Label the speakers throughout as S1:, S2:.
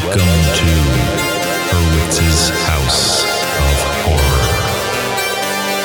S1: to Hurwitz's House of Horror.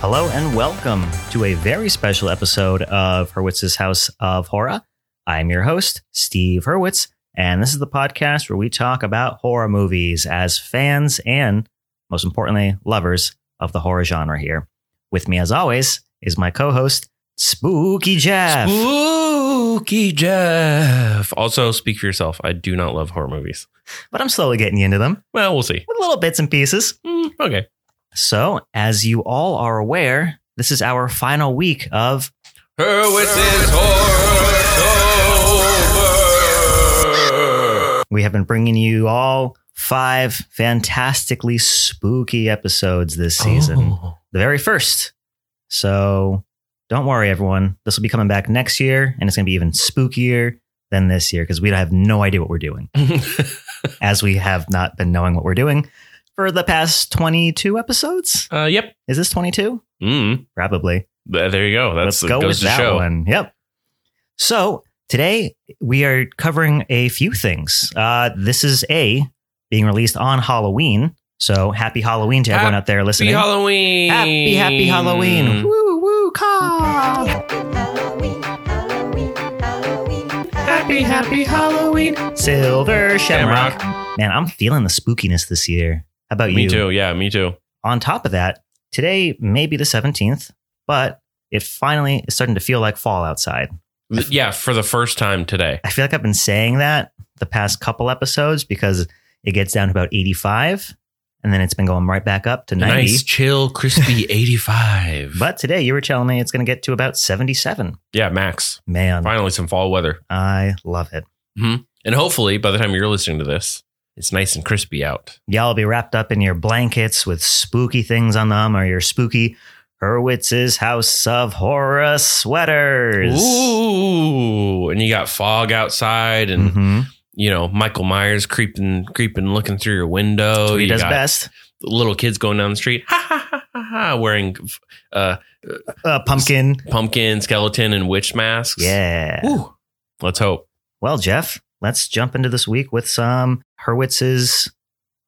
S2: Hello and welcome to a very special episode of Hurwitz's House of Horror. I'm your host, Steve Hurwitz, and this is the podcast where we talk about horror movies as fans and, most importantly, lovers of the horror genre here. With me, as always, is my co host, Spooky Jeff.
S3: Spooky Jeff. Also, speak for yourself. I do not love horror movies.
S2: But I'm slowly getting you into them
S3: Well, we'll see.
S2: with little bits and pieces.
S3: Mm, okay.
S2: So, as you all are aware, this is our final week of
S3: Hurwitz's horror
S2: We have been bringing you all five fantastically spooky episodes this
S3: Oh.
S2: season. The very first. So don't worry, everyone. This will be coming back next year, and it's going to be even spookier than this year because we have no idea what we're doing,
S3: Uh,
S2: as we have not been knowing what we're doing for the past 22 episodes.
S3: uh, yep.
S2: Is this 22?
S3: Mm,
S2: Probably.
S3: th- there you go. That's
S2: Let's go
S3: goes
S2: with
S3: to
S2: that
S3: show.
S2: one. Yep. So today we are covering a few things. Uh, this is a being released on Halloween. So happy Halloween to everyone
S3: Happy
S2: out there
S3: Happy
S2: listening.
S3: Halloween. Mm.
S2: happy, happy Halloween. Woo, woo, caw.
S4: Halloween, Halloween, Halloween,
S3: Happy, happy Halloween.
S2: Silver Shamrock. Man, I'm feeling the spookiness this year. How about
S3: Me
S2: you?
S3: too. Yeah, me too.
S2: On top of that, today may be the 17th, but it finally is starting to feel like fall outside.
S3: Th- Yeah, for the first time today.
S2: I feel like I've been saying that the past couple episodes because it gets down to about 85 and then it's been going right back up to 90.
S3: Nice, chill, crispy 85.
S2: But today you were telling me it's going to get to about 77.
S3: yeah, Max.
S2: Man,
S3: Finally, some fall weather.
S2: I love it.
S3: And hopefully, by the time you're listening to this, it's nice and crispy out.
S2: Y'all be wrapped up in your blankets with spooky things on them or your spooky Hurwitz's House of Horror sweaters.
S3: Ooh, and you got fog outside, and
S2: Mhm.
S3: you know Michael Myers creeping, creeping, looking through your window.
S2: he
S3: you
S2: does
S3: got
S2: best.
S3: Little kids going down the street, ha ha ha ha, ha wearing uh,
S2: Uh, pumpkin.
S3: pumpkin skeleton and witch masks.
S2: Yeah.
S3: Ooh. Let's hope.
S2: Well, Jeff, let's jump into this week with some Hurwitz's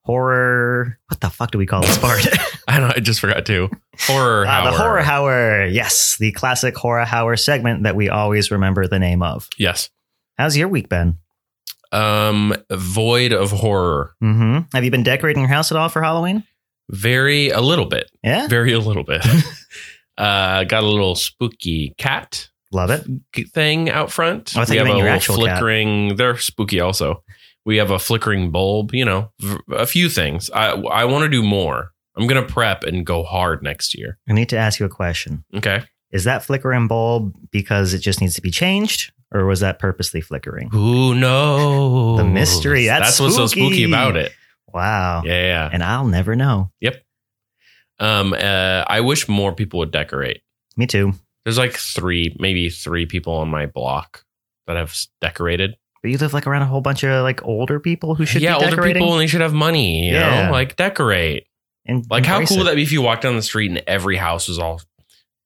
S2: horror. What the fuck do we call this part?
S3: I don't. I just forgot to horror.
S2: Uh, the
S3: hour.
S2: horror hour. Yes, the classic horror hour segment that we always remember the name of.
S3: Yes.
S2: How's your week been?
S3: Um. Void of horror.
S2: Mm-hmm. Have you been decorating your house at all for Halloween?
S3: Very a little bit.
S2: Yeah,
S3: very a little bit. uh, got a little spooky cat
S2: love it.
S3: thing out front.
S2: Oh, I thought
S3: we
S2: you
S3: have
S2: meant
S3: a
S2: your
S3: little
S2: actual cat.
S3: flickering. They're spooky also. We have a flickering bulb. You know, v- a few things. I I want to do more. I'm gonna prep and go hard next year.
S2: I need to ask you a question.
S3: Okay.
S2: Is that flickering bulb because it just needs to be changed, or was that purposely flickering?
S3: Who knows?
S2: The mystery. That's
S3: what's so spooky
S2: spooky.
S3: about it.
S2: Wow.
S3: Yeah. yeah.
S2: And I'll never know.
S3: Um. Uh, I wish more people would decorate.
S2: Me too.
S3: There's like three, maybe three people on my block that have s- decorated.
S2: But you live like around a whole bunch of like older people who should
S3: yeah,
S2: be
S3: older
S2: decorating.
S3: people and they should have money. You
S2: Yeah.
S3: know, like decorate.
S2: and
S3: Like how
S2: embrace
S3: cool
S2: it.
S3: would that be if you walked down the street and every house was all,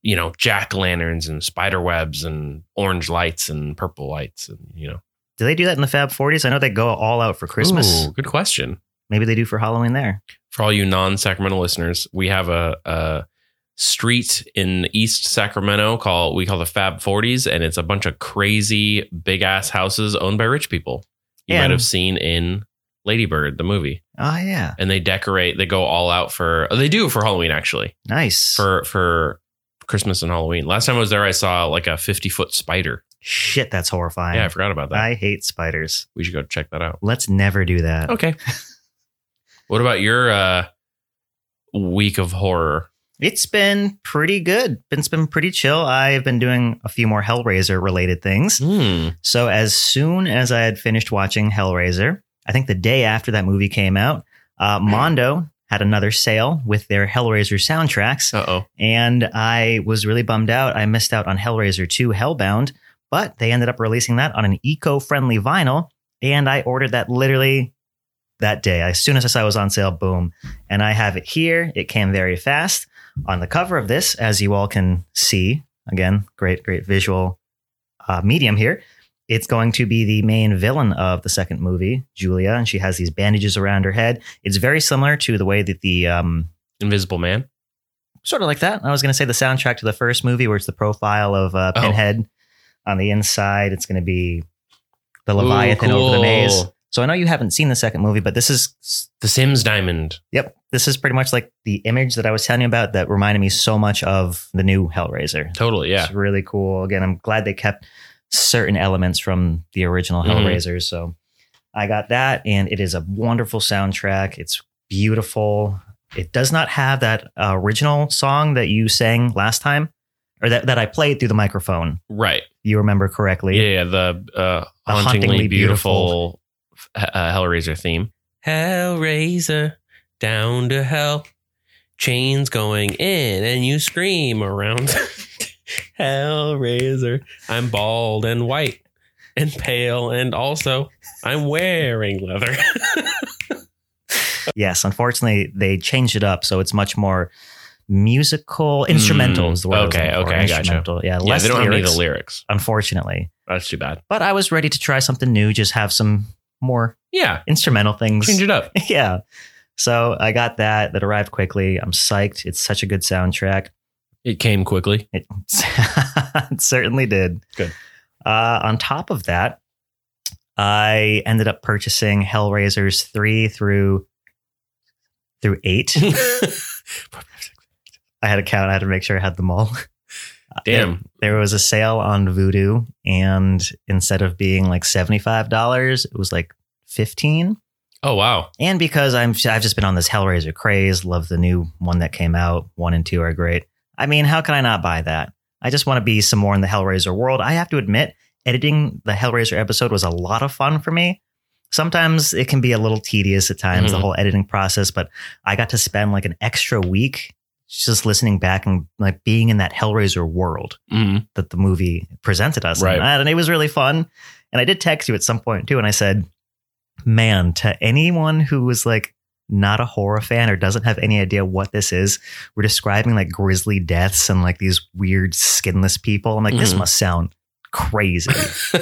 S3: you know, jack lanterns and spider webs and orange lights and purple lights and you know.
S2: Do they do that in the Fab 40s? I know they go all out for Christmas.
S3: Ooh, good question.
S2: Maybe they do for Halloween there.
S3: For all you non-Sacramento listeners, we have a, a street in East Sacramento called we call the Fab Forties, and it's a bunch of crazy big ass houses owned by rich people. You might
S2: And-
S3: have seen in Ladybird, the movie.
S2: Oh yeah,
S3: and they decorate they go all out for oh, they do for halloween actually
S2: nice.
S3: for for christmas and halloween last time i was there i saw like a 50 foot spider
S2: Shit, that's horrifying.
S3: yeah i forgot about that
S2: I hate spiders.
S3: we should go check that out
S2: Let's never do that.
S3: okay what about your uh week of horror
S2: It's been pretty good. It's been pretty chill. I've been doing a few more Hellraiser related things.
S3: Hmm.
S2: So as soon as I had finished watching Hellraiser, I think the day after that movie came out, uh, Mondo had another sale with their Hellraiser soundtracks,
S3: uh-oh
S2: and I was really bummed out. I missed out on Hellraiser 2 Hellbound, but they ended up releasing that on an eco friendly vinyl And I ordered that literally that day. As soon as I saw it was on sale, boom. And I have it here. It came very fast. On the cover of this, as you all can see, again, great, great visual uh, medium here. It's going to be the main villain of the second movie, Julia, and she has these bandages around her head. It's very similar to the way that the um,
S3: Invisible Man.
S2: sort of like that. I was going to say the soundtrack to the first movie, where it's the profile of uh,
S3: Oh.
S2: Pinhead on the inside. It's going to be the
S3: Ooh,
S2: Leviathan over the
S3: cool.
S2: maze. So I know you haven't seen the second movie, but this is
S3: The Sims Diamond.
S2: yep, this is pretty much like the image that I was telling you about that reminded me so much of the new Hellraiser.
S3: Totally. Yeah.
S2: It's really cool. Again, I'm glad they kept certain elements from the original
S3: Mhm.
S2: Hellraiser. So I got that, and it is a wonderful soundtrack. It's beautiful. It does not have that uh, original song that you sang last time, or that, that I played through the microphone.
S3: Right.
S2: You remember correctly.
S3: Yeah. yeah, The uh,
S2: The
S3: hauntingly,
S2: hauntingly
S3: beautiful, h- uh, Hellraiser theme. Hellraiser down to hell. Chains going in and you scream around. Hellraiser. I'm bald and white and pale and also I'm wearing leather.
S2: Yes, unfortunately, they changed it up, so it's much more musical, instrumental is the word. I was
S3: Mm. okay,
S2: looking for,
S3: okay, I gotcha.
S2: instrumental. Yeah,
S3: yeah,
S2: less
S3: they don't have any of
S2: lyrics,
S3: the lyrics.
S2: unfortunately.
S3: That's too bad.
S2: But I was ready to try something new, just have some more
S3: Yeah.
S2: instrumental things.
S3: Change it up.
S2: yeah. So I got that. That arrived quickly. I'm psyched. It's such a good soundtrack.
S3: It came quickly.
S2: It, it certainly did.
S3: Good.
S2: Uh, on top of that, I ended up purchasing Hellraisers three through through eight.
S3: Mm-hmm.
S2: I had a count. I had to make sure I had them all.
S3: Damn.
S2: There was a sale on Voodoo, and instead of being like seventy five dollars, it was like fifteen.
S3: Oh wow.
S2: And because I'm I've just been on this Hellraiser craze, love the new one that came out. One and two are great. I mean, how can I not buy that? I just want to be some more in the Hellraiser world. I have to admit, editing the Hellraiser episode was a lot of fun for me. Sometimes it can be a little tedious at times, the
S3: Mhm.
S2: whole editing process, but I got to spend like an extra week just listening back and like being in that Hellraiser world
S3: Mm.
S2: that the movie presented us.
S3: Right.
S2: And, and it was really fun. And I did text you at some point too. And I said, man, to anyone who was like not a horror fan or doesn't have any idea what this is, we're describing like grisly deaths and like these weird skinless people. I'm like, this
S3: Mhm.
S2: must sound crazy.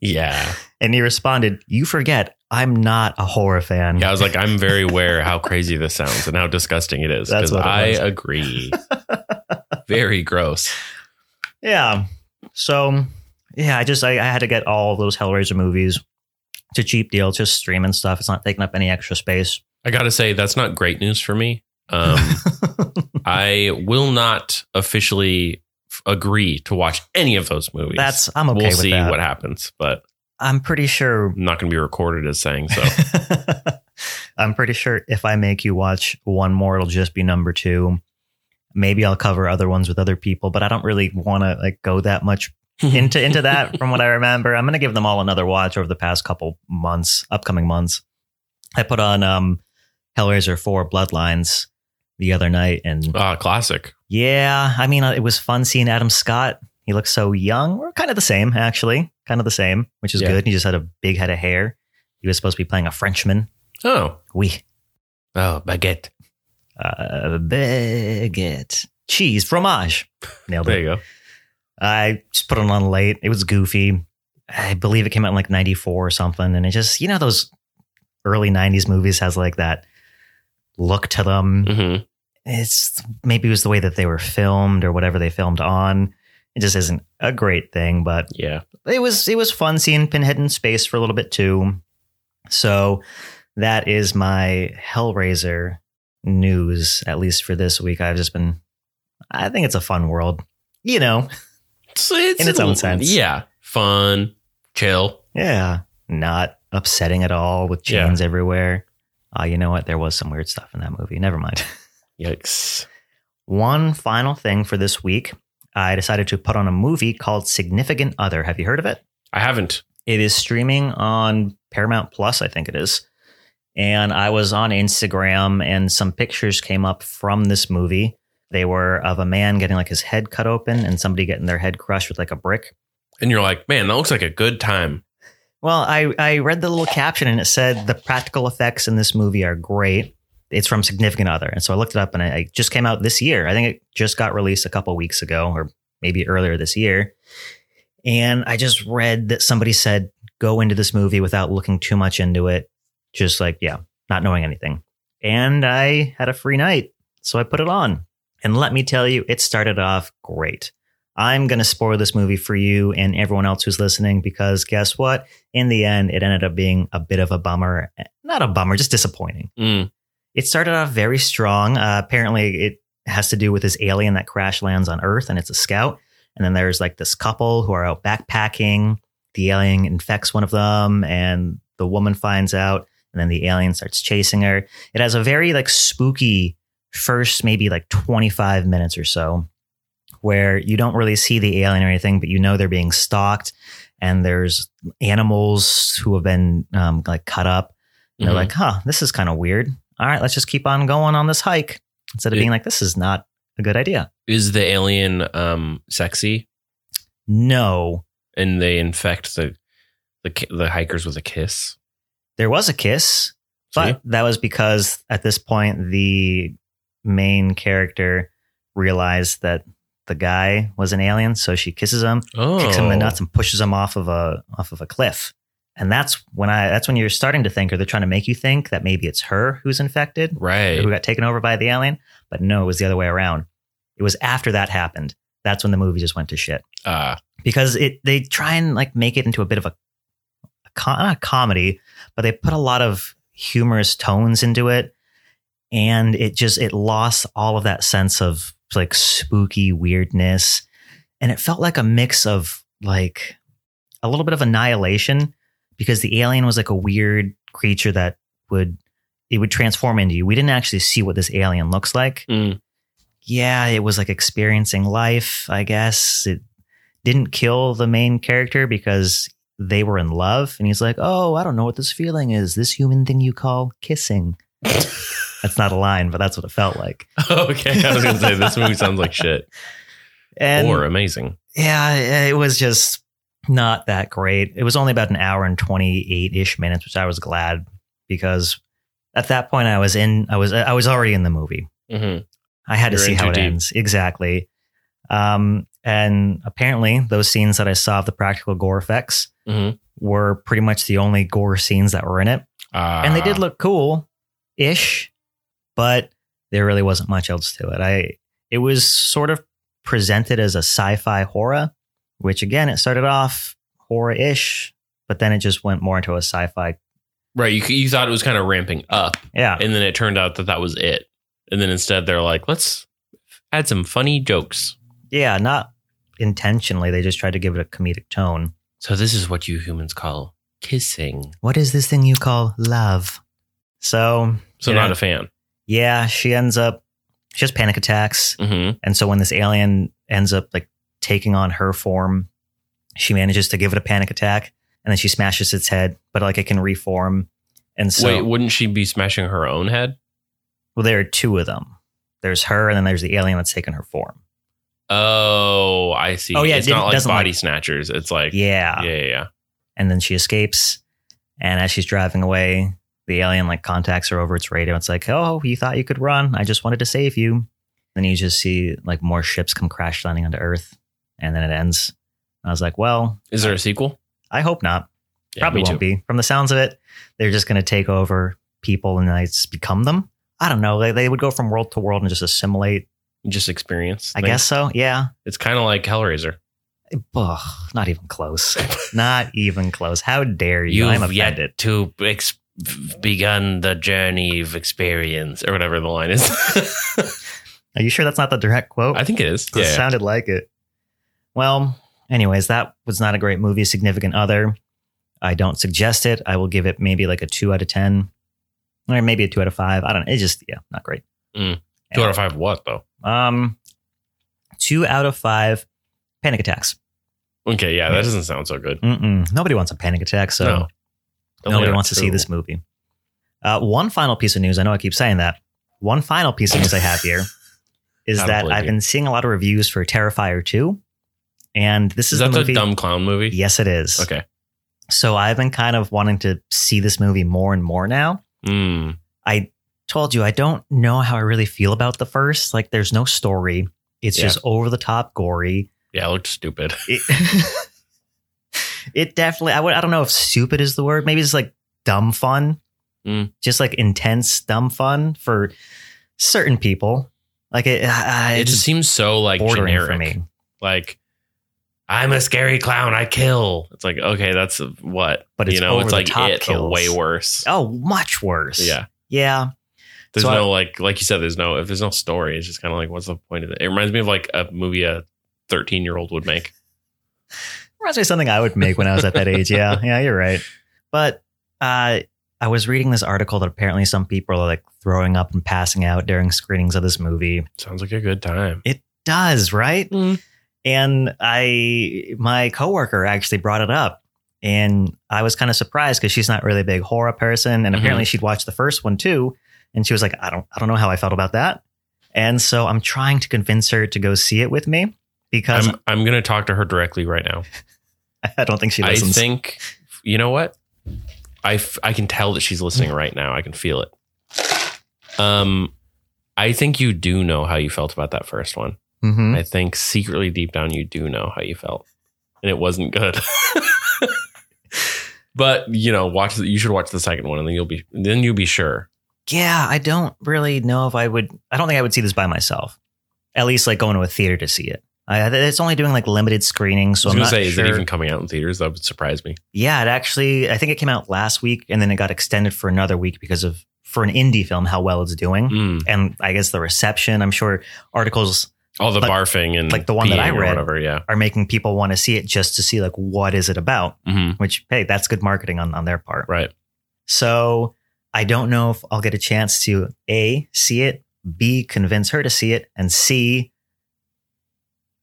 S3: yeah.
S2: and he responded, you forget I'm not a horror fan.
S3: Yeah, I was like, I'm very aware how crazy this sounds and how disgusting it is.
S2: That's what
S3: Because
S2: it
S3: I
S2: was.
S3: agree. very gross.
S2: Yeah. So yeah, I just I, I had to get all those Hellraiser movies. It's a cheap deal, it's just streaming stuff. It's not taking up any extra space.
S3: I gotta say, that's not great news for me. Um, I will not officially f- agree to watch any of those movies.
S2: That's I'm okay
S3: we'll
S2: with
S3: see
S2: that.
S3: what happens, but
S2: I'm pretty sure.
S3: I'm not gonna be recorded as saying so.
S2: I'm pretty sure if I make you watch one more, it'll just be number two. Maybe I'll cover other ones with other people, but I don't really want to like go that much into into that. From what I remember, I'm going to give them all another watch over the past couple months, upcoming months. I put on um, Hellraiser Four Bloodlines the other night, and
S3: Ah, classic.
S2: yeah, I mean, uh, it was fun seeing Adam Scott. He looks so young. We're kind of the same, actually. Kind of the same, which is
S3: Yeah.
S2: good. He just had a big head of hair. He was supposed to be playing a Frenchman.
S3: Oh.
S2: We
S3: Oh, baguette.
S2: uh, baguette, cheese, fromage. Nailed
S3: There
S2: it.
S3: you go.
S2: I just put it on late. It was goofy. I believe it came out in like '94 or something, and it just you know those early '90s movies has like that look to them.
S3: Mm-hmm.
S2: it's maybe it was the way that they were filmed or whatever they filmed on. It just isn't a great thing, but
S3: Yeah.
S2: it was it was fun seeing Pinhead in space for a little bit too. So that is my Hellraiser news, at least for this week. I've just been I think it's a fun world. You know.
S3: It's, it's
S2: In its own sense.
S3: Yeah. Fun, chill.
S2: Yeah. Not upsetting at all with
S3: Yeah.
S2: chains everywhere. Uh, you know what? There was some weird stuff in that movie. Never mind.
S3: Yikes.
S2: One final thing for this week. I decided to put on a movie called Significant Other. Have you heard of it?
S3: I haven't.
S2: It is streaming on Paramount Plus, I think it is. And I was on Instagram and some pictures came up from this movie. They were of a man getting like his head cut open and somebody getting their head crushed with like a brick.
S3: And you're like, man, that looks like a good time.
S2: Well, I, I read the little caption and it said the practical effects in this movie are great. It's from Significant Other. And so I looked it up and it it just came out this year. I think it just got released a couple weeks ago or maybe earlier this year. And I just read that somebody said, go into this movie without looking too much into it. Just like, yeah, not knowing anything. And I had a free night. So I put it on. And let me tell you, it started off great. I'm going to spoil this movie for you and everyone else who's listening because guess what? in the end, it ended up being a bit of a bummer. Not a bummer, just disappointing.
S3: Mm.
S2: It started off very strong. Uh, apparently, it has to do with this alien that crash lands on Earth and it's a scout. And then there's like this couple who are out backpacking. The alien infects one of them and the woman finds out. And then the alien starts chasing her. It has a very like spooky first, maybe like 25 minutes or so, where you don't really see the alien or anything, but you know they're being stalked. And there's animals who have been um, like cut up. And
S3: Mhm.
S2: they're like, huh, this is kind of weird. All right, let's just keep on going on this hike instead of
S3: Yeah.
S2: being like, this is not a good idea.
S3: is the alien um sexy
S2: No,
S3: and they infect the the ki- the hikers with a kiss?
S2: there was a kiss,
S3: See?
S2: but that was because at this point, the main character realized that the guy was an alien. So she kisses him,
S3: oh,
S2: kicks him in the nuts, and pushes him off of a off of a cliff. And that's when I that's when you're starting to think, or they're trying to make you think that maybe it's her who's infected.
S3: right?
S2: who got taken over by the alien. But no, it was the other way around. It was after that happened. That's when the movie just went to shit
S3: Uh,
S2: because it they try and like make it into a bit of a, a com- not a comedy, but they put a lot of humorous tones into it, and it just it lost all of that sense of like spooky weirdness, and it felt like a mix of like a little bit of annihilation because the alien was like a weird creature that would it would transform into you. We didn't actually see what this alien looks like
S3: mm,
S2: yeah, it was like experiencing life, I guess. It didn't kill the main character because they were in love. And he's like, oh, I don't know what this feeling is. This human thing you call kissing. that's not a line, but that's what it felt like.
S3: okay, I was gonna say this movie sounds like shit
S2: And
S3: or amazing.
S2: yeah, it was just not that great. It was only about an hour and 28 ish minutes, which I was glad because at that point I was in, I was, I was already in the movie.
S3: hmm
S2: I had to
S3: You're
S2: see
S3: in too
S2: how it
S3: deep.
S2: ends. Exactly. Um, and apparently, those scenes that I saw of the practical gore effects
S3: Mhm.
S2: were pretty much the only gore scenes that were in it.
S3: Uh,
S2: and they did look cool ish, but there really wasn't much else to it. I It was sort of presented as a sci fi horror, which again, it started off horror ish, but then it just went more into a sci fi.
S3: right. You you thought it was kind of ramping up,
S2: Yeah.
S3: and then it turned out that that was it. And then instead, they're like, let's add some funny jokes.
S2: Yeah. Not intentionally. They just tried to give it a comedic tone.
S3: So this is what you humans call kissing.
S2: what is this thing you call love? So
S3: So
S2: Yeah.
S3: not a fan.
S2: yeah, she ends up she has panic attacks,
S3: hmm
S2: and so when this alien ends up like taking on her form, she manages to give it a panic attack, and then she smashes its head, but like it can reform. And so
S3: Wait, wouldn't she be smashing her own head?
S2: well, there are two of them. There's her, and then there's the alien that's taken her form.
S3: Oh, I see.
S2: Oh, yeah, it
S3: it's not
S2: didn't-
S3: like
S2: doesn't
S3: body
S2: like-
S3: snatchers. It's like yeah,
S2: Yeah.
S3: yeah, yeah.
S2: and then she escapes. And as she's driving away, the alien like contacts her over its radio. It's like, "Oh, you thought you could run? I just wanted to save you." Then you just see like more ships come crash landing onto Earth, and then it ends. And I was like, "Well,
S3: Is there a sequel?
S2: I hope not.
S3: Yeah,
S2: Probably
S3: me
S2: won't be. From the sounds of it, they're just going to take over people and like, just become them. I don't know. They, they would go from world to world and just assimilate.
S3: Just experience.
S2: I
S3: things.
S2: guess so. Yeah.
S3: it's kind of like Hellraiser.
S2: Ugh, not even close. not even close. How dare you? I'm offended.
S3: to ex- begun the journey of experience, or whatever the line is.
S2: Are you sure that's not the direct quote?
S3: I think it is.
S2: It
S3: Yeah,
S2: sounded like it. Well, anyways, that was not a great movie. Significant Other. I don't suggest it. I will give it maybe like a two out of 10 or maybe a two out of five. I don't know. It's just, yeah, not great.
S3: Mm. two out of five. What though?
S2: Um, two out of five panic attacks.
S3: Okay, yeah, that doesn't sound so good.
S2: Mm-mm. Nobody wants a panic attack. So
S3: No.
S2: Nobody
S3: Only
S2: wants to see
S3: two.
S2: this movie. Uh, one final piece of news. I know I keep saying that. One final piece of news I have here is
S3: I don't
S2: that
S3: believe
S2: I've
S3: you.
S2: been seeing a lot of reviews for Terrifier 2. And this
S3: Is,
S2: is,
S3: that
S2: the
S3: the
S2: movie.
S3: dumb clown movie?
S2: Yes, it is.
S3: Okay.
S2: So I've been kind of wanting to see this movie more and more now.
S3: Mm.
S2: I told you I don't know how I really feel about the first. Like there's no story. It's
S3: Yeah.
S2: just over the top gory.
S3: Yeah, it looked stupid.
S2: It, it definitely I would I don't know if stupid is the word. Maybe it's like dumb fun.
S3: Mm.
S2: Just like intense dumb fun for certain people. Like it, I, I-
S3: it just seems so like
S2: bordering
S3: generic.
S2: for me.
S3: Like I'm a scary clown. I kill. It's like okay, that's what.
S2: But it's
S3: you know,
S2: over
S3: it's
S2: the
S3: like
S2: top
S3: it, but
S2: kills.
S3: way worse.
S2: Oh, much worse.
S3: Yeah,
S2: Yeah.
S3: there's
S2: So I-
S3: no like like you said. There's no if there's no story. It's just kind of like what's the point of it? It reminds me of like a movie a 13 year old would make.
S2: Reminds me of something I would make when I was at that age. Yeah, yeah, you're right. But uh, I was reading this article that apparently some people are like throwing up and passing out during screenings of this movie.
S3: Sounds like a good time.
S2: Does right?
S3: Mm.
S2: And I, my coworker actually brought it up, and I was kind of surprised because she's not really a big horror person, and
S3: Mhm.
S2: apparently she'd watched the first one too, and she was like, I don't, I don't know how I felt about that. And so I'm trying to convince her to go see it with me because
S3: I'm I'm gonna talk to her directly right now.
S2: I don't think she
S3: I
S2: listens.
S3: think you know what? I f- I can tell that she's listening
S2: Mm.
S3: right now. I can feel it. Um, I think you do know how you felt about that first one.
S2: Mhm.
S3: I think secretly deep down you do know how you felt, and it wasn't good. but you know, watch. The, you should watch the second one, and then you'll be then you'll be sure.
S2: yeah, I don't really know if I would. I don't think I would see this by myself. At least like going to a theater to see it. I, it's only doing like limited screenings, so
S3: I was
S2: I'm
S3: gonna
S2: not
S3: say,
S2: sure.
S3: is it even coming out in theaters? That would surprise me.
S2: yeah, it actually. I think it came out last week, and then it got extended for another week because of for an indie film how well it's doing,
S3: Mm.
S2: and I guess the reception. I'm sure articles
S3: All the
S2: Like-
S3: barfing and
S2: like the one that I
S3: peeing or
S2: read.
S3: whatever. Yeah.
S2: are making people want to see it just to see like what is it about.
S3: Mhm.
S2: Which hey, that's good marketing on on their part.
S3: Right.
S2: So I don't know if I'll get a chance to A, see it, B, convince her to see it, and C,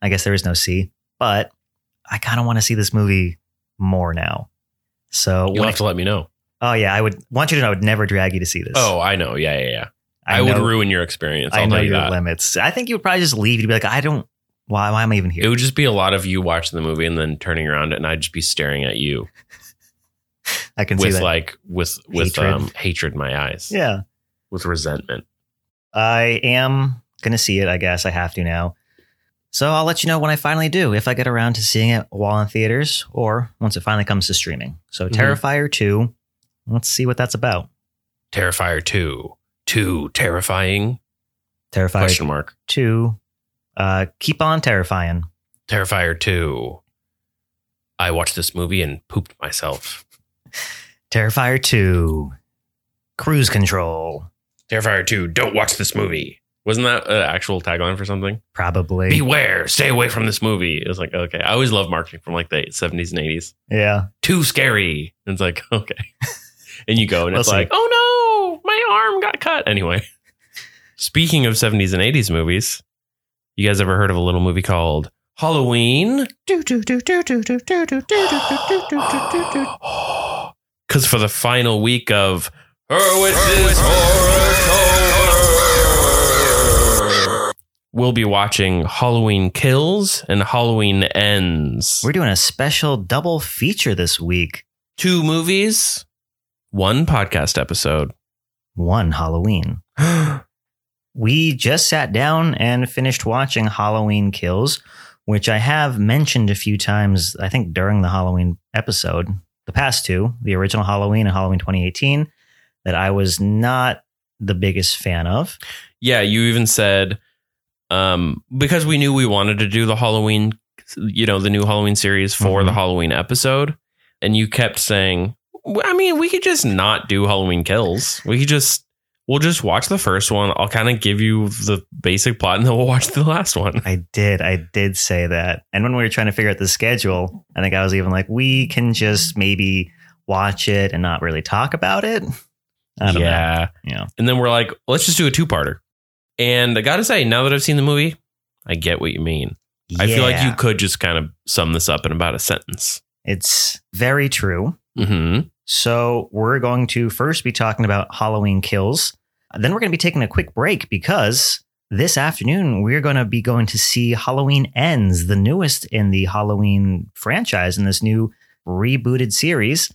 S2: I guess there is no C, but I kind of want to see this movie more now. So,
S3: You'll
S2: when
S3: have
S2: it-
S3: to let me know.
S2: oh, yeah, I would want you to know I would never drag you to see this.
S3: Oh, I know. Yeah, yeah, yeah. I,
S2: know-
S3: would ruin your experience. I'll
S2: I know
S3: tell you
S2: your
S3: that.
S2: limits. I think you would probably just leave. You'd be like, I don't, why, why am I even
S3: It
S2: here?
S3: would just be a lot of you watching the movie and then turning around, and I'd just be staring at you
S2: I can see
S3: with
S2: that.
S3: like with with
S2: Hatred.
S3: um hatred in my eyes,
S2: yeah.
S3: with resentment.
S2: I am going to see it, I guess. I have to now. So I'll let you know when I finally do, if I get around to seeing it while in theaters or once it finally comes to streaming. So
S3: Mhm.
S2: Terrifier 2, let's see what that's about.
S3: Terrifier two, two terrifying
S2: Terrifier
S3: question mark.
S2: 2, uh, keep on terrifying.
S3: Terrifier two. I watched this movie and pooped myself.
S2: Terrifier 2, cruise control,
S3: Terrifier two. Don't watch this movie. Wasn't that an actual tagline for something?
S2: probably.
S3: Beware, stay away from this movie. It was like okay. I always love marketing from like the seventies and eighties.
S2: yeah.
S3: too scary. And it's like, okay. And you go, and it's
S2: We'll see.
S3: like, oh no, my arm got cut. Anyway, speaking of 70s and 80s movies, you guys ever heard of a little movie called Halloween? Because for the final week of Hurwitz's Horrortober, we'll be watching Halloween Kills and Halloween Ends.
S2: We're doing a special double feature this week.
S3: two movies, one podcast episode.
S2: One Halloween. we just sat down and finished watching Halloween Kills, which I have mentioned a few times, I think during the Halloween episode, the past two, the original Halloween and Halloween 2018, that I was not the biggest fan of.
S3: yeah, you even said um because we knew we wanted to do the Halloween, you know, the new Halloween series for the
S2: Mhm.
S3: Halloween episode and you kept saying, "Well, I mean, we could just not do Halloween kills. We could just we'll just watch the first one. I'll kind of give you the basic plot and then we'll watch the last one.
S2: I did. I did say that. And when we were trying to figure out the schedule, I think I was even like, we can just maybe watch it and not really talk about it. I don't know.
S3: yeah.
S2: Yeah.
S3: And then we're like, let's just do a two-parter. And I got to say, now that I've seen the movie, I get what you mean. I feel like you
S2: Yeah.
S3: could just kind of sum this up in about a sentence.
S2: It's very true.
S3: Mm-hmm.
S2: So we're going to first be talking about Halloween kills. Then we're going to be taking a quick break because this afternoon we're going to be going to see Halloween Ends, the newest in the Halloween franchise in this new rebooted series.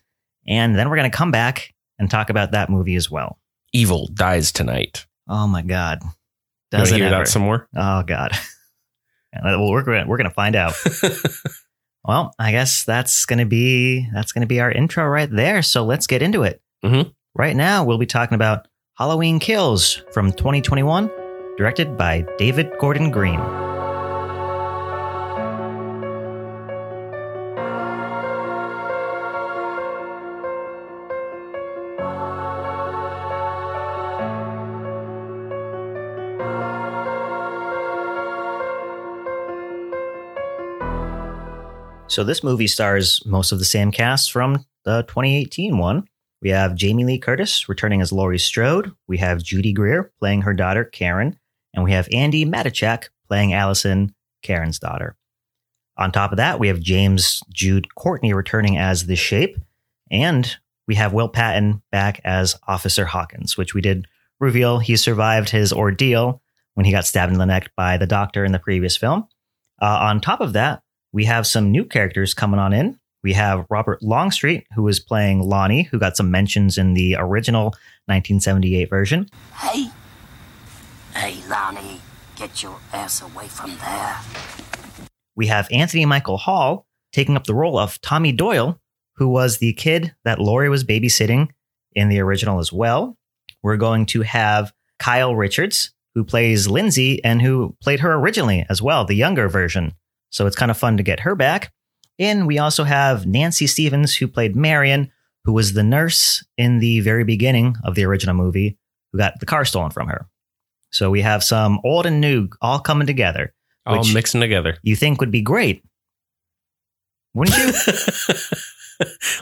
S2: And then we're going to come back and talk about that movie as well.
S3: Evil dies tonight.
S2: Oh my God.
S3: You wanna
S2: Does it
S3: hear
S2: ever?
S3: that some more?
S2: oh God. well, we're gonna, we're going to find out. well, I guess that's going to be that's going to be our intro right there. So let's get into it.
S3: Mhm.
S2: Right now, we'll be talking about Halloween Kills from 2021, directed by David Gordon Green. So this movie stars most of the same cast from the 2018 one. We have Jamie Lee Curtis returning as Laurie Strode. We have Judy Greer playing her daughter Karen, and we have Andy Matichak playing Allison, Karen's daughter. On top of that, we have James Jude Courtney returning as the Shape, and we have Will Patton back as Officer Hawkins, which we did reveal he survived his ordeal when he got stabbed in the neck by the doctor in the previous film. Uh, on top of that, we have some new characters coming on in. We have Robert Longstreet, who is playing Lonnie, who got some mentions in the original 1978 version.
S5: Hey! Hey, Lonnie, get your ass away from there.
S2: We have Anthony Michael Hall taking up the role of Tommy Doyle, who was the kid that Laurie was babysitting in the original as well. We're going to have Kyle Richards, who plays Lindsay and who played her originally as well, the younger version. So it's kind of fun to get her back. And we also have Nancy Stevens, who played Marion, who was the nurse in the very beginning of the original movie, who got the car stolen from her. So we have some old and new all coming together
S3: All
S2: Which-
S3: mixing together.
S2: you think would be great. Wouldn't you?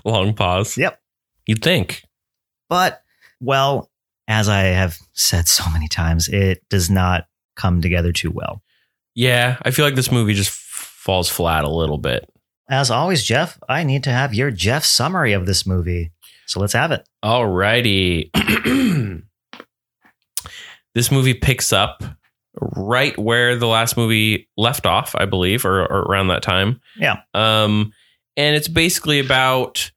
S3: Long pause.
S2: Yep.
S3: You'd think.
S2: but, well, as I have said so many times, it does not come together too well.
S3: Yeah, I feel like this movie just f- falls flat a little bit.
S2: As always, Jeff, I need to have your Jeff summary of this movie. So let's have it.
S3: Alrighty. this movie picks up right where the last movie left off, I believe, or, or around that time.
S2: Yeah.
S3: Um, and it's basically about,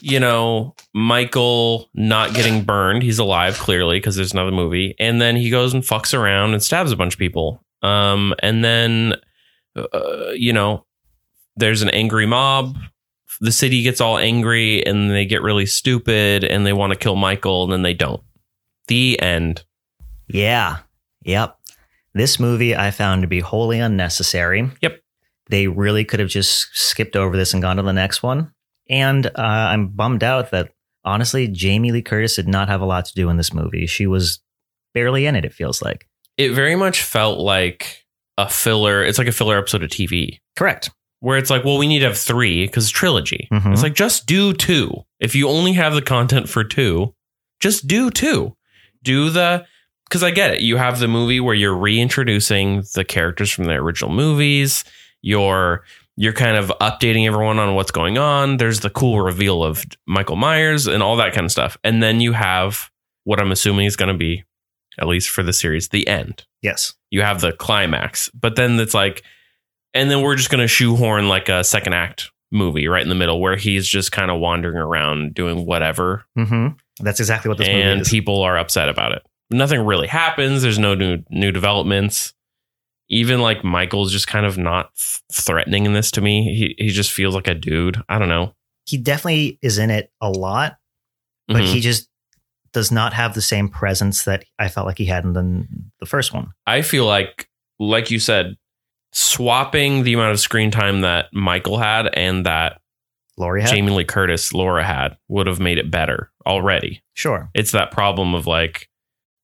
S3: you know, Michael not getting burned. He's alive, clearly, because there's another movie. And then he goes and fucks around and stabs a bunch of people. Um, and then, uh, you know, there's an angry mob. The city gets all angry and they get really stupid and they want to kill Michael and then they don't. The end.
S2: Yeah. Yep. This movie I found to be wholly unnecessary.
S3: Yep.
S2: They really could have just skipped over this and gone to the next one. And uh, I'm bummed out that honestly, Jamie Lee Curtis did not have a lot to do in this movie. She was barely in it, it feels like.
S3: It very much felt like a filler. It's like a filler episode of TV
S2: Correct.
S3: where it's like, well, we need to have three because trilogy.
S2: Mhm.
S3: It's like, just do two. If you only have the content for two, just do two. Do the, because I get it. You have the movie where you're reintroducing the characters from the original movies. You're, you're kind of updating everyone on what's going on. There's the cool reveal of Michael Myers and all that kind of stuff. And then you have what I'm assuming is going to be, at least for the series, the end
S2: Yes.
S3: you have the climax but then it's like and then we're just going to shoehorn like a second act movie right in the middle where he's just kind of wandering around doing whatever
S2: hmm That's exactly what this
S3: Mm-hmm. and
S2: movie is.
S3: people are upset about it nothing really happens there's no new new developments even like michael's just kind of not th- threatening in this to me he, he just feels like a dude i don't know
S2: he definitely is in it a lot, but
S3: Mhm.
S2: he just does not have the same presence that I felt like he had in the, the first one.
S3: I feel like, like you said, swapping the amount of screen time that Michael had and that
S2: Laurie had?
S3: Jamie Lee Curtis, Laura had, would have made it better already.
S2: Sure.
S3: It's that problem of like,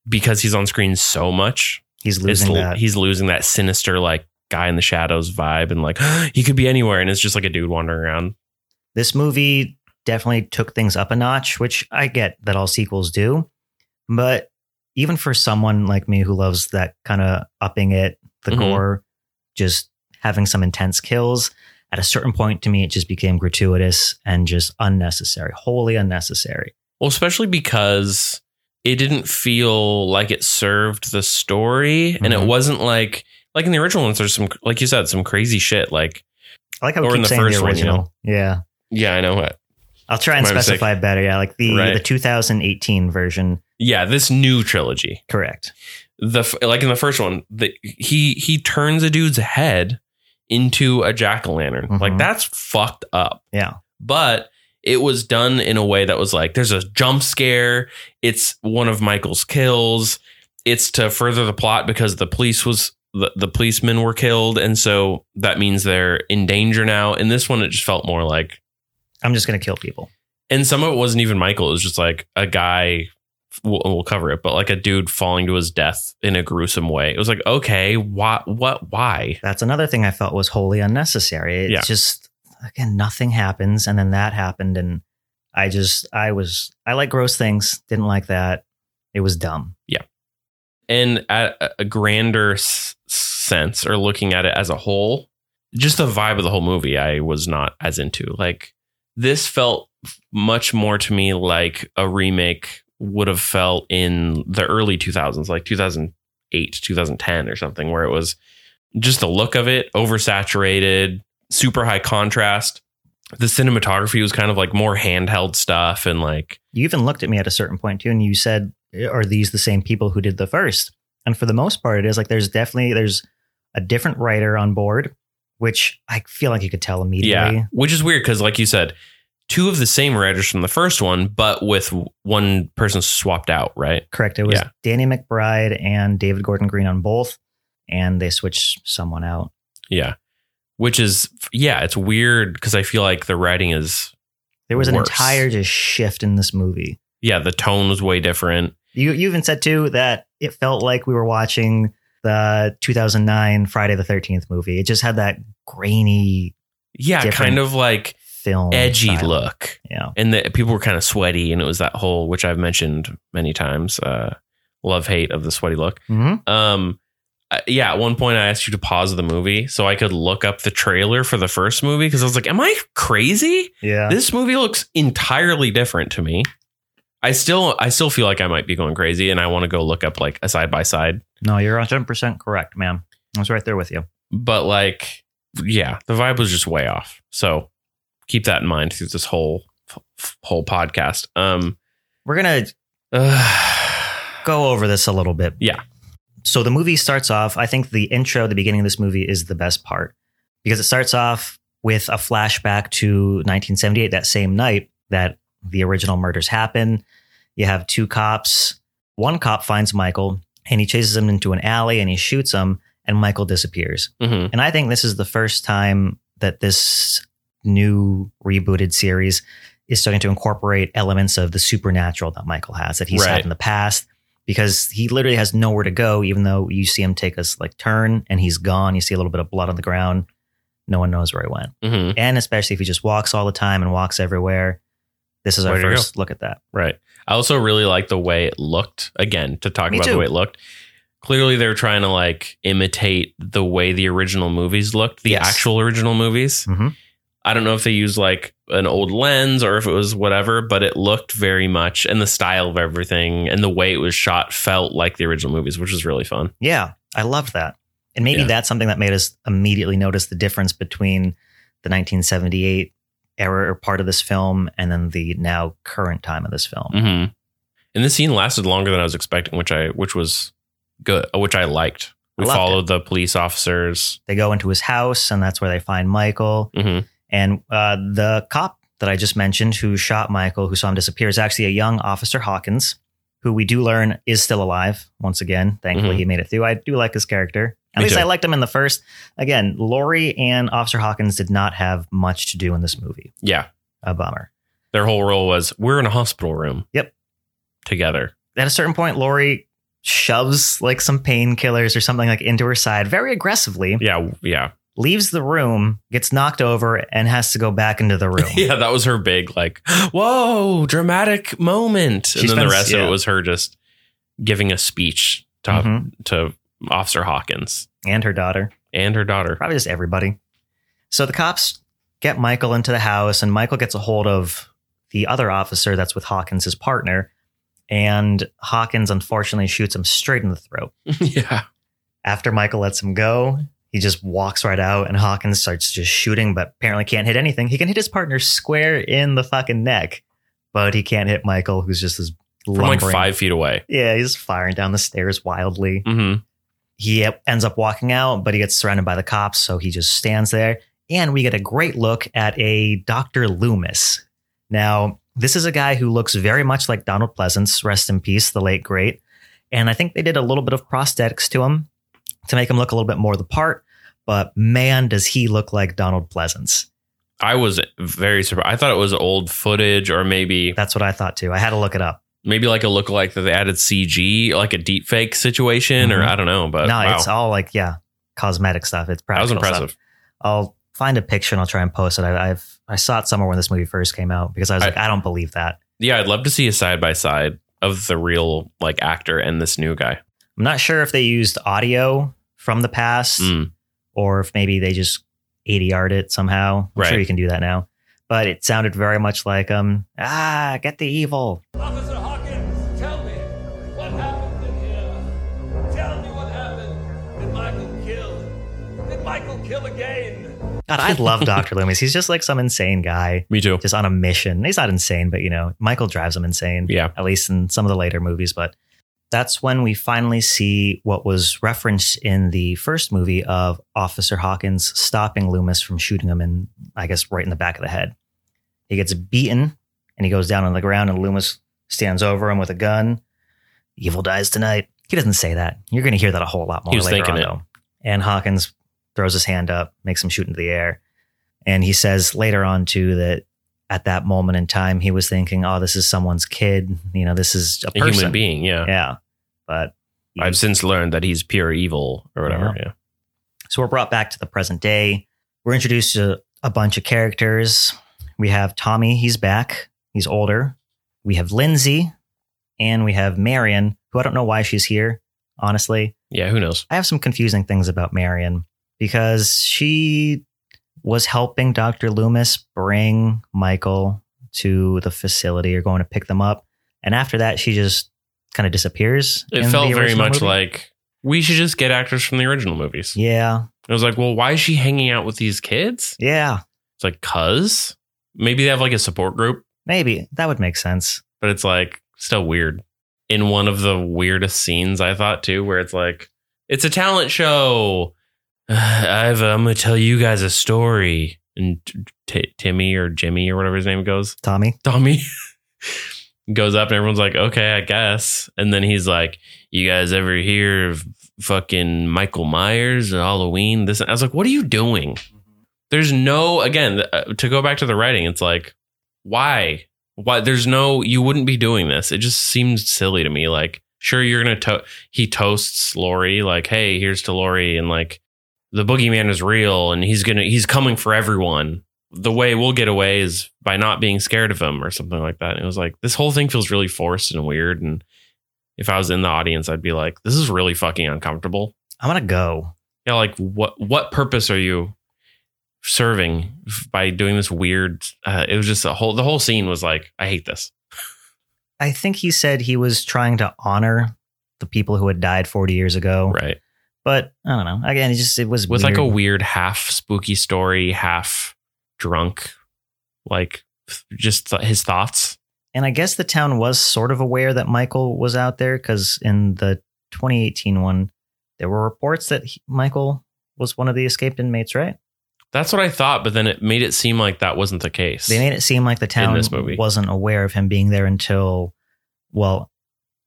S3: because he's on screen so much,
S2: He's
S3: it's
S2: losing
S3: l-
S2: that.
S3: he's losing that sinister, like, guy in the shadows vibe and like, he could be anywhere. And it's just like a dude wandering around.
S2: this movie definitely took things up a notch, which I get that all sequels do. But even for someone like me who loves that kind of upping it, the
S3: Mhm.
S2: gore, just having some intense kills, at a certain point to me, it just became gratuitous and just unnecessary, wholly unnecessary.
S3: Well, especially because it didn't feel like it served the story. And it
S2: Mhm.
S3: wasn't like, like in the original ones, there's some, like you said, some crazy shit. Like,
S2: I like how we
S3: Or in
S2: keep
S3: the
S2: saying
S3: first
S2: the
S3: one, you
S2: original. yeah.
S3: Yeah, I know it.
S2: I'll try and
S3: My mistake.
S2: specify better. Yeah, like the
S3: Right.
S2: the 2018 version.
S3: Yeah, this new trilogy.
S2: Correct.
S3: The f- like in the first one, the, he he turns a dude's head into a jack o' lantern. Like
S2: Mhm.
S3: that's fucked up.
S2: Yeah.
S3: But it was done in a way that was like there's a jump scare. It's one of Michael's kills. It's to further the plot because the police was the, the policemen were killed, and so that means they're in danger now. In this one, it just felt more like
S2: I'm just gonna kill people.
S3: and some of it wasn't even Michael. It was just like a guy. We'll, we'll cover it, but like a dude falling to his death in a gruesome way. It was like, okay, why? What? Why?
S2: That's another thing I felt was wholly unnecessary. It's
S3: Yeah.
S2: just again nothing happens, and then that happened, and I just I was I like gross things. Didn't like that. It was dumb.
S3: And at a- a grander s- sense, or looking at it as a whole, just the vibe of the whole movie, I was not as into. Like this felt much more to me like a remake would have felt in the early 2000s, like 2008, 2010 or something, where it was just the look of it, oversaturated, super high contrast. The cinematography was kind of like more handheld stuff and like,
S2: You even looked at me at a certain point too, and you said, "Are these the same people who did the first? And for the most part, it is like there's definitely there's a different writer on board, which I feel like you could tell immediately.
S3: yeah, which is weird because, like you said, two of the same writers from the first one, but with one person swapped out, right?
S2: Correct. It was
S3: Yeah.
S2: Danny McBride and David Gordon Green on both, and they switched someone out.
S3: Yeah. Which is, yeah, it's weird because I feel like the writing is,
S2: There was an
S3: worse.
S2: entire just shift in this movie.
S3: yeah, the tone was way different.
S2: You you even said too that it felt like we were watching the 2009 Friday the 13th movie. It just had that grainy
S3: Yeah,
S2: Different.
S3: kind of like
S2: film
S3: edgy
S2: style.
S3: look.
S2: Yeah.
S3: And the, people were kind of sweaty. And it was that whole, which I've mentioned many times, uh, love hate of the sweaty look.
S2: hmm
S3: Um, I- yeah, at one point I asked you to pause the movie so I could look up the trailer for the first movie because I was like, am I crazy?
S2: Yeah.
S3: This movie looks entirely different to me. I still I still feel like I might be going crazy and I want to go look up like a side by side.
S2: no, you're 100% correct, ma'am. I was right there with you.
S3: But like yeah, the vibe was just way off. So keep that in mind through this whole whole podcast. Um mm-hmm,
S2: We're going to go over this a little bit.
S3: Yeah.
S2: So the movie starts off, I think the intro, the beginning of this movie is the best part because it starts off with a flashback to 1978, that same night that the original murders happen. You have two cops. One cop finds Michael and he chases him into an alley and he shoots him, and Michael disappears.
S3: mhm.
S2: And I think this is the first time that this new rebooted series is starting to incorporate elements of the supernatural that Michael has that he's
S3: Right.
S2: had in the past because he literally has nowhere to go, even though you see him take us like turn and he's gone. You see a little bit of blood on the ground. No one knows where he went.
S3: Mhm.
S2: And especially if he just walks all the time and walks everywhere. This is our
S3: Where'd he
S2: first look at that.
S3: Right. I also really like the way it looked. Again, to talk
S2: Me
S3: about the
S2: too.
S3: way it looked. Clearly, they're trying to like imitate the way the original movies looked, the
S2: Yes.
S3: actual original movies.
S2: Mhm.
S3: I don't know if they used like an old lens or if it was whatever, but it looked very much, and the style of everything and the way it was shot felt like the original movies, which was really fun.
S2: Yeah, I loved that. And maybe
S3: Yeah.
S2: that's something that made us immediately notice the difference between the 1978 era or part of this film and then the now current time of this film.
S3: Mm-hmm. And this scene lasted longer than I was expecting, which I which was good, which I liked.
S2: I
S3: We
S2: loved it.
S3: followed the police officers.
S2: They go into his house and that's where they find Michael.
S3: hmm
S2: And uh, the cop that I just mentioned who shot Michael, who saw him disappear, is actually a young Officer Hawkins, who we do learn is still alive once again. Thankfully,
S3: Mhm.
S2: he made it through. I do like his character. At
S3: Me
S2: least
S3: too.
S2: I liked him in the first. Again, Lori and Officer Hawkins did not have much to do in this movie.
S3: Yeah,
S2: A bummer.
S3: their whole role was we're in a hospital room.
S2: Yep.
S3: Together.
S2: at a certain point, Lori shoves like some painkillers or something like into her side very aggressively,
S3: Yeah. Yeah.
S2: leaves the room, gets knocked over, and has to go back into the room.
S3: Yeah. That was her big, like, whoa, dramatic moment.
S2: She
S3: and then
S2: spends-
S3: the rest of
S2: yeah.
S3: it was her just giving a speech to,
S2: Mhm.
S3: to Officer Hawkins
S2: And her daughter,
S3: and her daughter.
S2: probably just everybody. So the cops get Michael into the house, and Michael gets a hold of the other officer that's with Hawkins, his partner. And Hawkins unfortunately shoots him straight in the throat.
S3: yeah.
S2: After Michael lets him go, He just walks right out, and Hawkins starts just shooting, but apparently can't hit anything. He can hit his partner square in the fucking neck, but he can't hit Michael, who's just this
S3: from like
S2: lumbering-
S3: five feet away.
S2: Yeah, he's firing down the stairs wildly.
S3: hmm
S2: He ends up walking out, but he gets surrounded by the cops, so he just stands there. And we get a great look at a Dr. Loomis. Now, this is a guy who looks very much like Donald Pleasance, rest in peace, the late great. And I think they did a little bit of prosthetics to him to make him look a little bit more the part. But man, does he look like Donald Pleasance.
S3: I was very surprised. I thought it was old footage or maybe
S2: That's what I thought too. I had to look it up.
S3: maybe like a lookalike that they added CG, like a deep fake situation, or
S2: Mhm.
S3: I don't know. But
S2: no,
S3: Uh, wow,
S2: it's all like, yeah, cosmetic stuff. It's
S3: that was
S2: practical stuff.
S3: impressive.
S2: I'll find a picture and I'll try and post it. I, I've I saw it somewhere when this movie first came out because I was
S3: I-
S2: like, I don't believe that.
S3: Yeah, I'd love to see a side by side of the real like actor and this new guy.
S2: I'm not sure if they used audio from the past
S3: Mm.
S2: or if maybe they just ADR'd it somehow. I'm sure
S3: Right.
S2: you can do that now. But it sounded very much like um ah get the evil.
S6: Officer Hawkins, tell me what happened in here. Tell me what happened. Did Michael kill? Did Michael kill again?
S2: God, I love Doctor Loomis. He's just like some insane guy
S3: Me too.
S2: just on a mission. He's not insane, but you know Michael drives him insane.
S3: Yeah.
S2: at least in some of the later movies. But that's when we finally see what was referenced in the first movie of Officer Hawkins stopping Loomis from shooting him in, I guess, right in the back of the head. He gets beaten and he goes down on the ground, and Loomis stands over him with a gun. Evil dies tonight. He doesn't say that. You're going to hear that a whole lot more
S3: He was
S2: later
S3: thinking
S2: on,
S3: it.
S2: though. And Hawkins throws his hand up, makes him shoot into the air. And he says later on, too, that at that moment in time, he was thinking, oh, this is someone's kid. You know, this is a
S3: A
S2: person.
S3: human being, yeah.
S2: Yeah. But
S3: I've since learned that he's pure evil or whatever. Yeah.
S2: so we're brought back to the present day. We're introduced to a bunch of characters. We have Tommy, he's back, he's older. We have Lindsay, and we have Marion, who I don't know why she's here, honestly.
S3: Yeah, who knows?
S2: I have some confusing things about Marion because she was helping Dr. Loomis bring Michael to the facility or going to pick them up. And after that, she just kind of disappears.
S3: It
S2: in
S3: felt
S2: the
S3: very
S2: original
S3: much
S2: movie.
S3: like we should just get actors from the original movies.
S2: Yeah.
S3: It was like, well, why is she hanging out with these kids?
S2: Yeah.
S3: It's like, cuz maybe they have like a support group,
S2: Maybe that would make sense.
S3: but it's like still weird. In one of the weirdest scenes, I thought too, where it's like, it's a talent show. I've, uh, I'm going to tell you guys a story. And t- T- Timmy or Jimmy or whatever his name goes,
S2: Tommy.
S3: Tommy goes up and everyone's like, okay, I guess. And then he's like, you guys ever hear of fucking Michael Myers and Halloween? This, I was like, what are you doing? There's no, again, uh, to go back to the writing, it's like, why? Why? There's no, you wouldn't be doing this. It just seems silly to me. Like, sure, you're going to, he toasts Lori, like, hey, here's to Lori. And like, the boogeyman is real and he's going to, he's coming for everyone the way we'll get away is by not being scared of him or something like that. And it was like this whole thing feels really forced and weird. And if I was in the audience, I'd be like, this is really fucking uncomfortable.
S2: I want to go.
S3: Yeah, like what what purpose are you serving f- by doing this weird? Uh, it was just a whole the whole scene was like, I hate this.
S2: I think he said he was trying to honor the people who had died 40 years ago.
S3: Right.
S2: But I don't know. Again, it just it was
S3: With
S2: weird.
S3: like a weird half spooky story, half drunk, like f- just th- his thoughts.
S2: and I guess the town was sort of aware that Michael was out there because in the 2018 one, there were reports that he, Michael was one of the escaped inmates. Right?
S3: That's what I thought, but then it made it seem like that wasn't the case.
S2: They made it seem like the town
S3: this movie.
S2: wasn't aware of him being there until, well,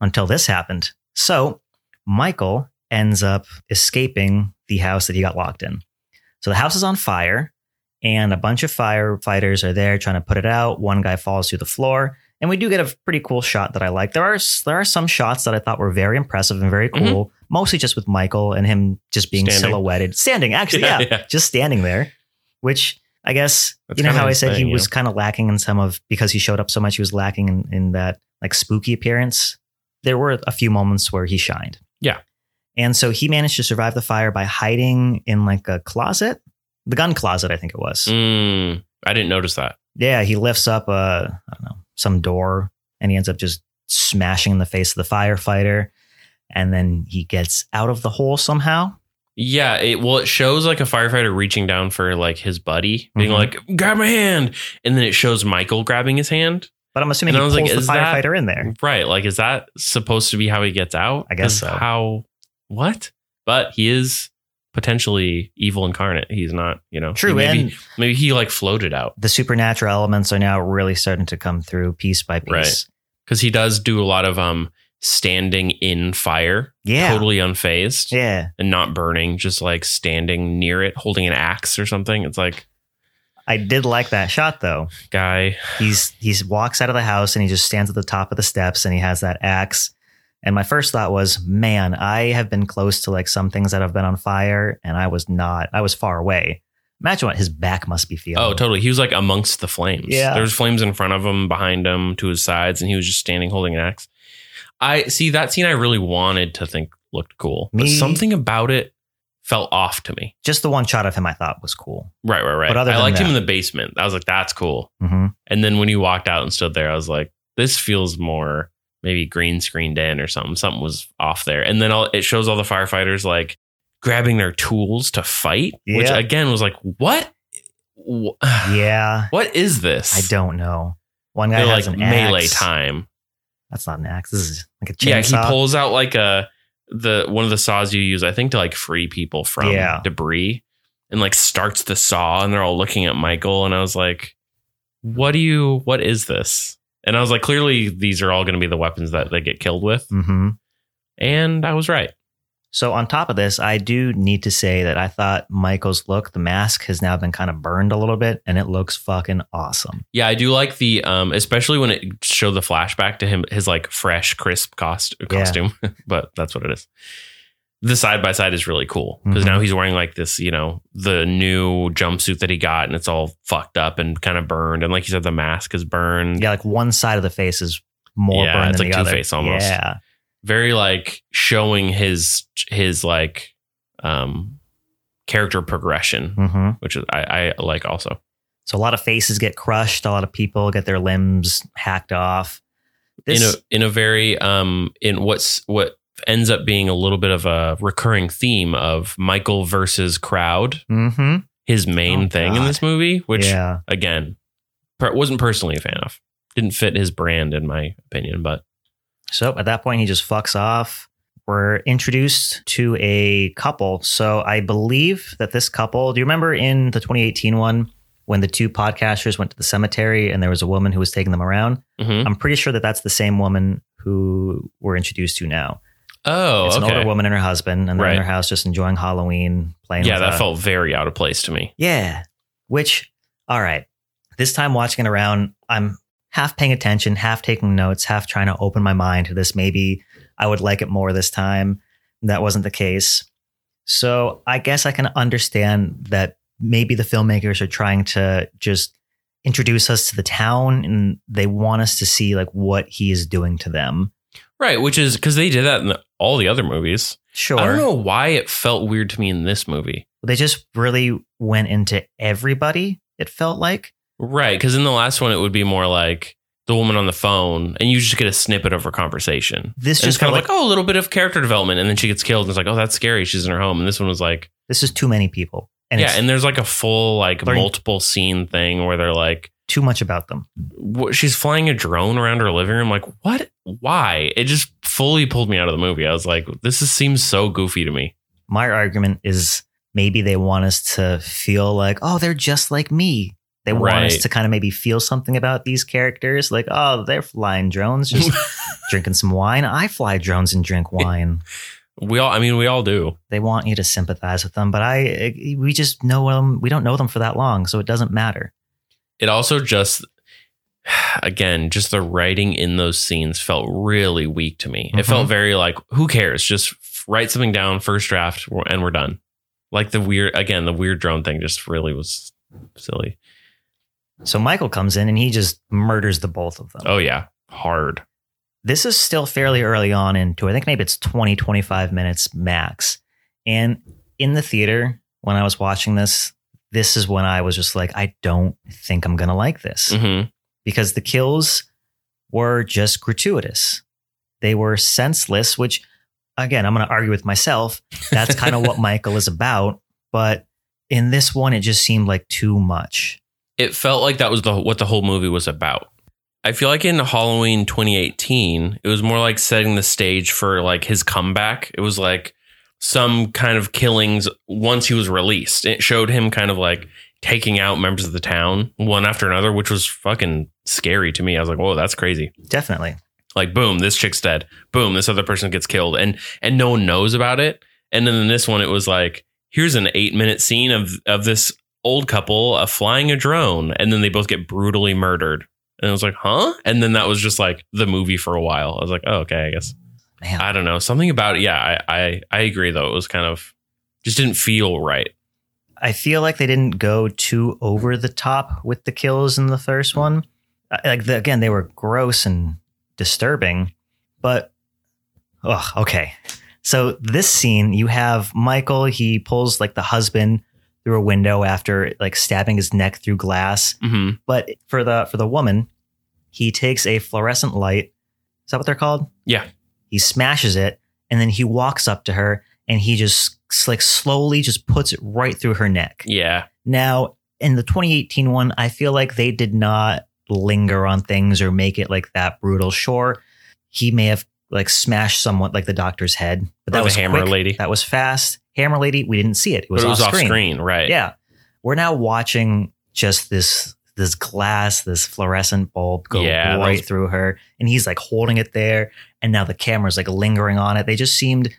S2: until this happened. So Michael ends up escaping the house that he got locked in. So the house is on fire, and a bunch of firefighters are there trying to put it out. One guy falls through the floor, and we do get a pretty cool shot that I like. There are there are some shots that I thought were very impressive and very cool, mostly just with Michael and him just being
S3: Mm-hmm. Standing.
S2: silhouetted, standing. Actually, yeah,
S3: yeah.
S2: just standing there, which I guess
S3: That's
S2: you know
S3: kinda
S2: how I
S3: his
S2: said
S3: thing,
S2: he
S3: yeah.
S2: was kind of lacking in some of because he showed up so much, he was lacking in, in that like spooky appearance. There were a few moments where he shined.
S3: Yeah.
S2: And so he managed to survive the fire by hiding in like a closet, the gun closet, I think it was.
S3: Mm, I didn't notice that.
S2: Yeah, he lifts up a I don't know some door, and he ends up just smashing in the face of the firefighter, and then he gets out of the hole somehow,
S3: Yeah, it well, it shows like a firefighter reaching down for like his buddy, being
S2: Mhm.
S3: like, "Grab my hand," and then it shows Michael grabbing his hand.
S2: But I'm assuming
S3: And
S2: he
S3: I was
S2: pulls
S3: like,
S2: the
S3: is that-
S2: firefighter in there.
S3: Right? Like, is that supposed to be how he gets out?
S2: I guess
S3: Is
S2: so.
S3: How? What? But he is potentially evil incarnate. He's not, you know.
S2: True,
S3: Maybe,
S2: and
S3: maybe he like floated out
S2: the supernatural elements are now really starting to come through piece by piece.
S3: Right. because he does do a lot of um standing in fire,
S2: Yeah.
S3: totally unfazed
S2: Yeah.
S3: and not burning, just like standing near it, holding an axe or something. It's like
S2: I did like that shot though.
S3: guy.
S2: He's he's walks out of the house and he just stands at the top of the steps and he has that axe. And my first thought was, man, I have been close to like some things that have been on fire and I was not. I was far away. Imagine what his back must be feeling.
S3: Oh, totally. He was like amongst the flames.
S2: Yeah.
S3: There was flames in front of him, behind him, to his sides, and he was just standing holding an axe. I see that scene I really wanted to think looked cool. But
S2: Me-
S3: something about it felt off to me.
S2: Just the one shot of him I thought was cool.
S3: Right, right, right.
S2: But other
S3: I
S2: than
S3: liked him in
S2: that-
S3: the basement. I was like, that's cool.
S2: hmm
S3: And then when he walked out and stood there, I was like, this feels more maybe green screened in or something. Something was off there. And then all, it shows all the firefighters like grabbing their tools to fight, which
S2: Yeah.
S3: again was like, what? Wh-
S2: Yeah.
S3: What is this?
S2: I don't know. One guy
S3: They're
S2: has
S3: like
S2: an axe.
S3: melee time.
S2: That's not an axe. This is like a
S3: Yeah,
S2: chainsaw.
S3: he pulls out like a the one of the saws you use, I think, to like free people from
S2: Yeah.
S3: debris, and like starts the saw, and they're all looking at Michael, and I was like, "What do you? What is this?" And I was like, "Clearly, these are all going to be the weapons that they get killed with,"
S2: hmm
S3: and I was right.
S2: So on top of this, I do need to say that I thought Michael's look, the mask, has now been kind of burned a little bit, and it looks fucking awesome.
S3: Yeah, I do like the um, especially when it showed the flashback to him, his like fresh, crisp cost costume. but that's what it is. The side by side is really cool because
S2: Mhm.
S3: now he's wearing like this, you know, the new jumpsuit that he got, and it's all fucked up and kind of burned. And like you said, the mask is burned.
S2: Yeah, like one side of the face is more
S3: Mm. Yeah,
S2: burned
S3: it's
S2: than
S3: like
S2: the other.
S3: Two-Face almost.
S2: Yeah,
S3: Very like showing his his like um character progression,
S2: hmm
S3: which is I, I like also.
S2: so a lot of faces get crushed. A lot of people get their limbs hacked off. This,
S3: in a in a very um in what's what ends up being a little bit of a recurring theme of Michael versus crowd,
S2: Mhm.
S3: his main
S2: Oh,
S3: thing in
S2: God.
S3: this movie, which
S2: yeah,
S3: again per- wasn't personally a fan of, didn't fit his brand in my opinion, but
S2: So at that point, he just fucks off. We're introduced to a couple. So I believe that this couple, do you remember in the 2018 one when the two podcasters went to the cemetery and there was a woman who was taking them around?
S3: Mhm.
S2: I'm pretty sure that that's the same woman who we're introduced to now.
S3: oh,
S2: it's
S3: okay.
S2: an older woman and her husband, and they're in
S3: Right.
S2: their house just enjoying Halloween, playing.
S3: yeah,
S2: with
S3: that
S2: a-
S3: felt very out of place to me.
S2: yeah. Which, all right. This time watching it around, I'm half paying attention, half taking notes, half trying to open my mind to this. Maybe I would like it more this time. That wasn't the case. So I guess I can understand that maybe the filmmakers are trying to just introduce us to the town and they want us to see like what he is doing to them.
S3: Right, which is because they did that in the- all the other movies.
S2: Sure.
S3: I don't know why it felt weird to me in this movie.
S2: They just really went into everybody, it felt like.
S3: Right, because in the last one it would be more like the woman on the phone, and you just get a snippet of her conversation.
S2: This
S3: It's
S2: just
S3: just kind of like,
S2: like,
S3: oh, a little bit of character development, and then she gets killed, and it's like, oh, that's scary. She's in her home, and this one was like,
S2: this is too many people. And
S3: oh. yeah,
S2: it's
S3: and there's like a full like
S2: Learning-
S3: multiple scene thing where they're like,
S2: too much about them.
S3: what, she's flying a drone around her living room, like what? Why? It just fully pulled me out of the movie. I was like, this is, seems so goofy to me.
S2: my argument is maybe they want us to feel like, oh, they're just like me. They want us
S3: Right.
S2: to kind of maybe feel something about these characters, like, oh, they're flying drones, just drinking some wine. I fly drones and drink wine.
S3: We all, I mean, we all do.
S2: They want you to sympathize with them, but I, we just know them. We don't know them for that long, so it doesn't matter.
S3: It also just, again, just the writing in those scenes felt really weak to me. It felt very like, who cares? Just write something down, first draft, and we're done. Like the weird, again, the weird drone thing just really was silly.
S2: So Michael comes in and he just murders the both of them.
S3: Oh yeah, hard.
S2: this is still fairly early on into i think maybe it's 20 25 minutes max and in the theater when i was watching this this is when i was just like i don't think i'm gonna like this
S3: Mm-hmm.
S2: because the kills were just gratuitous they were senseless which again, I'm going to argue with myself. That's kind of what Michael is about. But in this one, it just seemed like too much.
S3: it felt like that was the what the whole movie was about. I feel like in Halloween 2018, it was more like setting the stage for like his comeback. It was like some kind of killings once he was released. It showed him kind of like taking out members of the town one after another, which was fucking scary to me. I was like, "Whoa, that's crazy."
S2: Definitely.
S3: like boom this chick's dead boom this other person gets killed and and no one knows about it and then in this one it was like here's an eight minute scene of of this old couple uh, flying a drone and then they both get brutally murdered and i was like huh and then that was just like the movie for a while i was like oh okay i guess
S2: Man.
S3: i don't know something about it yeah i i, I agree though it was kind of just didn't feel right
S2: I feel like they didn't go too over the top with the kills in the first one. I- Like the, again, they were gross and disturbing, but oh, okay. So this scene, you have Michael. He pulls like the husband through a window after like stabbing his neck through glass.
S3: mm-hmm.
S2: But for the for the woman, he takes a fluorescent light. Is that what they're called?
S3: Yeah.
S2: He smashes it, and then he walks up to her, and he just like slowly just puts it right through her neck.
S3: yeah
S2: Now, in the 2018 one, I feel like they did not linger on things or make it like that brutal. Sure, he may have like smashed someone, like the doctor's head, but
S3: Or
S2: that
S3: Oh, the
S2: was
S3: hammer
S2: quick.
S3: lady.
S2: That was fast. Hammer lady, we didn't see it. It was,
S3: but it was
S2: off, screen.
S3: right
S2: Yeah, we're now watching just this this glass, this fluorescent bulb go
S3: Yeah, that
S2: right
S3: was-
S2: through her, and he's like holding it there, and now the camera's like lingering on it. They just seemed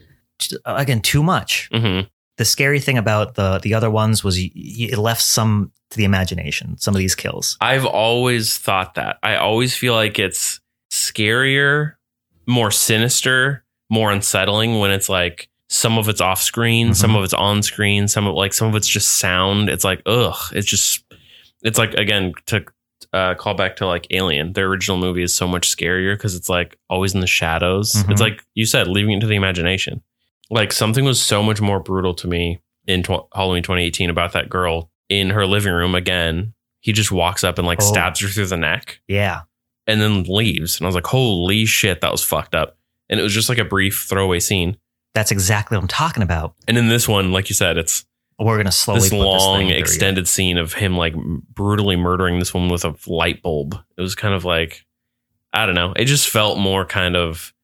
S2: uh, again too much
S3: hmm
S2: the scary thing about the the other ones was y- y- it left some to the imagination. Some of these kills.
S3: I've always thought that. I always feel like it's scarier, more sinister, more unsettling when it's like some of it's off screen, some of it's on screen, some of like some of it's just sound. It's like ugh, it's just it's like again to uh, call back to like Alien. Their original movie is so much scarier because it's like always in the shadows.
S2: Mhm.
S3: It's like you said, leaving it to the imagination. Like something was so much more brutal to me in tw- Halloween 2018 about that girl in her living room again. He just walks up and like
S2: Oh.
S3: stabs her through the neck
S2: Yeah,
S3: and then leaves. And I was like, holy shit, that was fucked up. And it was just like a brief throwaway scene.
S2: that's exactly what I'm talking about.
S3: And in this one, like you said, it's
S2: We're gonna slowly
S3: this
S2: put
S3: long
S2: thing through you.
S3: extended scene of him like m- brutally murdering this woman with a light bulb. It was kind of like I don't know. It just felt more kind of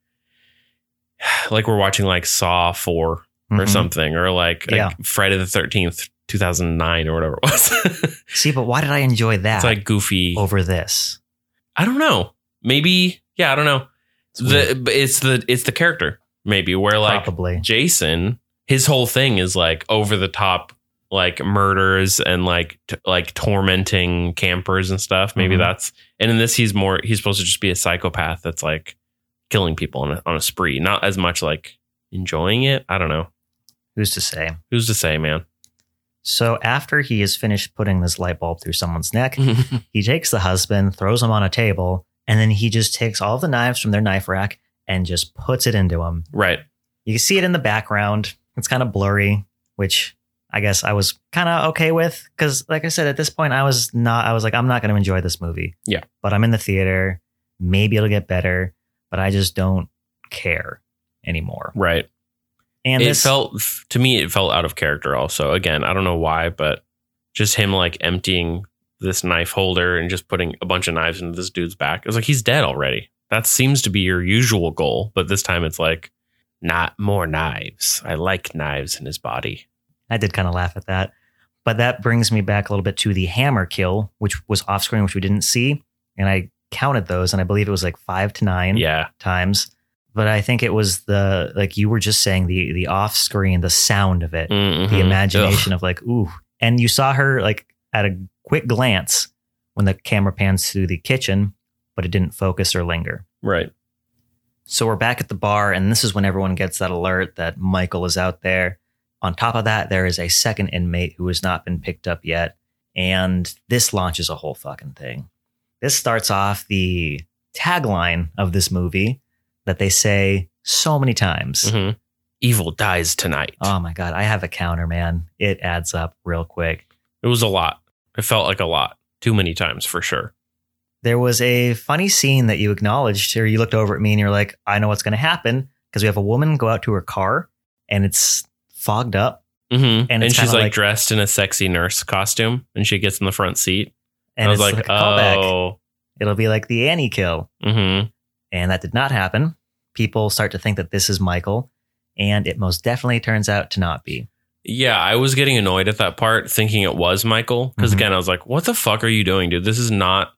S3: like we're watching like Saw 4 or
S2: Mhm.
S3: something or like, like
S2: Yeah.
S3: Friday the 13th 2009 or whatever it was.
S2: See, but why did I enjoy that
S3: it's like goofy.
S2: over this?
S3: I don't know. Maybe yeah, I don't know. The but it's the it's the character maybe where like
S2: Probably.
S3: Jason, his whole thing is like over the top, like murders and like t- like tormenting campers and stuff. Maybe
S2: Mhm.
S3: that's and in this he's more he's supposed to just be a psychopath that's like killing people on a, on a spree, not as much like enjoying it. I don't know.
S2: Who's to say?
S3: Who's to say, man?
S2: So after he is finished putting this light bulb through someone's neck,
S3: Mm.
S2: he takes the husband, throws him on a table, and then he just takes all the knives from their knife rack and just puts it into him.
S3: right.
S2: You can see it in the background. It's kind of blurry, which I guess I was kind of okay with because, like I said, at this point, I was not. I was like, I'm not going to enjoy this movie.
S3: Yeah.
S2: But I'm in the theater. Maybe it'll get better, but I just don't care anymore.
S3: Right.
S2: And
S3: it
S2: this,
S3: felt f- to me it felt out of character also. Again, I don't know why, but just him like emptying this knife holder and just putting a bunch of knives into this dude's back. It was like he's dead already. That seems to be your usual goal, but this time it's like not more knives. I like knives in his body.
S2: I did kind of laugh at that. But that brings me back a little bit to the hammer kill, which was off screen, which we didn't see. And I counted those, and I believe it was like five to nine.
S3: Yeah.
S2: times. But I think it was the like you were just saying the the off screen, the sound of it,
S3: Mhm.
S2: the imagination of like ooh, and you saw her like at a quick glance when the camera pans through the kitchen, but it didn't focus or linger.
S3: Ugh. Right.
S2: So we're back at the bar, and this is when everyone gets that alert that Michael is out there. On top of that, there is a second inmate who has not been picked up yet. And this launches a whole fucking thing. This starts off the tagline of this movie that they say so many times.
S3: Mhm. Evil dies tonight.
S2: Oh my God, I have a counter, man. It adds up real quick.
S3: it was a lot. It felt like a lot. Too many times for sure.
S2: There was a funny scene that you acknowledged, or you looked over at me and you're like, I know what's going to happen. because we have a woman go out to her car and it's fogged up
S3: hmm
S2: And
S3: And,
S2: it's
S3: she's
S2: kinda
S3: like,
S2: like-
S3: dressed in a sexy nurse costume, and she gets in the front seat.
S2: and
S3: I was
S2: it's
S3: like,
S2: a callback.
S3: oh,
S2: It'll be like the Annie kill.
S3: mm-hmm.
S2: And that did not happen. People start to think that this is Michael, and it most definitely turns out to not be.
S3: yeah. I was getting annoyed at that part, thinking it was Michael, because
S2: Mhm.
S3: again, I was like, what the fuck are you doing, dude? This is not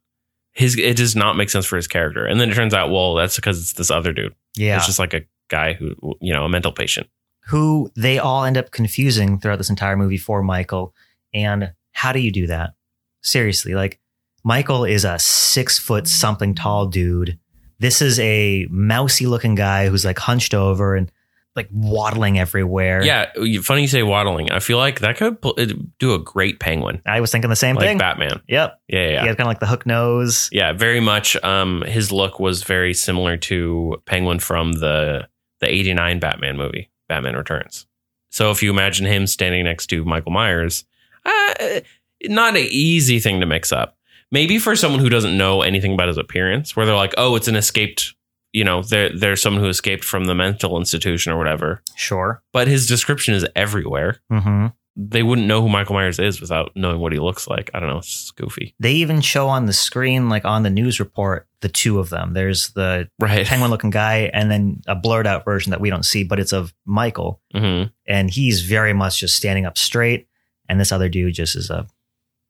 S3: his. It does not make sense for his character. And then it turns out, well, that's because it's this other dude.
S2: Yeah.
S3: It's just like a guy who, you know, a mental patient.
S2: who they all end up confusing throughout this entire movie for Michael. And how do you do that? Seriously, like Michael is a six foot something tall dude. This is a mousy looking guy who's like hunched over and like waddling everywhere.
S3: Yeah, you- funny you say waddling. I feel like that could pl- it'd do a great penguin,
S2: I was thinking the same
S3: like
S2: thing.
S3: Batman.
S2: Yep.
S3: Yeah, yeah, yeah.
S2: He had kind of like the hook nose.
S3: Yeah, very much. Um, his look was very similar to Penguin from the the '89 Batman movie, Batman Returns. So if you imagine him standing next to Michael Myers, uh, not an easy thing to mix up. Maybe for someone who doesn't know anything about his appearance, where they're like, "Oh, it's an escaped," you know, there there's someone who escaped from the mental institution or whatever.
S2: Sure.
S3: But his description is everywhere.
S2: hmm
S3: They wouldn't know who Michael Myers is without knowing what he looks like. I don't know. It's just goofy,
S2: They even show on the screen, like on the news report, the two of them. There's the
S3: right?
S2: penguin looking guy and then a blurred out version that we don't see, but it's of Michael.
S3: hmm
S2: and he's very much just standing up straight and this other dude just is a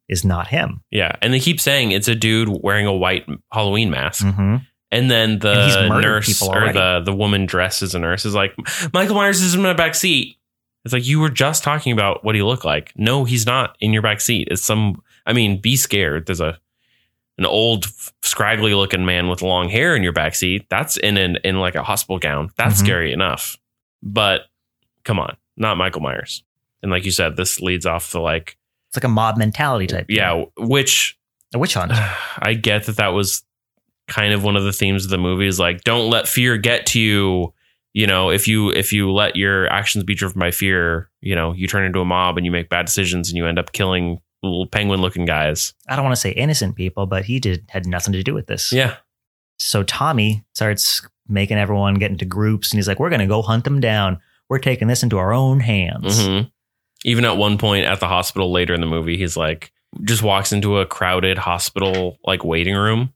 S2: is not him
S3: Yeah, and they keep saying it's a dude wearing a white Halloween mask,
S2: mm-hmm.
S3: and then the
S2: And he's murdered
S3: nurse
S2: people
S3: or
S2: already.
S3: the the woman dressed as a nurse is like, Michael Myers is in my back seat. It's like you were just talking about what he looked like. No, he's not in your back seat. It's some. I mean, be scared. There's a an old scraggly looking man with long hair in your back seat. That's in an in like a hospital gown. That's
S2: Mhm.
S3: scary enough. But come on, not Michael Myers. And like you said, this leads off the like
S2: it's like a mob mentality type thing.
S3: yeah, which
S2: a witch hunt
S3: I get that that was kind of one of the themes of the movie is like don't let fear get to you. You know, if you if you let your actions be driven by fear, you know, you turn into a mob and you make bad decisions and you end up killing little penguin looking guys.
S2: i don't want to say innocent people but he did had nothing to do with this
S3: Yeah.
S2: so tommy starts making everyone get into groups and he's like we're gonna go hunt them down we're taking this into our own hands
S3: Mhm. Even at one point at the hospital later in the movie, he's like just walks into a crowded hospital like waiting room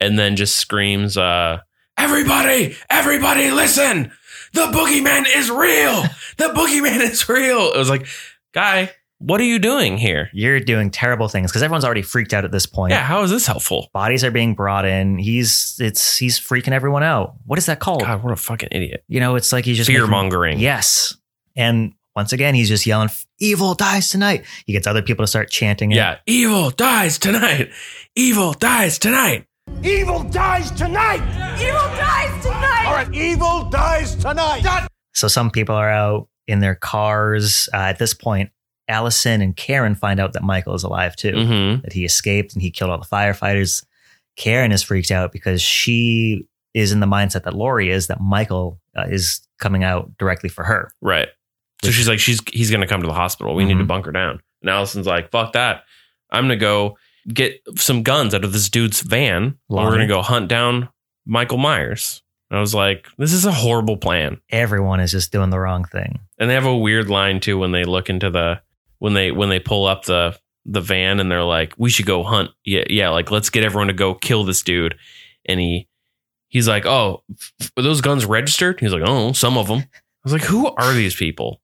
S3: and then just screams, uh, Everybody, everybody listen. The boogeyman is real. The boogeyman is real. It was like, guy, what are you doing here?
S2: you're doing terrible things because everyone's already freaked out at this point
S3: Yeah, how is this helpful?
S2: bodies are being brought in he's it's he's freaking everyone out what is that called
S3: God, what a fucking idiot.
S2: you know it's like he's Oh. just
S3: Fear
S2: making-
S3: mongering.
S2: Yes. And once again, he's just yelling, evil dies tonight. He gets other people to start chanting it.
S3: Yeah. Evil dies tonight. Evil dies tonight.
S7: Evil dies tonight! Evil dies tonight! All right, evil dies tonight!
S2: So some people are out in their cars. Uh, at this point, Allison and Karen find out that Michael is alive too,
S3: Mm-hmm.
S2: that he escaped and he killed all the firefighters. Karen is freaked out because she is in the mindset that Lori is that Michael uh, is coming out directly for her.
S3: Right. So she's like, she's he's gonna come to the hospital. We need to bunker down. And Allison's like, fuck that. I'm gonna go get some guns out of this dude's van. and We're
S2: Lonnie.
S3: gonna go hunt down Michael Myers. And I was like, this is a horrible plan.
S2: Everyone is just doing the wrong thing.
S3: And they have a weird line too when they look into the when they when they pull up the the van and they're like, we should go hunt. Yeah, yeah, like let's get everyone to go kill this dude. And he he's like, oh, f- are those guns registered? He's like, oh, some of them. I was like, who are these people?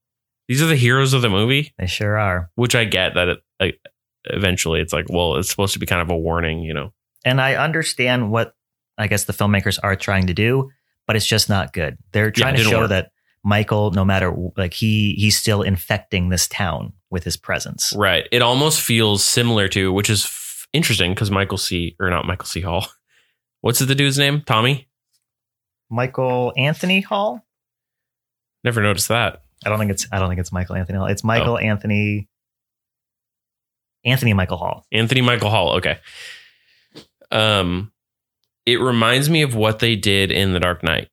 S3: These are the heroes of the movie,
S2: They sure are.
S3: which I get that it like, eventually it's like, well, it's supposed to be kind of a warning, you know?
S2: And I understand what I guess the filmmakers are trying to do, but it's just not good. They're trying to
S3: didn't
S2: show
S3: work.
S2: that Michael, no matter like he he's still infecting this town with his presence.
S3: Right. It almost feels similar to, which is f- interesting because Michael C. or not Michael C. Hall. What's the dude's name? Tommy.
S2: Michael Anthony Hall.
S3: Never noticed that.
S2: I don't think it's I don't think it's Michael Anthony Hall.
S3: Oh.
S2: It's Michael Anthony Anthony Michael Hall.
S3: Anthony Michael Hall. Okay. Um, it reminds me of what they did in The Dark Knight.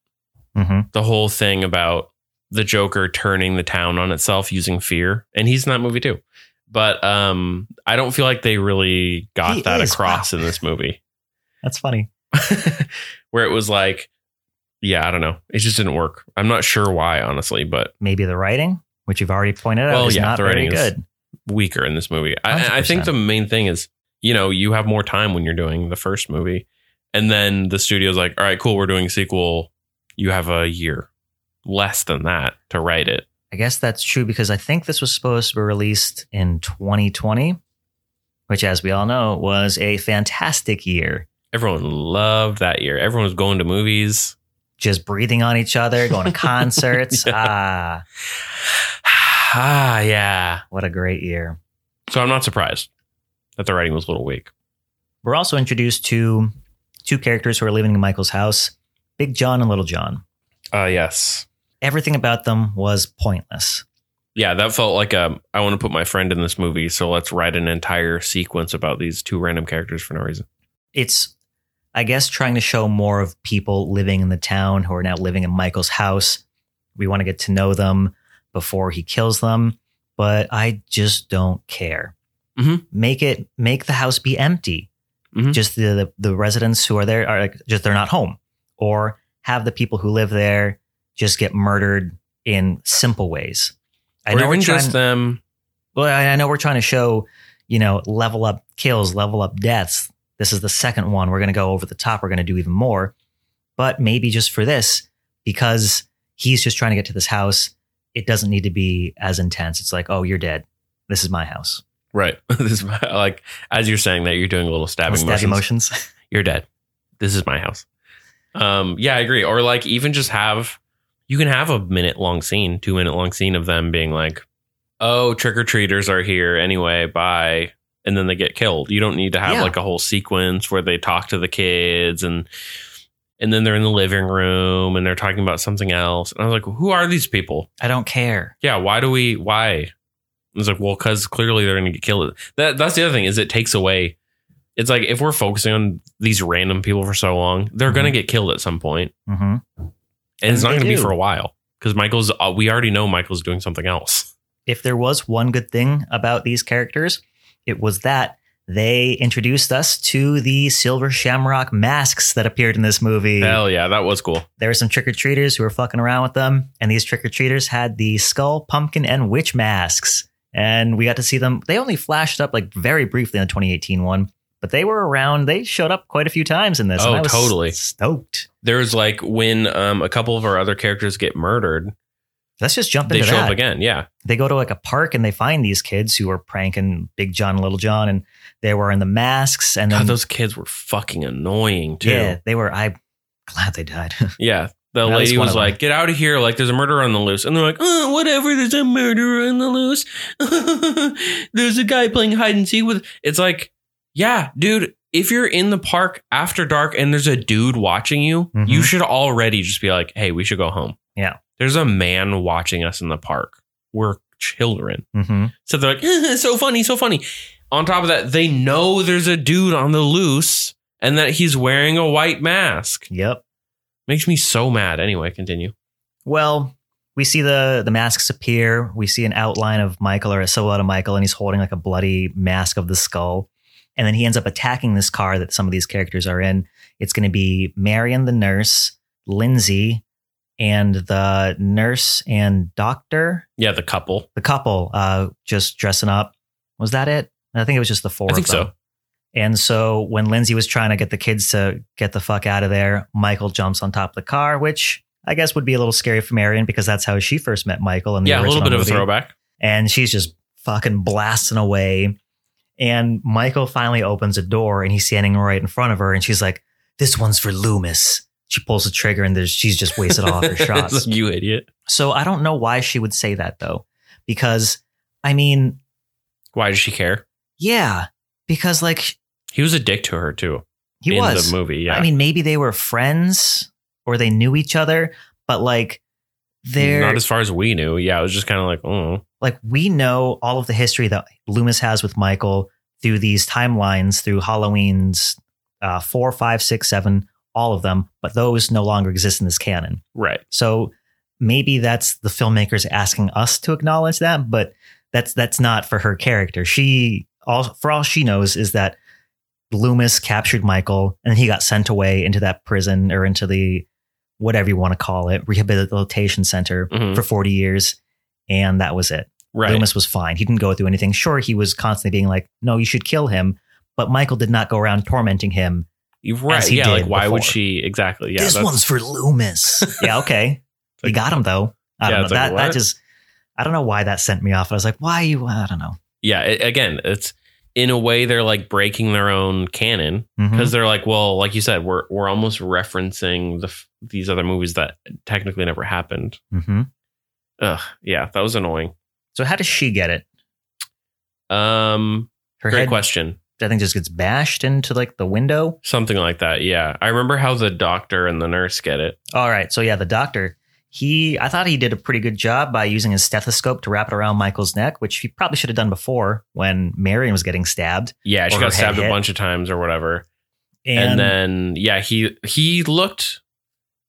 S2: hmm
S3: The whole thing about the Joker turning the town on itself using fear, and he's in that movie too. But um, I don't feel like they really got
S2: He
S3: that
S2: is,
S3: across in this movie,
S2: That's funny.
S3: where it was like, yeah, I don't know. It just didn't work. I'm not sure why, honestly, but
S2: Maybe the writing, which you've already pointed out,
S3: Well,
S2: is
S3: yeah,
S2: not
S3: the
S2: very
S3: writing is-
S2: good.
S3: weaker in this movie. I, I think
S2: 100%.
S3: the main thing is, you know, you have more time when you're doing the first movie, and then the studio's like, all right, cool, we're doing a sequel. You have a year less than that to write it.
S2: I guess that's true because I think this was supposed to be released in 2020, which, as we all know, was a fantastic year.
S3: Everyone loved that year. Everyone was going to movies.
S2: Just breathing on each other, going to concerts. Ah,
S3: ah, yeah.
S2: what a great year.
S3: So I'm not surprised that the writing was a little weak.
S2: We're also introduced to two characters who are living in Michael's house Big John and Little John. Ah,
S3: Uh, yes.
S2: Everything about them was pointless.
S3: Yeah, that felt like um, I want to put my friend in this movie, so let's write an entire sequence about these two random characters for no reason.
S2: It's, I guess, trying to show more of people living in the town who are now living in Michael's house. We want to get to know them before he kills them, but I just don't care.
S3: Mhm.
S2: Make it make the house be empty.
S3: Mhm.
S2: Just the, the the residents who are there are like, just they're not home, or have the people who live there just get murdered in simple ways. I
S3: or
S2: know we're
S3: even just
S2: trying-
S3: them
S2: Well, I I know we're trying to show, you know, level up kills, level up deaths. This is the second one. We're going to go over the top. We're going to do even more. But maybe just for this, because he's just trying to get to this house, it doesn't need to be as intense. It's like, oh, you're dead. This is my house.
S3: Right. this is my, like as you're saying that you're doing little stabbing,
S2: Stab
S3: motions.
S2: emotions.
S3: You're dead. This is my house. Um yeah, I agree. Or like even just have you can have a minute long scene, 2 minute long scene of them being like, "Oh, trick or treaters are here anyway, bye." And then they get killed. You don't need to have
S2: Yeah.
S3: like a whole sequence where they talk to the kids and and then they're in the living room and they're talking about something else. And I was like, "Who are these people?"
S2: I don't care.
S3: yeah, why do we why? It's like, well, because clearly they're gonna get killed. That that's the other thing, is it takes away it's like if we're focusing on these random people for so long, they're gonna get killed at some point.
S2: hmm
S3: And, it's
S2: Mm-hmm. And
S3: not
S2: they
S3: gonna be
S2: do.
S3: for a while. Because Michael's uh, we already know Michael's doing something else.
S2: If there was one good thing about these characters, it was that they introduced us to the silver shamrock masks that appeared in this movie.
S3: Hell yeah, that was cool.
S2: there were some trick or treaters who were fucking around with them, and these trick or treaters had the skull, pumpkin, and witch masks. And we got to see them. They only flashed up like very briefly in the 2018 one, but they were around. They showed up quite a few times in this. and
S3: Oh,
S2: I was
S3: totally.
S2: stoked.
S3: There's like when um a couple of our other characters get murdered,
S2: Let's just jump
S3: they
S2: into
S3: show
S2: that.
S3: up again. Yeah.
S2: They go to like a park and they find these kids who are pranking Big John, and Little John, and they were in the masks. And then
S3: God, those kids were fucking annoying too.
S2: yeah, they were. I glad they died.
S3: Yeah. The
S2: At least
S3: lady
S2: one
S3: was
S2: of them.
S3: like, get out of here. Like, there's a murderer on the loose. And they're like, oh, whatever. There's a murderer on the loose. there's a guy playing hide and seek with. It's like, yeah, dude, if you're in the park after dark and there's a dude watching you,
S2: Mhm.
S3: you should already just be like, hey, we should go home.
S2: Yeah.
S3: There's a man watching us in the park. We're children.
S2: hmm
S3: So they're like, so funny, so funny. On top of that, they know there's a dude on the loose and that he's wearing a white mask.
S2: Yep.
S3: Makes me so mad. Anyway, continue.
S2: Well, we see the the masks appear. We see an outline of Michael or a silhouette of Michael, and he's holding like a bloody mask of the skull. And then he ends up attacking this car that some of these characters are in. It's going to be Marion, the nurse, Lindsay, and the nurse and doctor,
S3: Yeah, the couple.
S2: the couple, uh, just dressing up. Was that it? I think it was just the four.
S3: I think
S2: of them.
S3: so.
S2: And so when Lindsay was trying to get the kids to get the fuck out of there, Michael jumps on top of the car, which I guess would be a little scary for Marion because that's how she first met Michael. And
S3: Yeah, a little bit of a
S2: movie.
S3: throwback.
S2: And she's just fucking blasting away. And Michael finally opens a door and he's standing right in front of her. And she's like, This one's for Loomis. She pulls the trigger and there's, she's just wasted all of her
S3: It's
S2: shots.
S3: like, you idiot.
S2: So I don't know why she would say that though, because I mean,
S3: Why does she care?
S2: yeah, because like
S3: He was a dick to her too.
S2: he
S3: in
S2: was.
S3: the movie. Yeah,
S2: I mean, maybe they were friends or they knew each other, but like they're
S3: not as far as we knew. Yeah, it was just kind of like, oh,
S2: like we know all of the history that Loomis has with Michael through these timelines, through Halloween's uh, four, five, six, seven, all of them, but those no longer exist in this canon.
S3: right.
S2: So maybe that's the filmmakers asking us to acknowledge that, but that's that's not for her character. She all for all she knows is that Loomis captured Michael and he got sent away into that prison or into the whatever you want to call it, rehabilitation center
S3: Mhm.
S2: for 40 years. And that was it.
S3: Right.
S2: Loomis was fine. He didn't go through anything. Sure, he was constantly being like, no, you should kill him. But Michael did not go around tormenting him.
S3: You're right.
S2: as he
S3: Yeah. Like,
S2: did
S3: why would
S2: before.
S3: she? Exactly. Yeah.
S2: this
S3: that's-
S2: one's for Loomis. yeah, okay.
S3: like-
S2: you got him, though. I
S3: Yeah,
S2: don't know.
S3: it's like,
S2: that, that
S3: what?
S2: just, I don't know why that sent me off. I was like, why you? I don't know.
S3: yeah. it- again, it's in a way they're like breaking their own canon
S2: Mhm.
S3: because they're like, well, like you said, we're we're almost referencing the f- these other movies that technically never happened.
S2: Mhm.
S3: Ugh. Yeah. That was annoying.
S2: So, how does she get it?
S3: Um.
S2: Her
S3: great
S2: head,
S3: question.
S2: I think, just gets bashed into like the window.
S3: Something like that. Yeah. I remember how the doctor and the nurse get it.
S2: All right. So yeah, the doctor, he I thought he did a pretty good job by using his stethoscope to wrap it around Michael's neck, which he probably should have done before when Marion was getting stabbed.
S3: Yeah. She
S2: Or her
S3: got
S2: head
S3: stabbed a
S2: hit.
S3: bunch of times or whatever.
S2: And,
S3: and then, yeah, he he looked,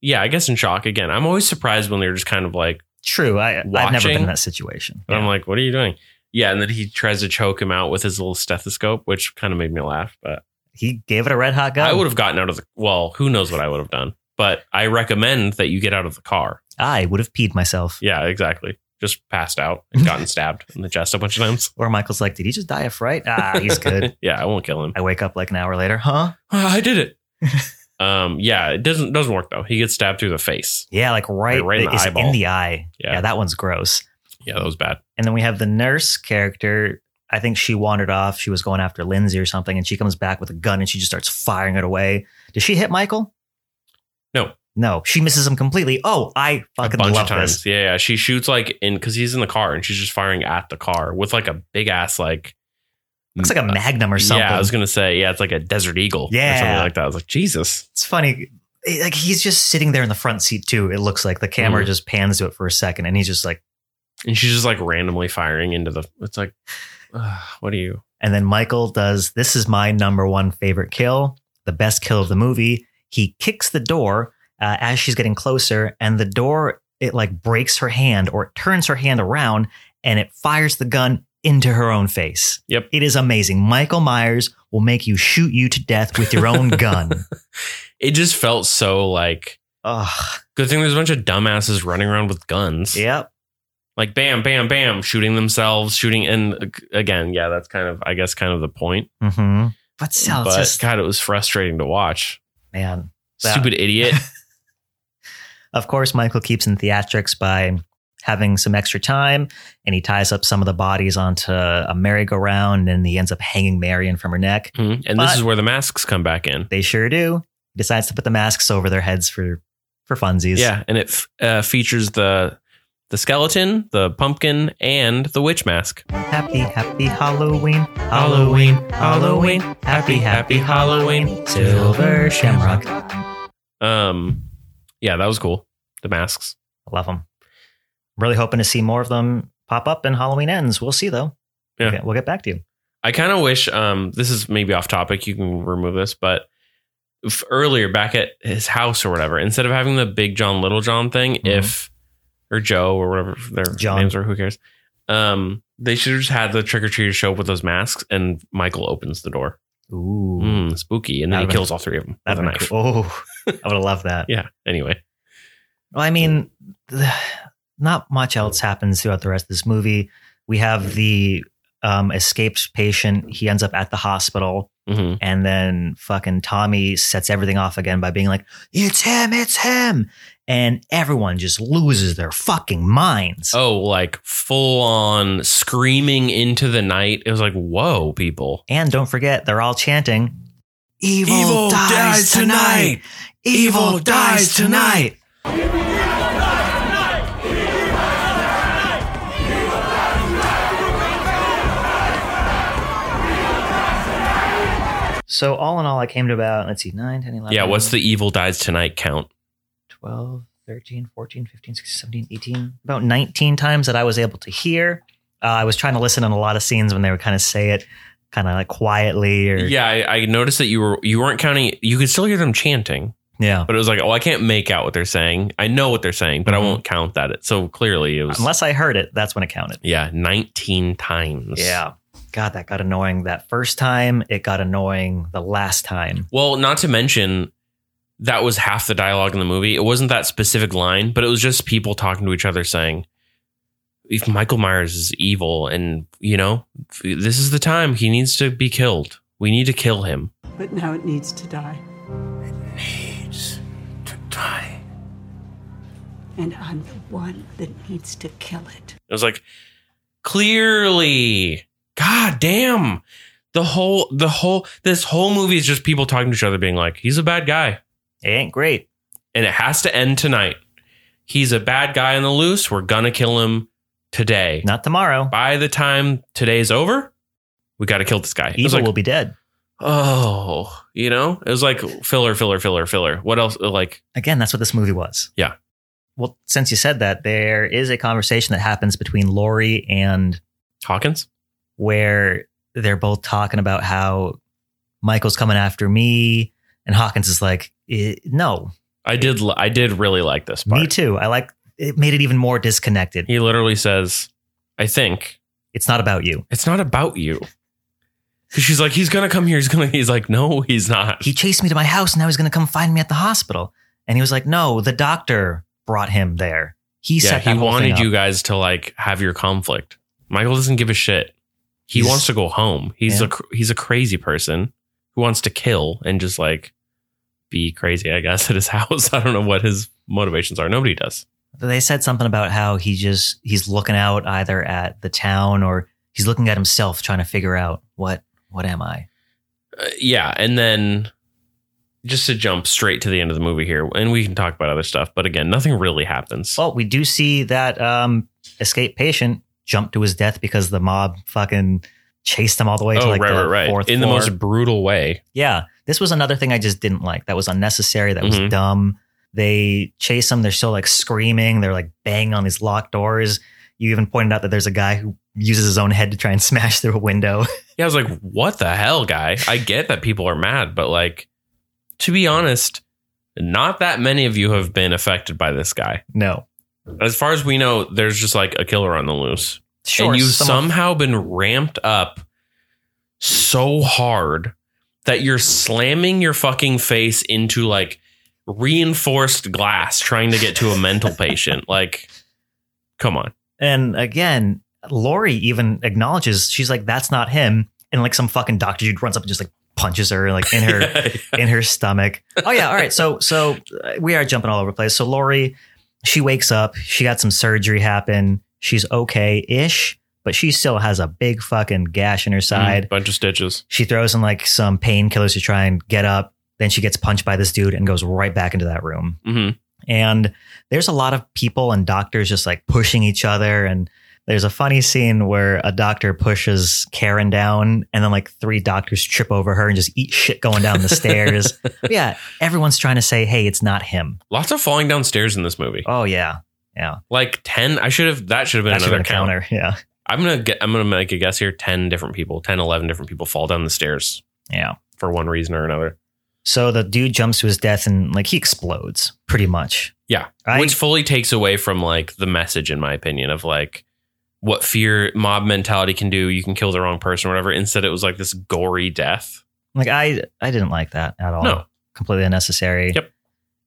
S3: yeah, I guess in shock again. I'm always surprised when they're just kind of like,
S2: true, I I've never
S3: Watching.
S2: been in that situation.
S3: and I'm like, what are you doing? Yeah. And then he tries to choke him out with his little stethoscope, which kind of made me laugh. But
S2: He gave it a red hot gun.
S3: I would have gotten out of the, well, who knows what I would have done. But I recommend that you get out of the car.
S2: I would have peed myself.
S3: Yeah, exactly. Just passed out and gotten stabbed in the chest a bunch of times.
S2: Or Michael's like, did he just die of fright? Ah, he's good.
S3: yeah, I won't kill him.
S2: I wake up like an hour later, huh?
S3: "Ah, I did it. um, yeah, it doesn't doesn't work though. He gets stabbed through the face.
S2: Yeah, like right,
S3: Like, right in the
S2: it's
S3: eyeball.
S2: in the eye.
S3: Yeah.
S2: yeah, that one's gross.
S3: Yeah, that was bad.
S2: And then we have the nurse character. I think she wandered off. She was going after Lindsay or something, and she comes back with a gun and she just starts firing it away. Does she hit Michael?
S3: No.
S2: No. She misses him completely. Oh, I
S3: a
S2: fucking
S3: bunch
S2: love
S3: of times.
S2: this.
S3: Yeah, yeah. She shoots like in because he's in the car and she's just firing at the car with like a big ass like
S2: Looks like a magnum or something.
S3: Mm. Yeah, I was gonna say, yeah, it's like a desert eagle or something
S2: Yeah.
S3: like that. I was like, Jesus.
S2: it's funny. It- Like he's just sitting there in the front seat too. It looks like the camera
S3: Mhm.
S2: just pans to it for a second, and he's just like.
S3: And she's just like randomly firing into the it's like ugh, what do you
S2: And then Michael does. This is my number one favorite kill. The best kill of the movie. He kicks the door uh, as she's getting closer, and the door it like breaks her hand or it turns her hand around, and it fires the gun into her own face.
S3: Yep.
S2: It is amazing. Michael Myers will make you shoot you to death with your own gun.
S3: it just felt so like
S2: Ugh.
S3: good thing there's a bunch of dumbasses running around with guns.
S2: Yep.
S3: like bam, bam, bam, shooting themselves, shooting. And uh, again, yeah, that's kind of, I guess, kind of the point.
S2: Mm-hmm. But still,
S3: but
S2: it's just
S3: God, it was frustrating to watch.
S2: man. That-
S3: Stupid idiot.
S2: Of course, Michael keeps in theatrics by having some extra time and he ties up some of the bodies onto a merry-go-round and he ends up hanging Marion from her neck.
S3: Mhm. and this
S2: But-
S3: is where the masks come back in.
S2: They sure do. He decides to put the masks over their heads for for funsies.
S3: Yeah, and it f- uh, features the the skeleton, the pumpkin, and the witch mask.
S2: Happy, happy Halloween, Halloween, Halloween, happy, happy Halloween, silver shamrock.
S3: Um, yeah, that was cool. The masks.
S2: I love them. Really hoping to see more of them pop up in Halloween ends. We'll see though.
S3: Yeah.
S2: Okay, we'll get back to you.
S3: I kind of wish. Um, this is maybe off topic. You can remove this, but. If earlier, back at his house or whatever, instead of having the Big John Little John thing,
S2: Mhm.
S3: if or Joe or whatever their
S2: John.
S3: names are, who cares? Um, they should have just had the trick or treaters show up with those masks, and Michael opens the door.
S2: Ooh.
S3: Mm, spooky, and then he
S2: That'd
S3: kills all three of them with a
S2: That'd be
S3: knife.
S2: cool. Oh, I would have loved that.
S3: Yeah. Anyway,
S2: Well, I mean, th- not much else happens throughout the rest of this movie. We have the um, escaped patient. He ends up at the hospital,
S3: hmm
S2: and then fucking Tommy sets everything off again by being like, "It's him! It's him!" And everyone just loses their fucking minds.
S3: oh, like full on screaming into the night. It was like, whoa, people.
S2: And don't forget, they're all chanting, "Evil, dies, tonight! Evil dies tonight!" So all in all, I came to about, let's see, 9, 10, 11.
S3: Yeah, what's the evil dies tonight count?
S2: 12, 13, 14, 15, 16, 17, 18, about 19 times that I was able to hear. Uh, I was trying to listen in a lot of scenes when they would kind of say it kind of like quietly or
S3: Yeah, I, I noticed that you were you weren't counting. You could still hear them chanting,
S2: Yeah.
S3: but it was like, oh, I can't make out what they're saying. I know what they're saying, but
S2: Mhm.
S3: I won't count that. It so clearly it was
S2: Unless I heard it, that's when it counted.
S3: yeah, nineteen times.
S2: God, that got annoying that first time. It got annoying the last time.
S3: Well, not to mention that was half the dialogue in the movie. It wasn't that specific line, but it was just people talking to each other saying, if Michael Myers is evil and, you know, this is the time he needs to be killed. We need to kill him.
S8: but now it needs to die. It needs to die. And I'm the one that needs to kill it.
S3: It was like, clearly, god damn. The whole, the whole, this whole movie is just people talking to each other, being like, he's a bad guy.
S2: It ain't great.
S3: and it has to end tonight. He's a bad guy on the loose. We're gonna kill him today.
S2: Not tomorrow.
S3: By the time today's over, we got to kill this guy. It was
S2: Evil
S3: like,
S2: will be dead.
S3: oh, you know, it was like filler, filler, filler, filler. What else? Like,
S2: Again, that's what this movie was.
S3: Yeah.
S2: Well, since you said that, there is a conversation that happens between Laurie and
S3: Hawkins.
S2: where they're both talking about how Michael's coming after me, and Hawkins is like, "Eh, "No,
S3: I did, li- I did really like this part.
S2: me too." I like it made it even more disconnected.
S3: He literally says, "I think
S2: It's not about you.
S3: it's not about you." 'Cause She's like, he's gonna come here. He's gonna. He's like, no, he's not.
S2: He chased me to my house, and now he's going to come find me at the hospital. And he was like, "No, the doctor brought him there. He
S3: yeah,
S2: set that
S3: he
S2: whole
S3: wanted
S2: thing
S3: you
S2: up.
S3: guys to like have your conflict. Michael doesn't give a shit. He
S2: He's-
S3: wants to go home. He's
S2: Yeah.
S3: a cr- he's a crazy person who wants to kill and just like be crazy. I guess at his house. I don't know what his motivations are. Nobody does.
S2: They said something about how he just he's looking out either at the town or he's looking at himself, trying to figure out what what am I."
S3: Uh, yeah, and then just to jump straight to the end of the movie here, and we can talk about other stuff. But again, nothing really happens.
S2: Well, we do see that um, escape patient jump to his death because the mob fucking chased him all the way to
S3: oh,
S2: like
S3: right,
S2: the
S3: right, right.
S2: fourth
S3: In the
S2: floor.
S3: most brutal way.
S2: yeah. This was another thing I just didn't like. That was unnecessary. That
S3: Mhm.
S2: was dumb. They chase him. They're still like screaming. They're like banging on these locked doors. You even pointed out that there's a guy who uses his own head to try and smash through a window.
S3: Yeah, I was like, what the hell, guy? I get that people are mad, but like, to be honest, not that many of you have been affected by this guy.
S2: no,
S3: As far as we know, there's just like a killer on the loose.
S2: sure.
S3: and you've
S2: someone-
S3: somehow been ramped up so hard that you're slamming your fucking face into like reinforced glass trying to get to a mental patient. Like, come on.
S2: And again, Lori even acknowledges she's like, "That's not him." And like some fucking doctor dude runs up and just like punches her like in her in her stomach. Oh yeah, all right. So so uh, we are jumping all over the place. So Lori, she wakes up. She got some surgery happen. She's okay ish, but she still has a big fucking gash in her
S3: Mm-hmm.
S2: side.
S3: Bunch of stitches.
S2: She throws in like some painkillers to try and get up. Then she gets punched by this dude and goes right back into that room.
S3: hmm
S2: And there's a lot of people and doctors just like pushing each other. And there's a funny scene where a doctor pushes Karen down, and then like three doctors trip over her and just eat shit going down the stairs. But yeah, everyone's trying to say, hey, it's not him.
S3: Lots of falling downstairs in this movie.
S2: Oh, yeah. Yeah.
S3: like 10 i should have that should have been
S2: That should have been
S3: another
S2: a
S3: count
S2: counter. Yeah.
S3: i'm gonna get i'm gonna make a guess here 10 different people 10 11 different people fall down the stairs
S2: Yeah.
S3: for one reason or another
S2: So the dude jumps to his death and like he explodes pretty much.
S3: Yeah.
S2: I,
S3: which fully takes away from like the message in my opinion of like what fear mob mentality can do you can kill the wrong person or whatever instead it was like this gory death
S2: like I I didn't like that at all.
S3: no
S2: Completely unnecessary.
S3: Yep.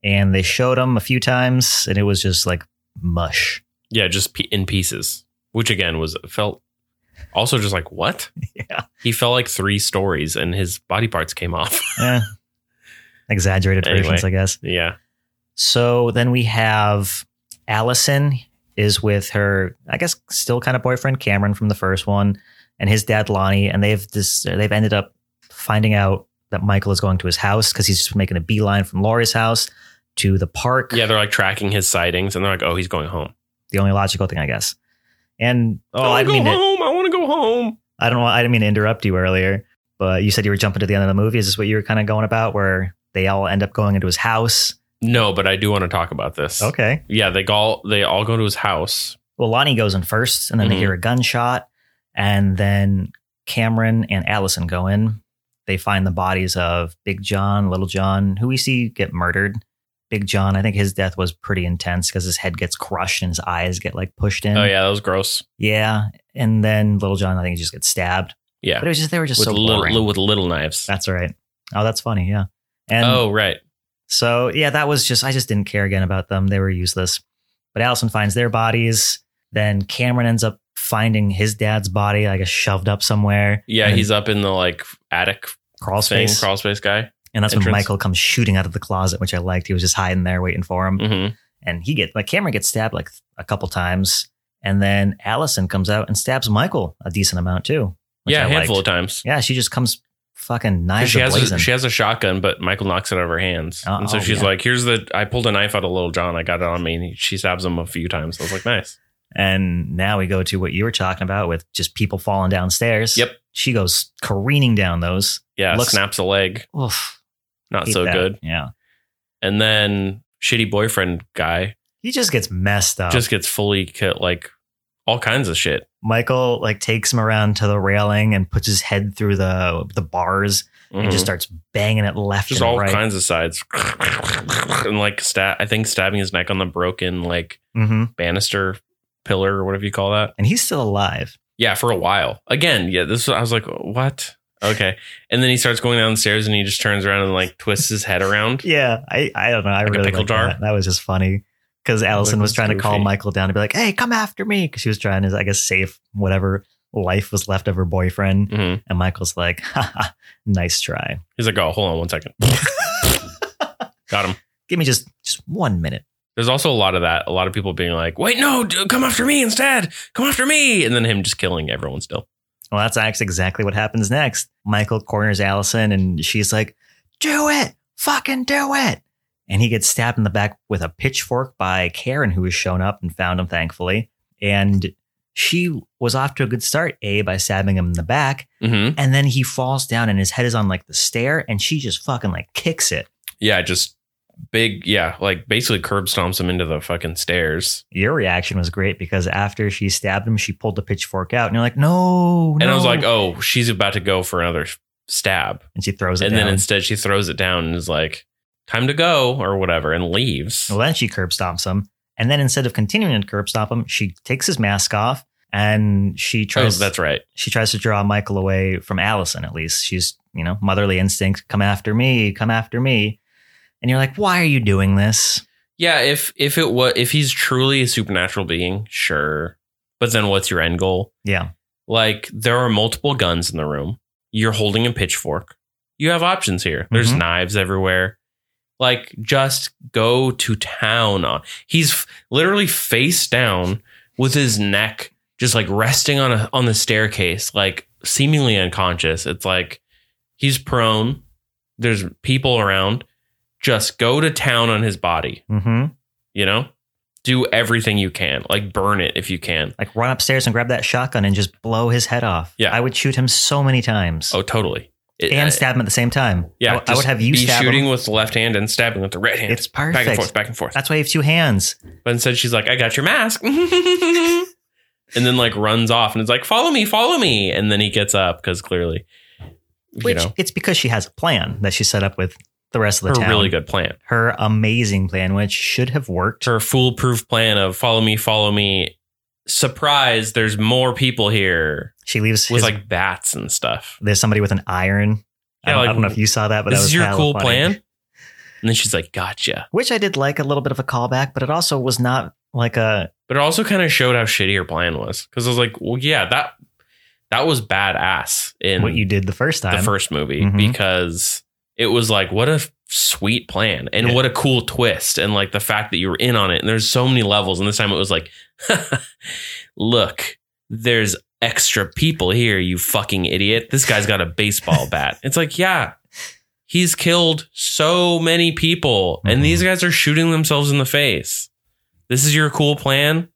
S2: And they showed him a few times and it was just like mush.
S3: yeah just pe- in pieces which again was felt also just like what
S2: Yeah.
S3: he fell like three stories and his body parts came off
S2: Eh. Exaggerated
S3: Anyway.
S2: versions, I guess.
S3: yeah
S2: So then we have Allison is with her, I guess, still kind of boyfriend Cameron from the first one, and his dad Lonnie, and they've this they've ended up finding out that Michael is going to his house because he's just making a beeline from Laurie's house to the park.
S3: yeah they're like tracking his sightings and they're like oh he's going home
S2: the only logical thing, I guess. And oh, I didn't mean to,
S3: home. I want to go home.
S2: I don't know, I didn't mean to interrupt you earlier, but you said you were jumping to the end of the movie. Is this what you were kind of going about, where they all end up going into his house?
S3: No, but I do want to talk about this.
S2: Okay.
S3: Yeah, they all they all go to his house.
S2: well, Lonnie goes in first, and then
S3: Mhm.
S2: they hear a gunshot, and then Cameron and Allison go in. They find the bodies of Big John, Little John, who we see get murdered. Big John, I think his death was pretty intense because his head gets crushed and his eyes get like pushed in.
S3: Oh yeah, that was gross.
S2: yeah. And then Little John, I think, just gets stabbed.
S3: Yeah,
S2: But it was just they were just
S3: with
S2: so
S3: little
S2: boring.
S3: with little knives.
S2: That's all right. Oh, that's funny. Yeah. And
S3: oh right,
S2: So yeah, that was just I just didn't care again about them. They were useless. But Allison finds their bodies. Then Cameron ends up finding his dad's body, I guess, shoved up somewhere.
S3: Yeah,
S2: And
S3: he's up in the like attic
S2: crawl
S3: thing,
S2: space,
S3: crawl space guy.
S2: and that's when
S3: entrance.
S2: Michael comes shooting out of the closet, which I liked. He was just hiding there waiting for him,
S3: Mm-hmm.
S2: and he gets like Cameron gets stabbed like a couple times, and then Allison comes out and stabs Michael a decent amount too. which
S3: Yeah,
S2: I
S3: a handful
S2: liked.
S3: of times.
S2: Yeah, she just comes fucking
S3: 'Cause
S2: knives
S3: She has
S2: blazing.
S3: a, she has a shotgun, but Michael knocks it out of her hands,
S2: Oh,
S3: and so
S2: oh,
S3: she's
S2: yeah.
S3: like, "Here's the I pulled a knife out of Little John. I got it on me." And he- she stabs him a few times. I was like, "Nice."
S2: And now we go to what you were talking about with just people falling downstairs.
S3: Yep.
S2: She goes careening down those.
S3: Yeah,
S2: Looks-
S3: snaps a leg.
S2: Oof.
S3: Not
S2: hate
S3: so
S2: that.
S3: good.
S2: Yeah.
S3: And then shitty boyfriend guy
S2: He just gets messed up.
S3: just gets fully cut, like all kinds of shit.
S2: Michael like takes him around to the railing and puts his head through the the bars
S3: Mhm.
S2: and just starts banging it left
S3: just
S2: and
S3: all
S2: right.
S3: kinds of sides and like stab i think stabbing his neck on the broken like
S2: hmm
S3: banister pillar or whatever you call that
S2: And he's still alive.
S3: yeah for a while again yeah this i was like what okay and then he starts going downstairs and he just turns around and like twists his head around
S2: Yeah. I, I don't know. I
S3: Like a
S2: really
S3: pickle
S2: liked
S3: jar?
S2: That. that was just funny. Because Allison was
S3: Michael's
S2: trying to call
S3: goofy.
S2: Michael down to be like, hey, come after me. Because she was trying to, I guess, save whatever life was left of her boyfriend.
S3: hmm
S2: And Michael's like, ha, ha, nice try.
S3: he's like oh hold on one second got him
S2: Give me just just one minute.
S3: there's also a lot of that a lot of people being like wait no d- come after me instead come after me and then him just killing everyone still
S2: Well, that's actually exactly what happens next. Michael corners Allison and she's like, do it, fucking do it. And he gets stabbed in the back with a pitchfork by Karen, who has shown up and found him, thankfully. And she was off to a good start, A, by stabbing him in the back.
S3: hmm
S2: And then he falls down and his head is on like the stair and she just fucking like kicks it.
S3: yeah just big yeah like basically curb stomps him into the fucking stairs
S2: Your reaction was great because after she stabbed him, she pulled the pitchfork out and you're like, no,
S3: And I was
S2: no."
S3: like, oh, she's about to go for another stab.
S2: and she throws it
S3: And
S2: down.
S3: then instead she throws it down and is like, time to go or whatever and leaves. Oh,
S2: well, then she curb stomps him. And then instead of continuing to curb stomp him, she takes his mask off and she
S3: Oh,
S2: tries
S3: that's right.
S2: she tries to draw Michael away from Allison at least. She's, you know, motherly instinct, come after me, come after me. And you're like, why are you doing this?
S3: Yeah, if if it was if he's truly a supernatural being, sure. But then what's your end goal?
S2: Yeah.
S3: Like there are multiple guns in the room. You're holding a pitchfork. You have options here. There's
S2: Mhm.
S3: knives everywhere. Like just go to town on. He's f- literally face down with his neck just like resting on a on the staircase, like seemingly unconscious. It's like he's prone. There's people around. Just go to town on his body,
S2: Mm-hmm.
S3: you know? Do everything you can. Like burn it if you can.
S2: Like run upstairs and grab that shotgun and just blow his head off.
S3: Yeah.
S2: I would shoot him so many times.
S3: Oh, totally. It-
S2: and stab him at the same time.
S3: Yeah,
S2: I, I would
S3: just
S2: have you
S3: be
S2: stab
S3: shooting
S2: him.
S3: with the left hand and stabbing with the right hand.
S2: It's
S3: back and
S2: perfect.
S3: forth, back and forth.
S2: That's why you have two hands.
S3: But instead, she's like, "I got your mask," and then like runs off and is like, "Follow me, follow me," and then he gets up because clearly,
S2: Which
S3: you know,
S2: it's because she has a plan that she set up with the rest of the
S3: her
S2: town.
S3: really good plan,
S2: Her amazing plan, which should have worked.
S3: her foolproof plan of follow me, follow me. Surprise! There's more people here
S2: She leaves
S3: with
S2: his,
S3: like bats and stuff.
S2: there's somebody with an iron. I, don't,
S3: Yeah,
S2: I
S3: like,
S2: don't know if you saw that, but
S3: this
S2: that was
S3: is your
S2: kinda
S3: cool
S2: funny.
S3: plan. And then she's like, "Gotcha."
S2: Which I did like a little bit of a callback, but it also was not like a
S3: But it also kind of showed how shitty her plan was because I was like, "Well, yeah that that was badass." In
S2: what you did the first time.
S3: the first movie
S2: Mhm.
S3: because it was like what a sweet plan and
S2: Yeah.
S3: what a cool twist and like the fact that you were in on it and there's so many levels and this time it was like look there's extra people here you fucking idiot this guy's got a baseball bat it's like yeah he's killed so many people
S2: Mhm.
S3: and these guys are shooting themselves in the face this is your cool plan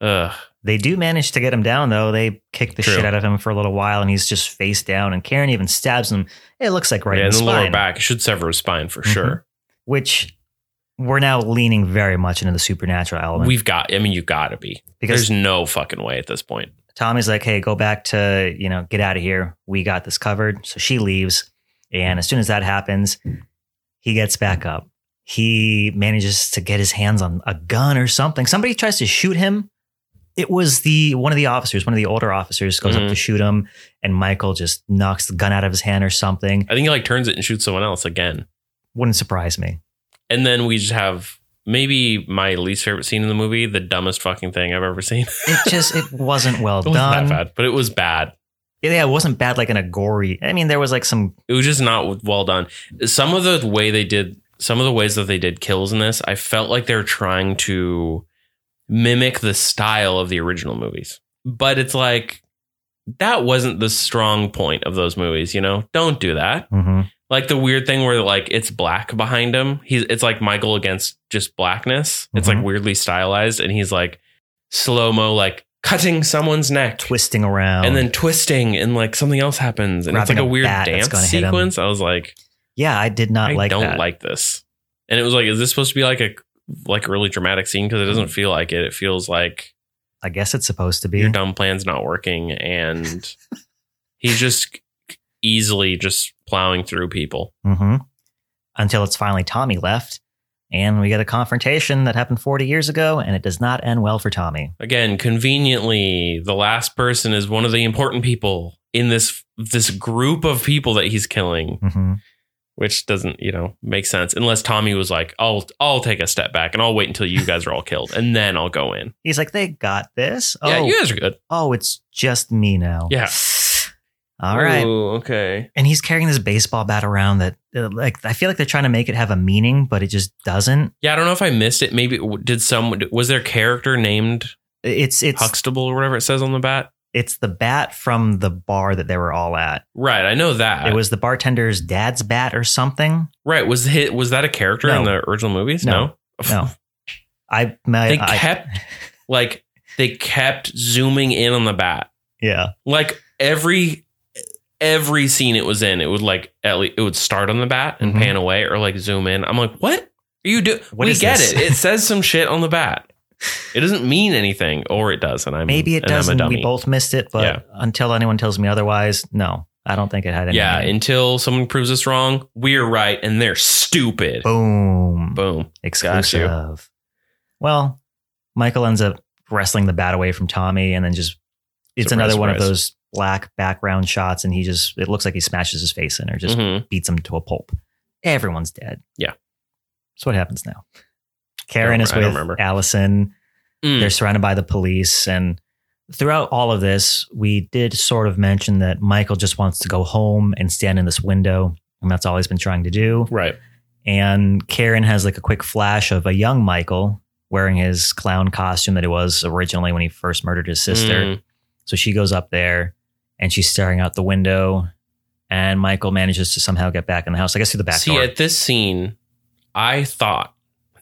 S3: ugh
S2: They do manage to get him down though. They kick the
S3: True.
S2: shit out of him for a little while, and he's just face down. And Karen even stabs him. It looks like right in
S3: yeah, and
S2: the
S3: the lower
S2: spine.
S3: back it should sever his spine for
S2: Mhm.
S3: sure
S2: which we're now leaning very much into the supernatural element
S3: we've got i mean you gotta be
S2: because
S3: There's no fucking way at this point.
S2: Tommy's like, "Hey, go back to you know, get out of here. We got this covered." So she leaves, and as soon as that happens, he gets back up. He manages to get his hands on a gun or something. Somebody tries to shoot him. It was the one of the officers, one of the older officers, goes
S3: Mhm.
S2: up to shoot him, and Michael just knocks the gun out of his hand or something.
S3: I think he like turns it and shoots someone else again.
S2: Wouldn't surprise me.
S3: And then we just have maybe my least favorite scene in the movie, the dumbest fucking thing I've ever seen.
S2: It just it wasn't well
S3: it wasn't
S2: done.
S3: that bad, but it was bad.
S2: Yeah, it wasn't bad like in a gory. I mean, there was like some
S3: It was just not well done. Some of the way they did, some of the ways that they did kills in this, I felt like they were trying to mimic the style of the original movies. But it's like that wasn't the strong point of those movies, you know? Don't do that.
S2: mhm.
S3: like the weird thing where like it's black behind him. He's it's like Michael against just blackness. It's
S2: Mhm.
S3: like weirdly stylized, and he's like slow mo, like cutting someone's neck,
S2: twisting around.
S3: and then twisting, and like something else happens, and it's
S2: Grabbing
S3: like a
S2: a
S3: weird
S2: bat that's
S3: dance
S2: gonna hit him.
S3: sequence. I was like,
S2: yeah, I did not
S3: I
S2: like
S3: don't
S2: that.
S3: like this, and it was like, is this supposed to be like a like a really dramatic scene? Because it doesn't feel like it. It feels like
S2: I guess it's supposed to Mm. be.
S3: your dumb plan's not working, and he's just easily just plowing through people.
S2: hmm Until it's finally Tommy left, and we get a confrontation that happened 40 years ago, and it does not end well for Tommy.
S3: again conveniently the last person is one of the important people in this this group of people that he's killing
S2: hmm
S3: which doesn't you know make sense unless tommy was like i'll i'll take a step back and i'll wait until you guys are all killed and then i'll go in
S2: He's like, they got this. Oh,
S3: yeah you guys are good
S2: oh, it's just me now.
S3: Yeah.
S2: All right.
S3: Ooh, okay
S2: And he's carrying this baseball bat around that, uh, like, I feel like they're trying to make it have a meaning, but it just doesn't.
S3: yeah i don't know if i missed it maybe did some was their character named
S2: It's it's
S3: huxtable or whatever it says on the bat
S2: it's the bat from the bar that they were all at.
S3: right i know that
S2: it was the bartender's dad's bat or something.
S3: right was hit was that a character
S2: No.
S3: in the original movies
S2: No. No, I, my,
S3: they
S2: I-
S3: kept like they kept zooming in on the bat
S2: yeah.
S3: like every every scene it was in, it would like at least it would start on the bat and
S2: Mhm.
S3: pan away or like zoom in. I'm like, what are you doing?
S2: What
S3: We
S2: is
S3: get
S2: this?
S3: it. It says some shit on the bat. It doesn't mean anything, or it does, and I'm
S2: Maybe it
S3: and I'm a
S2: doesn't. We
S3: dummy.
S2: both missed it, but
S3: Yeah.
S2: until anyone tells me otherwise, no, I don't think it had any.
S3: yeah,
S2: meaning.
S3: until someone proves us wrong, we're right, and they're stupid.
S2: boom,
S3: Boom.
S2: exclusive. Well, Michael ends up wrestling the bat away from Tommy, and then just it's
S3: Surprise,
S2: another one of
S3: surprise.
S2: those black background shots, and he just it looks like he smashes his face in or just
S3: Mhm.
S2: beats him to a pulp. Everyone's dead.
S3: Yeah.
S2: So what happens now? Karen
S3: I
S2: is
S3: don't
S2: with
S3: remember.
S2: Allison.
S3: Mm.
S2: They're surrounded by the police. And throughout all of this, we did sort of mention that Michael just wants to go home and stand in this window. And that's all he's been trying to do.
S3: Right.
S2: And Karen has like a quick flash of a young Michael wearing his clown costume that it was originally when he first murdered his sister.
S3: Mm.
S2: So she goes up there and she's staring out the window. And Michael manages to somehow get back in the house, I guess through the back
S3: See,
S2: door.
S3: at this scene, I thought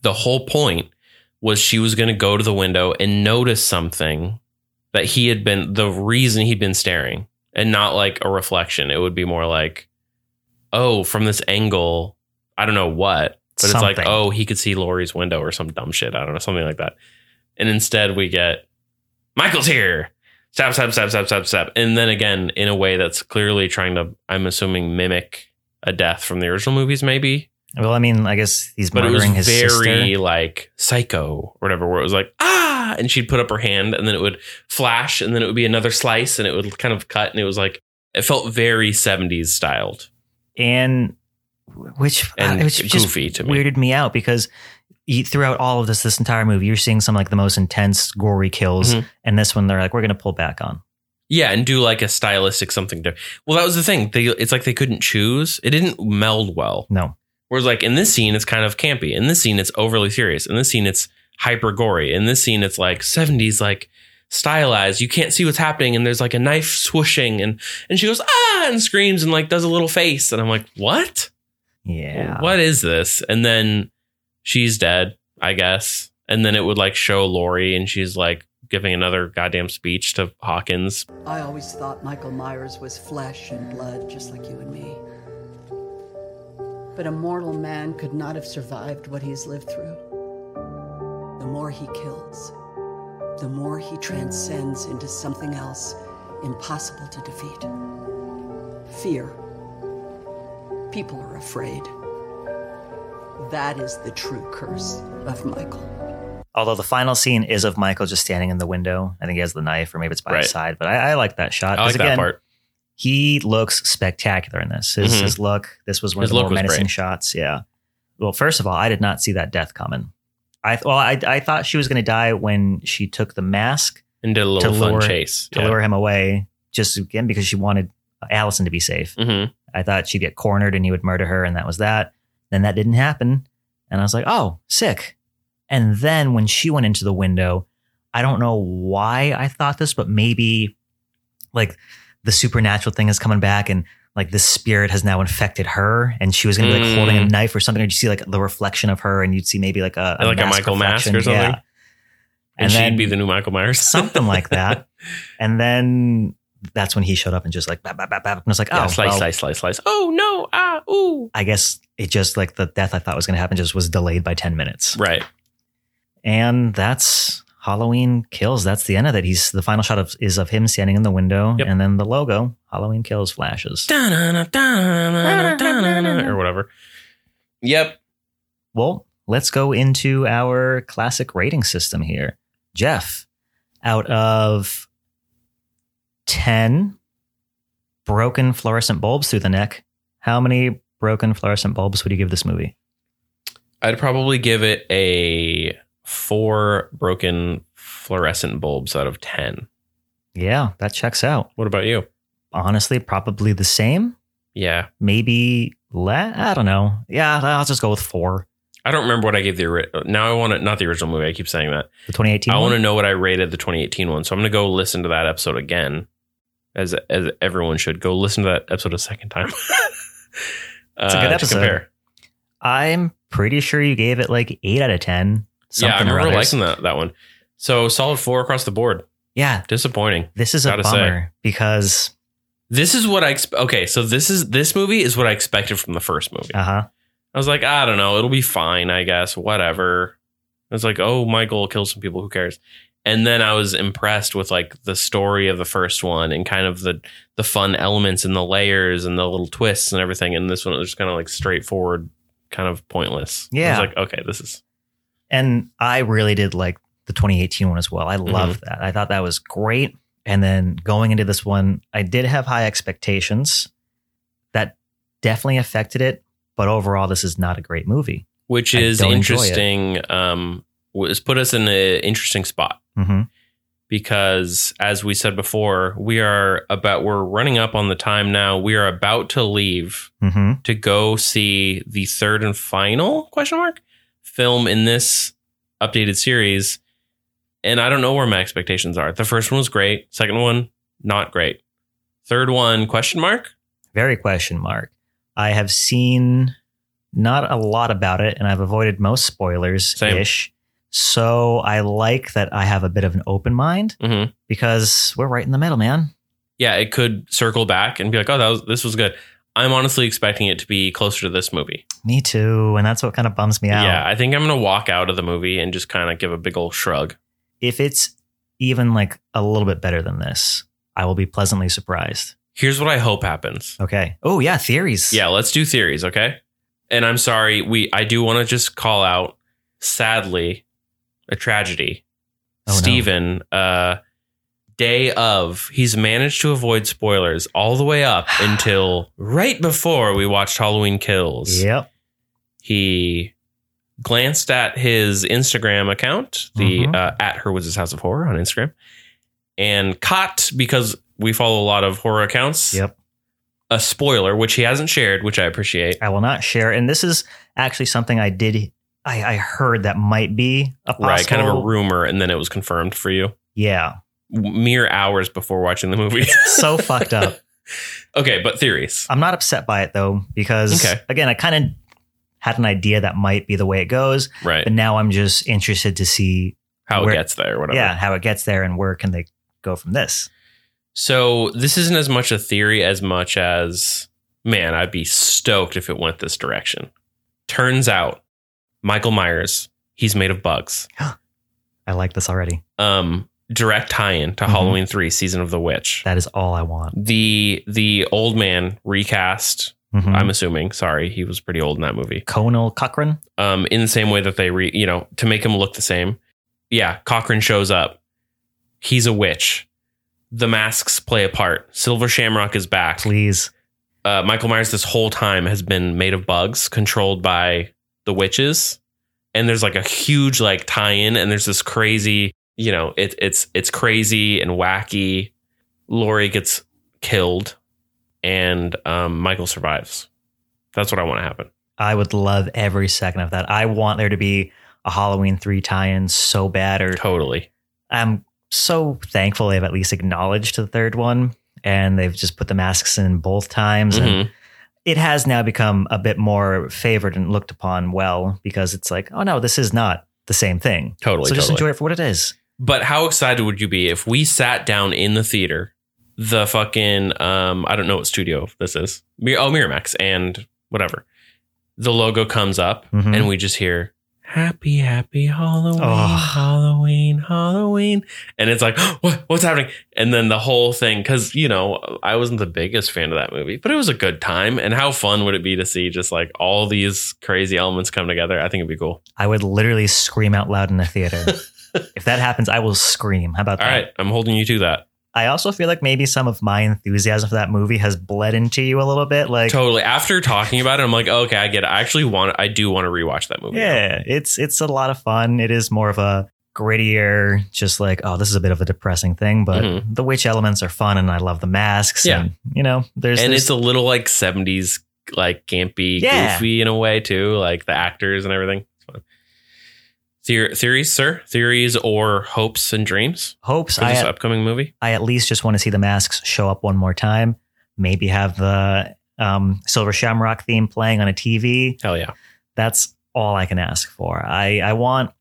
S3: the whole point was she was going to go to the window and notice something that he had been the reason he'd been staring and not like a reflection. It would be more like, oh, from this angle, I don't know what, but it's
S2: Something.
S3: like, oh, he could see Lori's window or some dumb shit. I don't know, something like that. And instead, we get Michael's here. Stab, stab, stab, stab, stab, stab. And then again, in a way that's clearly trying to, I'm assuming, mimic a death from the original movies, maybe.
S2: well, I mean, I guess he's
S3: But it was
S2: murdering his
S3: very
S2: sister.
S3: like psycho or whatever, where it was like, ah, and she'd put up her hand and then it would flash and then it would be another slice and it would kind of cut and it was like, it felt very 70s styled
S2: And which, uh,
S3: and
S2: which just
S3: goofy to me.
S2: weirded me out because you, throughout all of this, this entire movie, you're seeing some like the most intense, gory kills,
S3: Mhm.
S2: and this one they're like, we're gonna pull back on.
S3: Yeah, and do like a stylistic something different. Well, that was the thing. They, it's like they couldn't choose. It didn't meld well.
S2: No,
S3: Whereas, like in this scene, it's kind of campy. In this scene, it's overly serious. In this scene, it's hyper gory. In this scene, it's like seventies, like stylized. You can't see what's happening, and there's like a knife swooshing, and and she goes ah and screams and like does a little face, and I'm like, what?
S2: yeah,
S3: What is this? And then she's dead, I guess. And then it would like show Lori, and she's like giving another goddamn speech to Hawkins.
S9: I always thought Michael Myers was flesh and blood, just like you and me. But a mortal man could not have survived what he's lived through. The more he kills, the more he transcends into something else impossible to defeat fear. People are afraid. That is the true curse of Michael.
S2: Although the final scene is of Michael just standing in the window. I think he has the knife, or maybe it's by
S3: Right.
S2: his side. But I, I like that shot.
S3: I like
S2: 'Cause
S3: that
S2: again,
S3: part.
S2: He looks spectacular in this. His,
S3: Mhm.
S2: his look. This was one
S3: His
S2: of the
S3: look
S2: more
S3: was
S2: menacing
S3: great.
S2: shots. Yeah. Well, first of all, I did not see that death coming. I th- well, I, I thought she was going to die when she took the mask
S3: and did a little
S2: To
S3: fun
S2: lure-
S3: chase.
S2: to
S3: Yeah.
S2: lure him away, just again because she wanted Allison to be safe.
S3: Mhm.
S2: I thought she'd get cornered and he would murder her, and that was that. Then that didn't happen. And I was like, oh, sick. And then when she went into the window, I don't know why I thought this, but maybe like the supernatural thing is coming back and like the spirit has now infected her and she was gonna be like
S3: Mm.
S2: holding a knife or something, or you see like the reflection of her and you'd see maybe like a,
S3: Like a Michael mask or
S2: reflection.
S3: something? And,
S2: And
S3: she'd
S2: then-
S3: be the new Michael Myers.
S2: something like that. And then that's when he showed up and just like, bap, bap, bap, bap. and I was like, oh,
S3: yeah, slice,
S2: well,
S3: slice, slice, slice. Oh no! Ah, ooh.
S2: I guess it just like the death I thought was going to happen just was delayed by 10 minutes.
S3: Right.
S2: And that's Halloween Kills. That's the end of it. He's the final shot of, is of him standing in the window
S3: Yep.
S2: and then the logo, Halloween Kills, flashes.
S3: Da-na-na, da-na-na, da-na-na, or whatever. Yep.
S2: Well, let's go into our classic rating system here. Jeff, out of 10 broken fluorescent bulbs through the neck, how many broken fluorescent bulbs would you give this movie?
S3: I'd probably give it a four broken fluorescent bulbs out of ten.
S2: Yeah, that checks out.
S3: What about you?
S2: Honestly, probably the same.
S3: Yeah.
S2: Maybe, le- I don't know. Yeah, I'll just go with four.
S3: I don't remember what I gave the ori- now. I want to not the original movie. I keep saying that.
S2: The 2018.
S3: I want to
S2: one?
S3: know what I rated the 2018 one. So I'm going to go listen to that episode again, as as everyone should go listen to that episode a second time. Uh,
S2: It's a good
S3: to
S2: episode.
S3: compare.
S2: I'm pretty sure you gave it like eight out of 10.
S3: Yeah, I
S2: Something or
S3: remember
S2: others.
S3: liking that that one. So solid four across the board.
S2: Yeah,
S3: Disappointing.
S2: this is a
S3: Gotta
S2: bummer
S3: say.
S2: because,
S3: This is what I exp- okay. So this is this movie is what I expected from the first movie.
S2: uh huh.
S3: I was like, I don't know, it'll be fine, I guess, whatever. It's like, oh, Michael kills some people, who cares? And then I was impressed with like the story of the first one and kind of the the fun elements and the layers and the little twists and everything. And this one it was just kind of like straightforward, kind of pointless.
S2: Yeah.
S3: I was like, okay, this is
S2: And I really did like the 2018 one as well. I loved that. I thought that was great. And then going into this one, I did have high expectations. That definitely affected it. But overall, this is not a great movie.
S3: which
S2: I
S3: is
S2: don't enjoy it.
S3: interesting. Um was put us in an interesting spot.
S2: Mm-hmm.
S3: because as we said before, we are about we're running up on the time now. We are about to leave
S2: Mm-hmm.
S3: to go see the third and final question mark film in this updated series. And I don't know where my expectations are. The first one was great. Second one, not great. Third one, question mark.
S2: Very question mark. I have seen not a lot about it, and I've avoided most spoilers ish. So I like that I have a bit of an open mind
S3: Mhm.
S2: because we're right in the middle, man.
S3: Yeah, it could circle back and be like, oh, that was this was good. I'm honestly expecting it to be closer to this movie.
S2: Me too. And that's what kind of bums me out.
S3: yeah I think I'm gonna walk out of the movie and just kind of give a big old shrug.
S2: if it's even like a little bit better than this, I will be pleasantly surprised.
S3: Here's what I hope happens.
S2: Okay. Oh yeah, theories.
S3: Yeah, let's do theories, okay? And I'm sorry, we I do want to just call out sadly a tragedy.
S2: Oh, no.
S3: Steven, uh day of, he's managed to avoid spoilers all the way up until right before we watched Halloween Kills.
S2: Yep.
S3: He glanced at his Instagram account, the
S2: Mhm.
S3: uh, at her was his house of horror on Instagram, and caught because we follow a lot of horror accounts.
S2: Yep.
S3: A spoiler, which he hasn't shared, which I appreciate.
S2: I will not share. And this is actually something I did. I, I heard that might be a possible.
S3: Right, kind of a rumor, and then it was confirmed for you
S2: yeah.
S3: mere hours before watching the movie.
S2: So fucked up.
S3: okay, but theories.
S2: I'm not upset by it though because
S3: Okay.
S2: again, I kind of had an idea that might be the way it goes,
S3: Right.
S2: but now I'm just interested to see
S3: How it
S2: Uh, where-
S3: gets there, whatever.
S2: yeah how it gets there and where can they go from this.
S3: So this isn't as much a theory as much as, man, I'd be stoked if it went this direction. Turns out Michael Myers, he's made of bugs.
S2: I like this already.
S3: Um, direct tie in to
S2: Mhm.
S3: Halloween 3 Season of the Witch.
S2: That is all I want.
S3: The the old man recast,
S2: Mhm.
S3: I'm assuming, sorry, he was pretty old in that movie.
S2: Conal Cochran.
S3: um, in the same way that they re, you know, to make him look the same. Yeah, Cochrane shows up. He's a witch. The masks play a part. Silver Shamrock is back.
S2: Please.
S3: Uh, Michael Myers this whole time has been made of bugs, controlled by the witches, and there's like a huge like tie-in, and there's this crazy, you know, it, it's it's crazy and wacky. Lori gets killed, and um, Michael survives. That's what I want to happen.
S2: I would love every second of that. I want there to be a Halloween three tie-in so bad, or
S3: Totally.
S2: I'm so thankful they've at least acknowledged the third one, and they've just put the masks in both times, and
S3: Mhm.
S2: it has now become a bit more favored and looked upon well because it's like, oh no, this is not the same thing.
S3: Totally.
S2: so just
S3: totally.
S2: enjoy it for what it is.
S3: But how excited would you be if we sat down in the theater, the fucking um, I don't know what studio this is. Mi- Oh, Miramax and whatever. The logo comes up
S2: Mhm.
S3: and we just hear Happy Happy Halloween,
S2: Oh.
S3: Halloween, Halloween, and it's like what what's happening? And then the whole thing because you know I wasn't the biggest fan of that movie, but it was a good time. And how fun would it be to see just like all these crazy elements come together? I think it'd be cool.
S2: I would literally scream out loud in the theater. if that happens, I will scream. How about
S3: All
S2: that?
S3: right, I'm holding you to that.
S2: I also feel like maybe some of my enthusiasm for that movie has bled into you a little bit. Like,
S3: totally. After talking about it, I'm like, oh, okay, I get. It. I actually want. I do want to rewatch that movie.
S2: yeah, it's it's a lot of fun. It is more of a grittier, just like, oh, this is a bit of a depressing thing, but
S3: Mhm.
S2: the witch elements are fun, and I love the masks.
S3: Yeah.
S2: and, you know, there's
S3: and
S2: there's-
S3: it's a little like '70s, like campy,
S2: Yeah.
S3: goofy in a way too, like the actors and everything. It's fun. Theor- theories, sir, theories or hopes and dreams
S2: hopes.
S3: for
S2: I
S3: this upcoming movie.
S2: I at least just want to see the masks show up one more time. Maybe have the um, Silver Shamrock theme playing on a TV.
S3: Hell yeah!
S2: That's all I can ask for. I, I want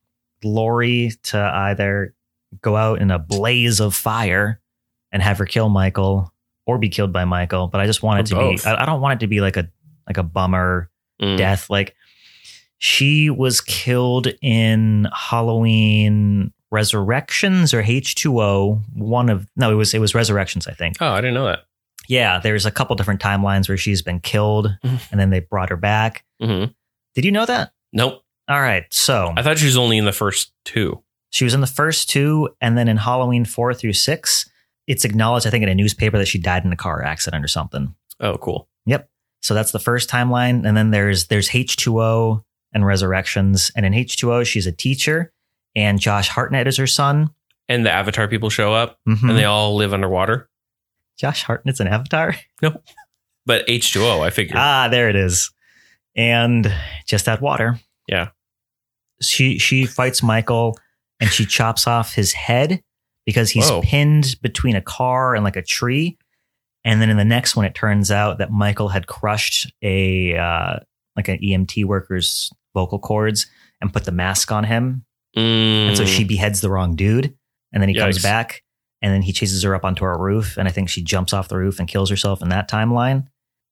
S2: Lori to either go out in a blaze of fire and have her kill Michael or be killed by Michael, but I just want it to
S3: Or both.
S2: be I, I don't want it to be like a like a bummer
S3: Mm.
S2: death. Like she was killed in Halloween Resurrections or H2O. One of no, it was it was Resurrections, I think.
S3: Oh, I didn't know that.
S2: Yeah, there's a couple different timelines where she's been killed
S3: Mhm.
S2: and then they brought her back.
S3: hmm
S2: Did you know that?
S3: Nope,
S2: All right, so
S3: I thought she was only in the first two.
S2: she was in the first two, and then in Halloween four through six, it's acknowledged, I think, in a newspaper that she died in a car accident or something.
S3: Oh, cool.
S2: So that's the first timeline, and then there's there's H2O and Resurrections, and in H2O she's a teacher, and Josh Hartnett is her son.
S3: And the Avatar people show up,
S2: Mhm.
S3: and they all live underwater.
S2: Josh Hartnett's an Avatar.
S3: But H2O, I figure.
S2: Ah, there it is, and just that water.
S3: Yeah.
S2: She she fights Michael, and she chops off his head because he's
S3: Whoa.
S2: pinned between a car and like a tree. And then in the next one, it turns out that Michael had crushed a uh, like an EMT worker's vocal cords and put the mask on him
S3: Mm.
S2: And so she beheads the wrong dude. And then he comes
S3: Yikes.
S2: back and then he chases her up onto a roof. And I think she jumps off the roof and kills herself in that timeline.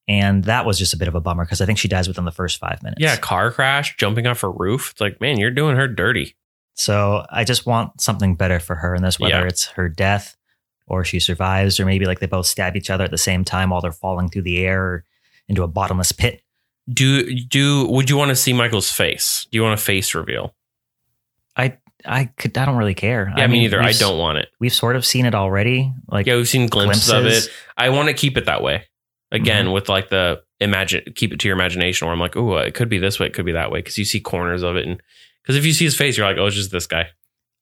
S2: And that was just a bit of a bummer because I think she dies within the first five minutes.
S3: Yeah, car crash, jumping off a roof. It's like, man, you're doing her dirty.
S2: So I just want something better for her in this, whether
S3: Yeah.
S2: it's her death or she survives, or maybe like they both stab each other at the same time while they're falling through the air or into a bottomless pit.
S3: Do do would you want to see Michael's face? Do you want a face reveal?
S2: I could, I don't really care.
S3: Yeah, me neither. I
S2: we've-
S3: don't want it.
S2: We've sort of seen it already. Like,
S3: yeah, we've seen glimpses,
S2: glimpses. Mm-hmm.
S3: of it. I want to keep it that way. Again, with like the imagine keep it to your imagination where I'm like, oh, it could be this way, it could be that way. Cause you see corners of it and because if you see his face, you're like, oh, it's just this guy.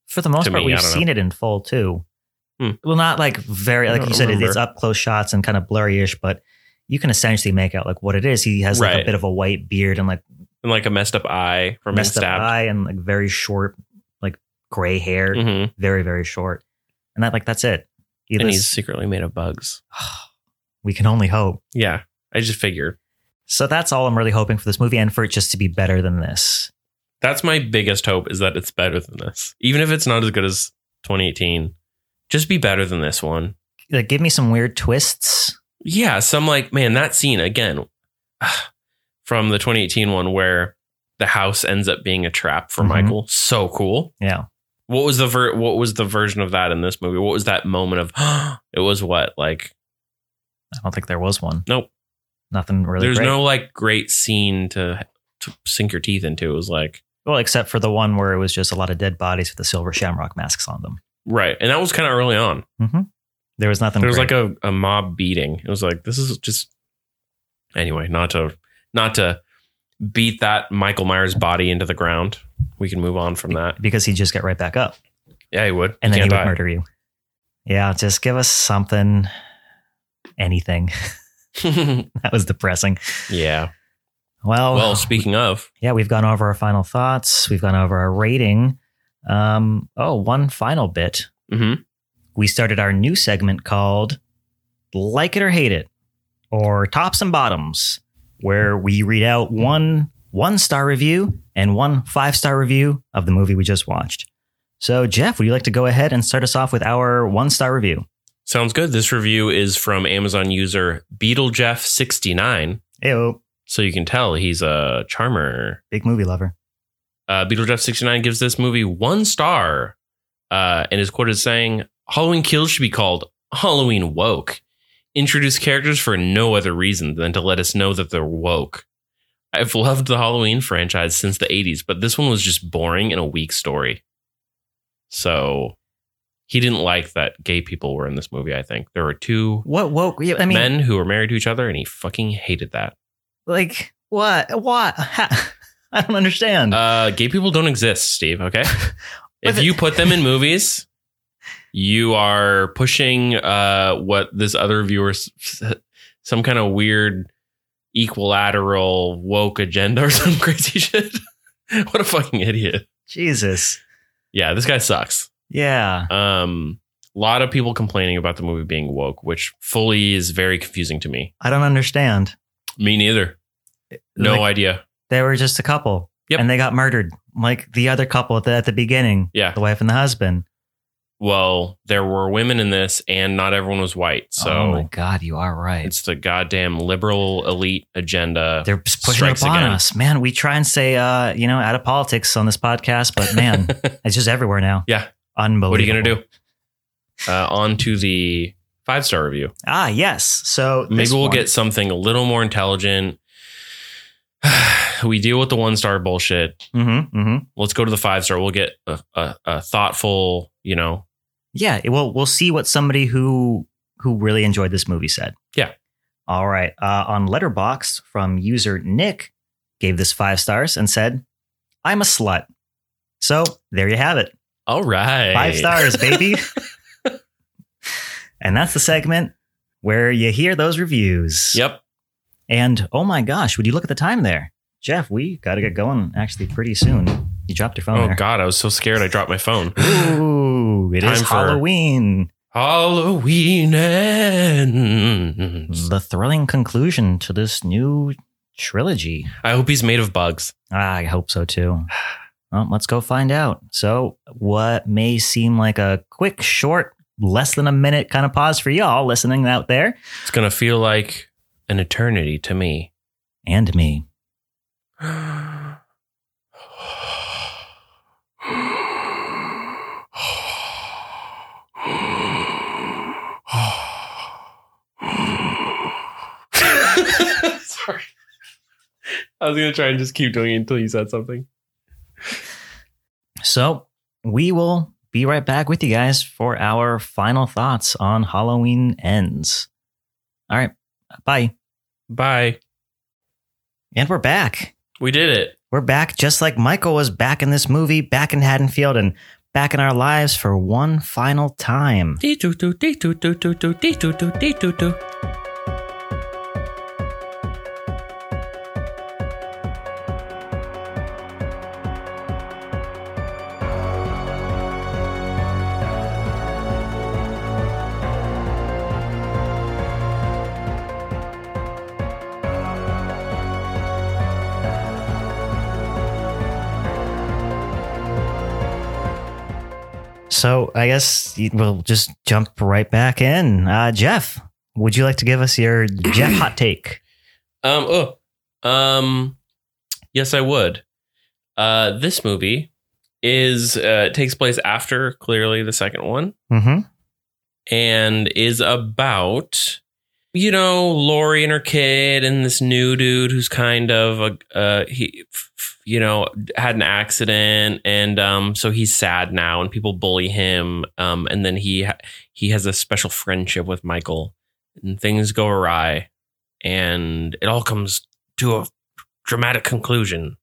S2: for the most
S3: to
S2: part,
S3: me,
S2: we've
S3: I don't know.
S2: seen it in full too.
S3: Hmm.
S2: Well, not like very,
S3: I
S2: like
S3: don't
S2: you said, it, it's
S3: remember.
S2: up close shots and kind of blurryish, but you can essentially make out like what it is. He has like
S3: Right.
S2: a bit of a white beard and like
S3: And like a messed up eye from being
S2: messed up
S3: stabbed.
S2: eye and like very short, like gray hair,
S3: Mhm.
S2: very very short, and that like that's it. He
S3: And
S2: lives-
S3: he's secretly made of bugs.
S2: we can only hope.
S3: Yeah. I just figured.
S2: So that's all I'm really hoping for this movie, and for it just to be better than this.
S3: that's my biggest hope is that it's better than this. Even if it's not as good as 2018, just be better than this one.
S2: Like, give me some weird twists.
S3: Yeah, some like, man, that scene again ah, from the 2018 one where the house ends up being a trap for
S2: Mhm.
S3: Michael. So cool.
S2: Yeah,
S3: What was the ver- what was the version of that in this movie? What was that moment of it was what? Like
S2: I don't think there was one.
S3: Nope.
S2: nothing really.
S3: there's
S2: great.
S3: no like great scene to, to sink your teeth into. It was like
S2: Well, except for the one where it was just a lot of dead bodies with the silver shamrock masks on them.
S3: right. And that was kind of early on.
S2: There was nothing.
S3: there was
S2: great.
S3: like a, a mob beating. It was like this is just anyway, not to not to beat that Michael Myers body into the ground, we can move on from that.
S2: because he'd just get right back up
S3: Yeah, he would.
S2: and then he
S3: Can't
S2: would
S3: die.
S2: murder you. Yeah, just give us something, anything. that was depressing.
S3: yeah.
S2: Well,
S3: Well, speaking of,
S2: yeah, we've gone over our final thoughts. We've gone over our rating. Um, oh, one final bit.
S3: Mhm.
S2: We started our new segment called Like It or Hate It or Tops and Bottoms, where we read out one one star review and one five star review of the movie we just watched. So, Jeff, would you like to go ahead and start us off with our one star review?
S3: sounds good. This review is from Amazon user BeetleJeff69.
S2: Ew,
S3: So you can tell he's a charmer.
S2: oh, big movie lover.
S3: Uh, BeetleJeff69 gives this movie one star uh, and is quoted as saying Halloween Kills should be called Halloween Woke. Introduce characters for no other reason than to let us know that they're woke. I've loved the Halloween franchise since the 80s, but this one was just boring and a weak story. So he didn't like that gay people were in this movie, I think. There were two
S2: What woke? yeah, I mean,
S3: men who were married to each other, and he fucking hated that.
S2: like, what? What? I don't understand.
S3: Uh, gay people don't exist, Steve. Okay, if
S2: But-
S3: you put them in movies, you are pushing uh, what this other viewer, s- s- some kind of weird equilateral woke agenda or some crazy shit. what a fucking idiot!
S2: Jesus.
S3: Yeah, this guy sucks.
S2: Yeah.
S3: Um, a lot of people complaining about the movie being woke, which fully is very confusing to me.
S2: I don't understand.
S3: Me neither. No
S2: Like,
S3: idea.
S2: they were just a couple.
S3: Yep.
S2: And they got murdered, like the other couple at the, at the beginning.
S3: Yeah.
S2: The wife and the husband.
S3: Well, there were women in this, and not everyone was white. So
S2: oh my God, you are right.
S3: It's the goddamn liberal elite agenda.
S2: They're just pushing it
S3: Strikes
S2: upon
S3: again.
S2: us, man. We try and say, uh, you know, out of politics on this podcast, but man, it's just everywhere now.
S3: Yeah.
S2: Unbelievable.
S3: What are you going to do? Uh, on to the five star review.
S2: Ah, yes. So
S3: Maybe
S2: this
S3: we'll
S2: one-
S3: get something a little more intelligent. we deal with the one star bullshit.
S2: Mhm, mhm.
S3: Let's go to the five star. We'll get a, a, a thoughtful, you know,
S2: Yeah. Well, we'll see what somebody who who really enjoyed this movie said.
S3: Yeah.
S2: All right. Uh, on Letterbox from user Nick gave this five stars and said, "I'm a slut." So there you have it.
S3: all right.
S2: Five stars, baby. and that's the segment where you hear those reviews.
S3: Yep.
S2: And oh my gosh, would you look at the time there? Jeff, we got to get going actually pretty soon. You dropped your phone
S3: Oh,
S2: there.
S3: God. I was so scared. I dropped my phone.
S2: Ooh, it is
S3: Time for-
S2: Halloween.
S3: Halloween ends.
S2: The thrilling conclusion to this new trilogy.
S3: I hope he's made of bugs.
S2: I hope so too. Well, let's go find out. So, what may seem like a quick, short, less than a minute kind of pause for y'all listening out there
S3: It's going to feel like an eternity to me.
S2: and me.
S3: Sorry. I was going to try and just keep doing it until you said something.
S2: So we will be right back with you guys for our final thoughts on Halloween Ends. All right. Bye.
S3: Bye.
S2: And we're back.
S3: We did it.
S2: We're back just like Michael was back in this movie, back in Haddonfield, and back in our lives for one final time. So I guess we'll just jump right back in. Uh, Jeff, would you like to give us your Jeff hot take?
S3: Um, oh, um, yes, I would. Uh, this movie is uh, takes place after clearly the second one.
S2: Mm-hmm.
S3: and is about you know Lori and her kid and this new dude who's kind of a uh, he f- f- you know had an accident and um so he's sad now and people bully him um and then he ha- he has a special friendship with Michael and things go awry and it all comes to a dramatic conclusion.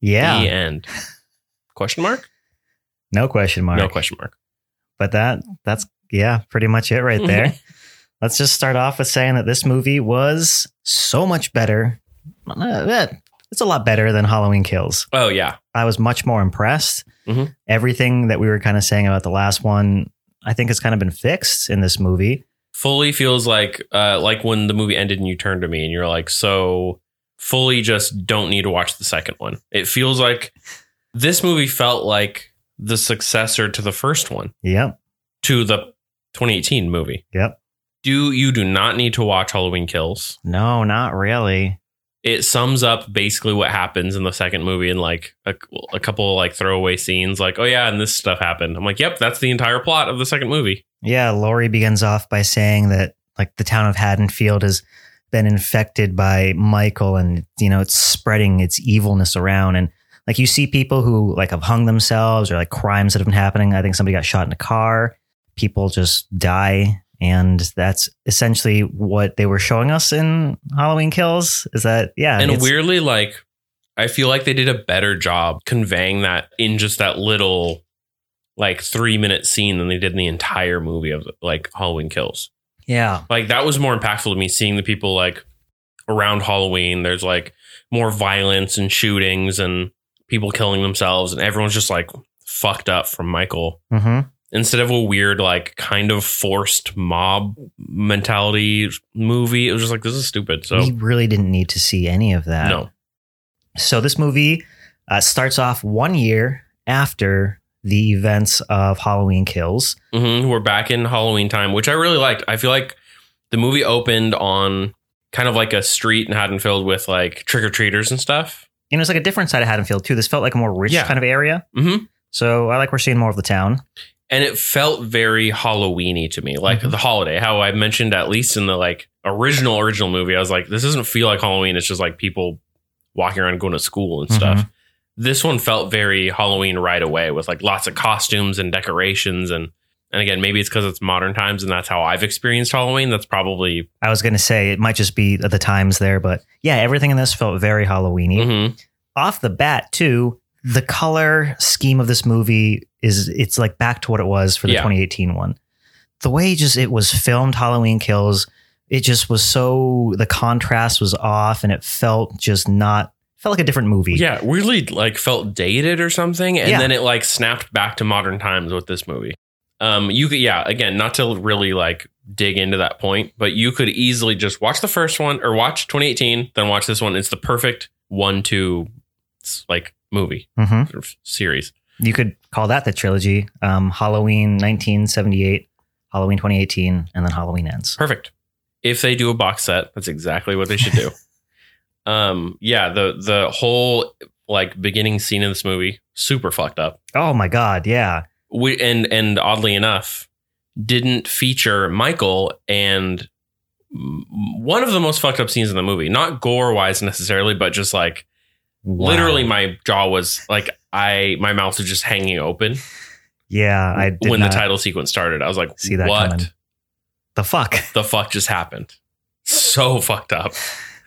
S2: Yeah.
S3: The end. Question mark?
S2: No question mark.
S3: No question mark.
S2: But that that's yeah, pretty much it right there. Let's just start off with saying that this movie was so much better. Uh, It's a lot better than Halloween Kills.
S3: Oh yeah.
S2: I was much more impressed.
S3: Mhm.
S2: Everything that we were kind of saying about the last one, I think has kind of been fixed in this movie.
S3: Fully feels like uh like when the movie ended and you turned to me and you're like, so fully just don't need to watch the second one. It feels like this movie felt like the successor to the first one,
S2: Yep.
S3: to the 2018 movie.
S2: Yep.
S3: Do you do not need to watch Halloween Kills?
S2: No, not really.
S3: it sums up basically what happens in the second movie in like a, a couple like throwaway scenes like oh yeah and this stuff happened i'm like yep that's the entire plot of the second movie
S2: Yeah, Laurie begins off by saying that like the town of Haddonfield has been infected by Michael and you know it's spreading its evilness around and like you see people who like have hung themselves or like crimes that have been happening. I think somebody got shot in a car. People just die and that's essentially what they were showing us in Halloween Kills is that yeah,
S3: and
S2: it's-
S3: weirdly like i feel like they did a better job conveying that in just that little like three minute scene than they did in the entire movie of like halloween kills
S2: yeah.
S3: like that was more impactful to me seeing the people like around halloween there's like more violence and shootings and people killing themselves and everyone's just like fucked up from michael
S2: Mhm.
S3: instead of a weird like kind of forced mob mentality movie it was just like this is stupid so
S2: we really didn't need to see any of that.
S3: no
S2: So this movie uh, starts off one year after the events of Halloween Kills.
S3: hmm we're back in halloween time which i really liked i feel like the movie opened on kind of like a street in haddonfield with like trick-or-treaters and stuff
S2: You know, it's like a different side of Haddonfield too. This felt like a more rich
S3: Yeah.
S2: kind of area.
S3: Mhm.
S2: So I like we're seeing more of the town.
S3: and it felt very halloweeny to me like
S2: Mhm.
S3: the holiday how i mentioned at least in the like original original movie i was like this doesn't feel like halloween it's just like people walking around going to school and stuff this one felt very halloween right away with like lots of costumes and decorations and and again maybe it's because it's modern times and that's how i've experienced halloween that's probably
S2: I was going to say it might just be the times there, but yeah, everything in this felt very Halloweeny.
S3: Mhm.
S2: Off the bat too, the color scheme of this movie is it's like back to what it was for the
S3: Yeah.
S2: 2018 one. The way just it was filmed Halloween Kills, it just was so the contrast was off and it felt just not felt like a different movie.
S3: yeah weirdly like felt dated or something and
S2: Yeah.
S3: then it like snapped back to modern times with this movie um you could yeah again not to really like dig into that point but you could easily just watch the first one or watch 2018 then watch this one it's the perfect one two like movie
S2: Mhm.
S3: or series
S2: You could call that the trilogy: um, Halloween 1978, Halloween 2018, and then Halloween Ends.
S3: Perfect. If they do a box set, that's exactly what they should do. um, yeah, the the whole like beginning scene in this movie super fucked up.
S2: Oh my God! Yeah,
S3: We and and oddly enough, didn't feature Michael and m- one of the most fucked up scenes in the movie. Not gore wise necessarily, but just like
S2: Wow.
S3: literally, my jaw was like I my mouth was just hanging open
S2: yeah. I did
S3: when
S2: not
S3: the title sequence started. I was like,
S2: see that
S3: what
S2: coming. The fuck.
S3: the fuck just happened? So fucked up.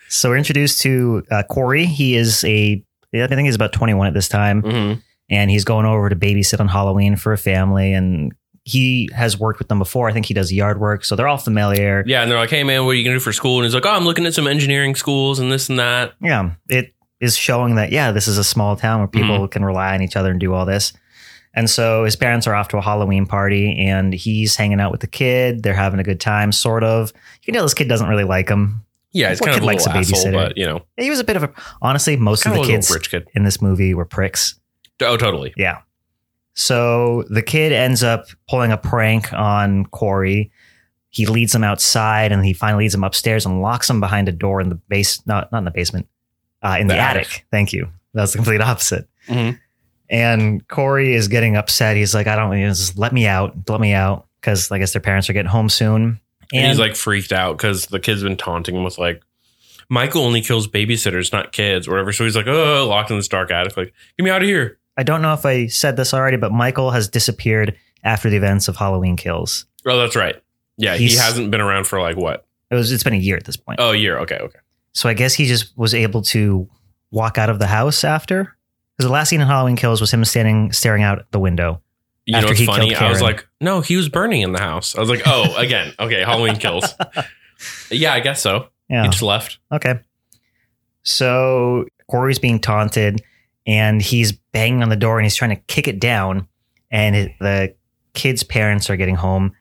S2: So we're introduced to uh, Corey. He is a I think he's about 21 at this time,
S3: Mm-hmm.
S2: and he's going over to babysit on Halloween for a family. And he has worked with them before. I think he does yard work, so they're all familiar.
S3: Yeah, and they're like, "Hey, man, what are you gonna do for school?" And he's like, "Oh, I'm looking at some engineering schools and this and that."
S2: yeah, it is showing that yeah, this is a small town where people
S3: Mm-hmm.
S2: can rely on each other and do all this. And so his parents are off to a Halloween party, and he's hanging out with the kid. They're having a good time, sort of. You can tell this kid doesn't really like him.
S3: Yeah, he's
S2: What
S3: kind of
S2: kid
S3: a
S2: likes
S3: little
S2: a
S3: asshole,
S2: babysitter?
S3: but you know,
S2: He was a bit of a honestly. Most of
S3: kind
S2: the
S3: of a
S2: kids
S3: little rich kid.
S2: in this movie were pricks.
S3: Oh, totally.
S2: Yeah. So the kid ends up pulling a prank on Corey. He leads him outside, and he finally leads him upstairs and locks him behind a door in the base. Not not in the basement, uh, in the,
S3: The
S2: attic.
S3: attic.
S2: Thank you. That's the complete opposite.
S3: Mhm.
S2: And Corey is getting upset. He's like, "I don't. You know, just let me out. Let me out." Because I guess their parents are getting home soon.
S3: And, he's like freaked out because the kid's been taunting him with like, "Michael only kills babysitters, not kids, or whatever." So he's like, "Oh, locked in this dark attic. Like, get me out of here."
S2: I don't know if I said this already, but Michael has disappeared after the events of Halloween Kills.
S3: Oh, that's right. Yeah, he
S2: He's-
S3: hasn't been around for like what?
S2: It was. It's been a year at this point.
S3: Oh, a year. Okay, okay.
S2: So I guess he just was able to walk out of the house after. Because the last scene in Halloween Kills was him standing staring out the window.
S3: You
S2: After
S3: know,
S2: he
S3: it's funny.
S2: killed
S3: I was
S2: Karen.
S3: like, no, he was burning in the house. I was like, oh, again. Okay, Halloween kills. Yeah, I guess so.
S2: Yeah.
S3: He just left.
S2: Okay. So Corey's being taunted and he's banging on the door and he's trying to kick it down. And it, the kid's parents are getting home.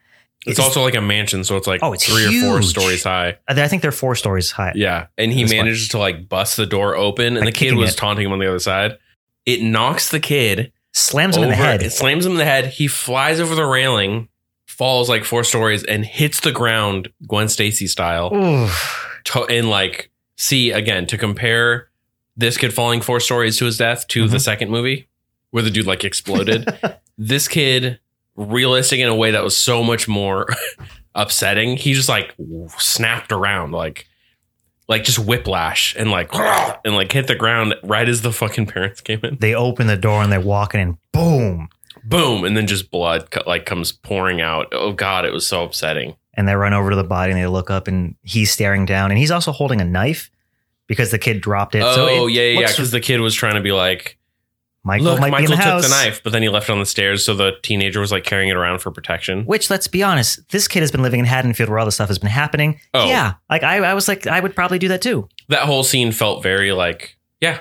S3: It's, also like a mansion, so it's like
S2: Oh, it's
S3: three or four
S2: huge.
S3: stories high.
S2: I think they're four stories high.
S3: Yeah. And he
S2: This one.
S3: manages to like bust the door open, and
S2: By
S3: the kid
S2: kicking
S3: was
S2: it.
S3: taunting him on the other side. It knocks the kid
S2: Slams him in the
S3: over-
S2: head.
S3: It slams him in the head. He flies over the railing, falls like four stories, and hits the ground Gwen Stacy style.
S2: Oof.
S3: to, and like see again to compare this kid falling four stories to his death to
S2: Mm-hmm.
S3: the second movie where the dude like exploded. this kid realistic in a way that was so much more upsetting. He just like snapped around like like just whiplash and like and like hit the ground right as the fucking parents came in.
S2: They open the door and they're walking in. Boom.
S3: Boom and then just blood co- like comes pouring out. Oh god, it was so upsetting.
S2: And they run over to the body and they look up and he's staring down. And he's also holding a knife because the kid dropped it. so
S3: oh
S2: it
S3: yeah yeah yeah
S2: looks-
S3: cuz the kid was trying to be like
S2: Michael
S3: Look,
S2: might
S3: Michael
S2: be in
S3: took
S2: the house.
S3: the knife, but then he left it on the stairs, so the teenager was like carrying it around for protection.
S2: Which, let's be honest, this kid has been living in Haddonfield where all this stuff has been happening.
S3: Oh.
S2: Yeah. Like, I, I was like, I would probably do that too.
S3: That whole scene felt very like, yeah,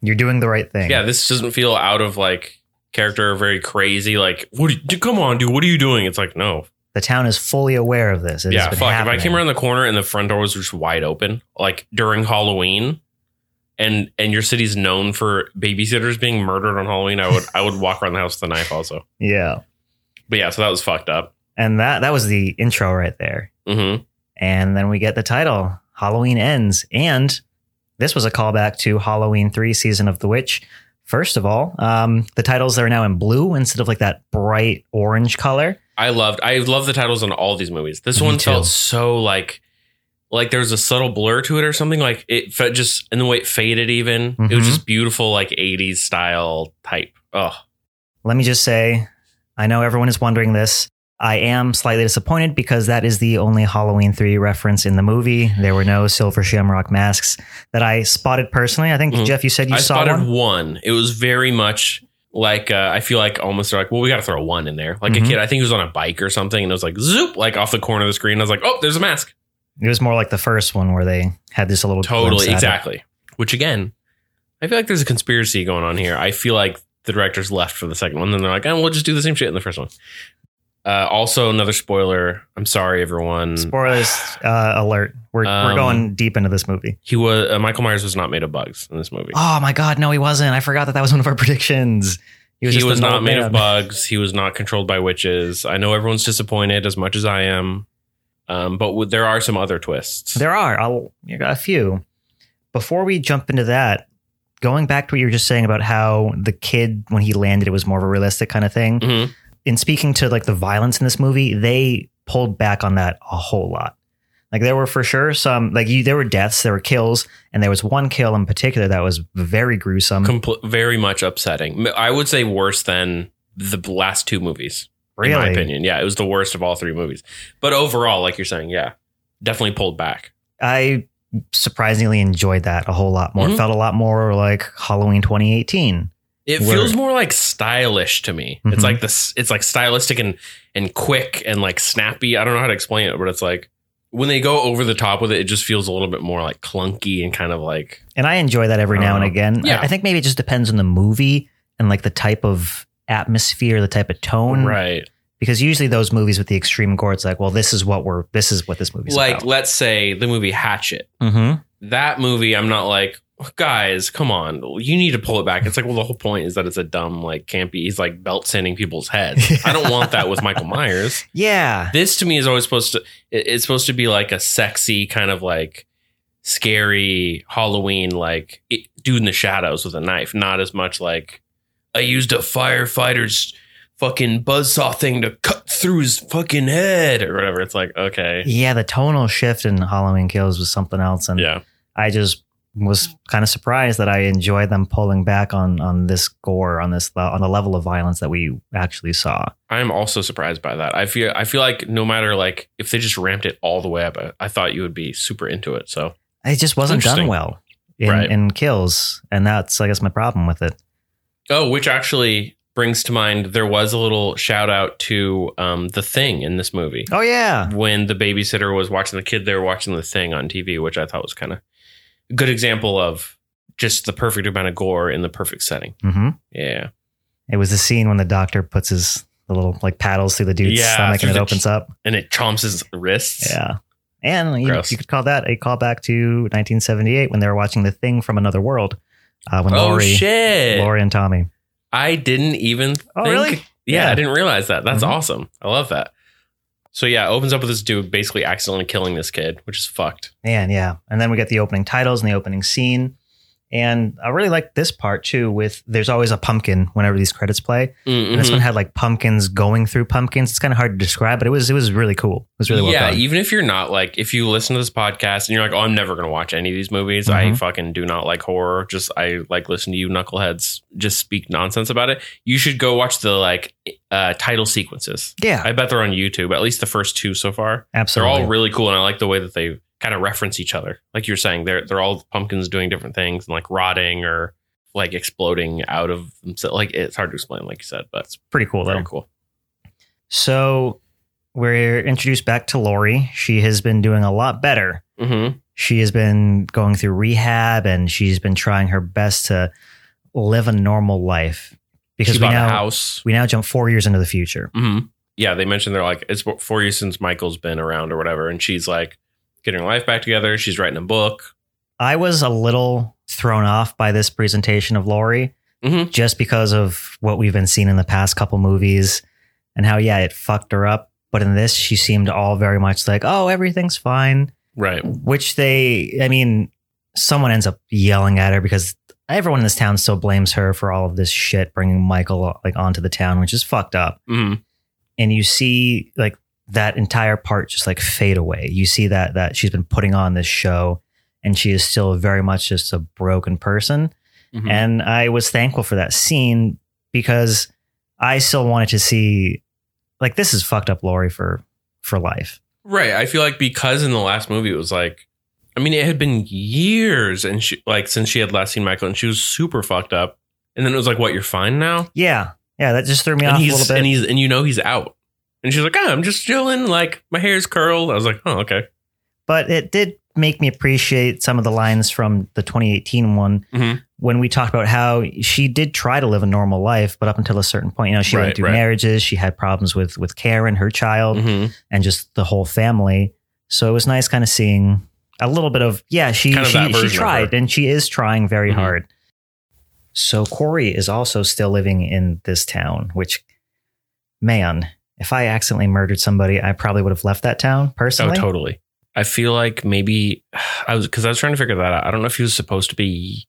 S2: You're doing the right thing.
S3: yeah, this doesn't feel out of like character or very crazy. Like, what do you, dude, come on, dude, what are you doing? It's like, no,
S2: The town is fully aware of this. It has
S3: yeah,
S2: been
S3: fuck. If
S2: happening.
S3: I came around the corner and the front door was just wide open, like during Halloween, and and your city's known for babysitters being murdered on Halloween, I would I would walk around the house with a knife also.
S2: Yeah.
S3: But yeah, so that was fucked up.
S2: And that, that was the intro right there.
S3: hmm
S2: Mm-hmm. And then we get the title Halloween Ends. And this was a callback to Halloween 3 Season of the Witch. First of all, um, the titles are now in blue instead of like that bright orange color.
S3: I loved I love the titles on all these movies. This
S2: Me
S3: one
S2: too.
S3: felt so like like there was a subtle blur to it or something. Like it felt just in the way it faded even. It
S2: Mhm.
S3: was just beautiful like 80s style type. Oh.
S2: Let me just say, I know everyone is wondering this. I am slightly disappointed because that is the only Halloween 3 reference in the movie. There were no silver shamrock masks that I spotted personally. I think,
S3: Mhm.
S2: Jeff, you said you
S3: I
S2: saw
S3: spotted
S2: one.
S3: one. It was very much like uh, I feel like almost like, well, we gotta throw one in there. Like
S2: Mhm.
S3: a kid, I think he was on a bike or something, and it was like zoop, like off the corner of the screen. I was like, oh, there's a mask.
S2: It was more like the first one where they had this a little glimpse
S3: Totally,
S2: at it.
S3: exactly. Which again, I feel like there's a conspiracy going on here. I feel like the directors left for the second one, and they're like, "Oh, we'll just do the same shit in the first one." Uh, also, another spoiler. I'm sorry, everyone.
S2: Spoilers uh, alert. We're, we're
S3: Mm. Um,
S2: going deep into this movie.
S3: he was uh, Michael Myers was not made of bugs in this movie.
S2: Oh my God, no, he wasn't. I forgot that that was one of our predictions.
S3: he was,
S2: just an
S3: not
S2: old
S3: made
S2: man.
S3: of bugs. He was not controlled by witches. I know everyone's disappointed as much as I am, um, but w- there are some other twists.
S2: There are I'll, you got a few. Before we jump into that, going back to what you were just saying about how the kid when he landed, it was more of a realistic kind of thing.
S3: Mhm.
S2: In speaking to like the violence in this movie, they pulled back on that a whole lot. Like there were for sure some like you, there were deaths, there were kills, and there was one kill in particular that was very gruesome.
S3: Compl- very much upsetting. M- I would say worse than the b- last two movies. in my
S2: Really?
S3: opinion. Yeah, it was the worst of all three movies. But overall, like you're saying, yeah, definitely pulled back.
S2: I surprisingly enjoyed that a whole lot more. It
S3: Mhm.
S2: felt a lot more like Halloween 2018.
S3: It
S2: Word.
S3: feels more like stylish to me.
S2: Mhm.
S3: It's like this. It's like stylistic and and quick and like snappy. I don't know how to explain it, but it's like when they go over the top with it, it just feels a little bit more like clunky and kind of like
S2: And I enjoy that every now and
S3: Uh,
S2: again.
S3: yeah.
S2: I, I think maybe it just depends on the movie and like the type of atmosphere, the type of tone.
S3: right.
S2: Because usually those movies with the extreme gore, it's like, well, this is what we're, this is what this movie's
S3: Like
S2: about.
S3: let's say the movie Hatchet.
S2: Mm-hmm.
S3: That movie, I'm not like guys, come on, you need to pull it back. It's like well, the whole point is that it's a dumb like campy. He's like belt sanding people's heads. I don't want that with Michael Myers.
S2: Yeah.
S3: this to me is always supposed to it- it's supposed to be like a sexy kind of like scary halloween like it, dude in the shadows with a knife not as much like i used a firefighter's fucking buzzsaw thing to cut through his fucking head or whatever it's like okay
S2: Yeah. The tonal shift in Halloween Kills was something else. And
S3: yeah
S2: I just was kind of surprised that I enjoyed them pulling back on, on this gore, on this, on the level of violence that we actually saw.
S3: i'm also surprised by that i feel i feel like no matter like if they just ramped it all the way up i, I thought you would be super into it so
S2: It just wasn't done
S3: Interesting.
S2: well in,
S3: Right.
S2: in kills, and that's I guess my problem with it.
S3: Oh, which actually brings to mind there was a little shout out to um, the thing in this movie.
S2: Oh yeah,
S3: When the babysitter was watching the kid, they were watching the thing on TV, which I thought was kind of a good example of just the perfect amount of gore in the perfect setting.
S2: hmm
S3: Yeah.
S2: it was the scene when the doctor puts his the little like paddles through the dude's
S3: Yeah,
S2: stomach
S3: through
S2: and it
S3: the
S2: opens up.
S3: And it chomps his wrists.
S2: Yeah. And you,
S3: Gross.
S2: you could call that a callback to 1978 when they were watching The Thing from Another World. Uh, when
S3: Oh,
S2: Laurie,
S3: shit.
S2: Laurie and Tommy.
S3: I didn't even
S2: Oh,
S3: think-
S2: really?
S3: Yeah,
S2: Yeah.
S3: I didn't realize that. That's
S2: Mhm.
S3: awesome. I love that. So yeah, it opens up with this dude basically accidentally killing this kid, which is fucked.
S2: Man, yeah. And then we get the opening titles and the opening scene. And I really like this part too. With there's always a pumpkin whenever these credits play. And this
S3: Mhm.
S2: one had like pumpkins going through pumpkins. It's kind of hard to describe, but it was it was really cool. It was really well
S3: yeah,
S2: done.
S3: even if you're not like, if you listen to this podcast and you're like, oh, I'm never going to watch any of these movies. I
S2: Mhm.
S3: fucking do not like horror. Just, I like listen to you knuckleheads just speak nonsense about it. You should go watch the like uh, title sequences.
S2: yeah,
S3: I bet they're on YouTube, at least the first two so far. They're
S2: absolutely.
S3: all really cool. And I like the way that they kind of reference each other. Like you're saying, they're, they're all pumpkins doing different things and like rotting or like exploding out of themselves. Like it's hard to explain, like you said, but it's
S2: pretty cool though.
S3: very cool.
S2: So we're introduced back to Laurie. She has been doing a lot better
S3: Mm-hmm.
S2: she has been going through rehab and she's been trying her best to live a normal life because
S3: She
S2: we
S3: bought
S2: now
S3: a house.
S2: we now jump four years into the future.
S3: hmm Yeah, they mentioned they're like it's four years since Michael's been around or whatever, and she's like getting her life back together. She's writing a book.
S2: I was a little thrown off by this presentation of Laurie
S3: Mhm.
S2: just because of what we've been seeing in the past couple movies and how yeah it fucked her up. But in this, she seemed all very much like oh everything's fine.
S3: Right.
S2: which they i mean someone ends up yelling at her because everyone in this town still blames her for all of this shit bringing michael like onto the town which is fucked up
S3: hmm
S2: and you see like that entire part just like fade away you see that that she's been putting on this show and she is still very much just a broken person
S3: Hmm.
S2: and I was thankful for that scene because I still wanted to see like this is fucked up Lori for for life
S3: right. I feel like because in the last movie it was like, I mean, it had been years and she like since she had last seen Michael, and she was super fucked up. And then it was like, what? You're fine now.
S2: yeah yeah that just threw me
S3: and
S2: off a
S3: he's
S2: little bit
S3: and he's and you know he's out. And she's like, oh, I'm just chilling. Like my hair's curled. I was like, oh, okay.
S2: but it did make me appreciate some of the lines from the 2018 one
S3: Mhm.
S2: when we talked about how she did try to live a normal life, but up until a certain point, you know, she
S3: Right,
S2: went through
S3: right.
S2: marriages, she had problems with with Karen, her child,
S3: Mhm.
S2: and just the whole family. So it was nice kind of seeing a little bit of yeah, she
S3: Kind of that
S2: she,
S3: version
S2: she
S3: of
S2: tried
S3: her.
S2: and she is trying very
S3: Mhm.
S2: hard. So Corey is also still living in this town, which man, if I accidentally murdered somebody, I probably would have left that town
S3: Oh,
S2: personally.
S3: totally. I feel like maybe I was because I was trying to figure that out. I don't know if he was supposed to be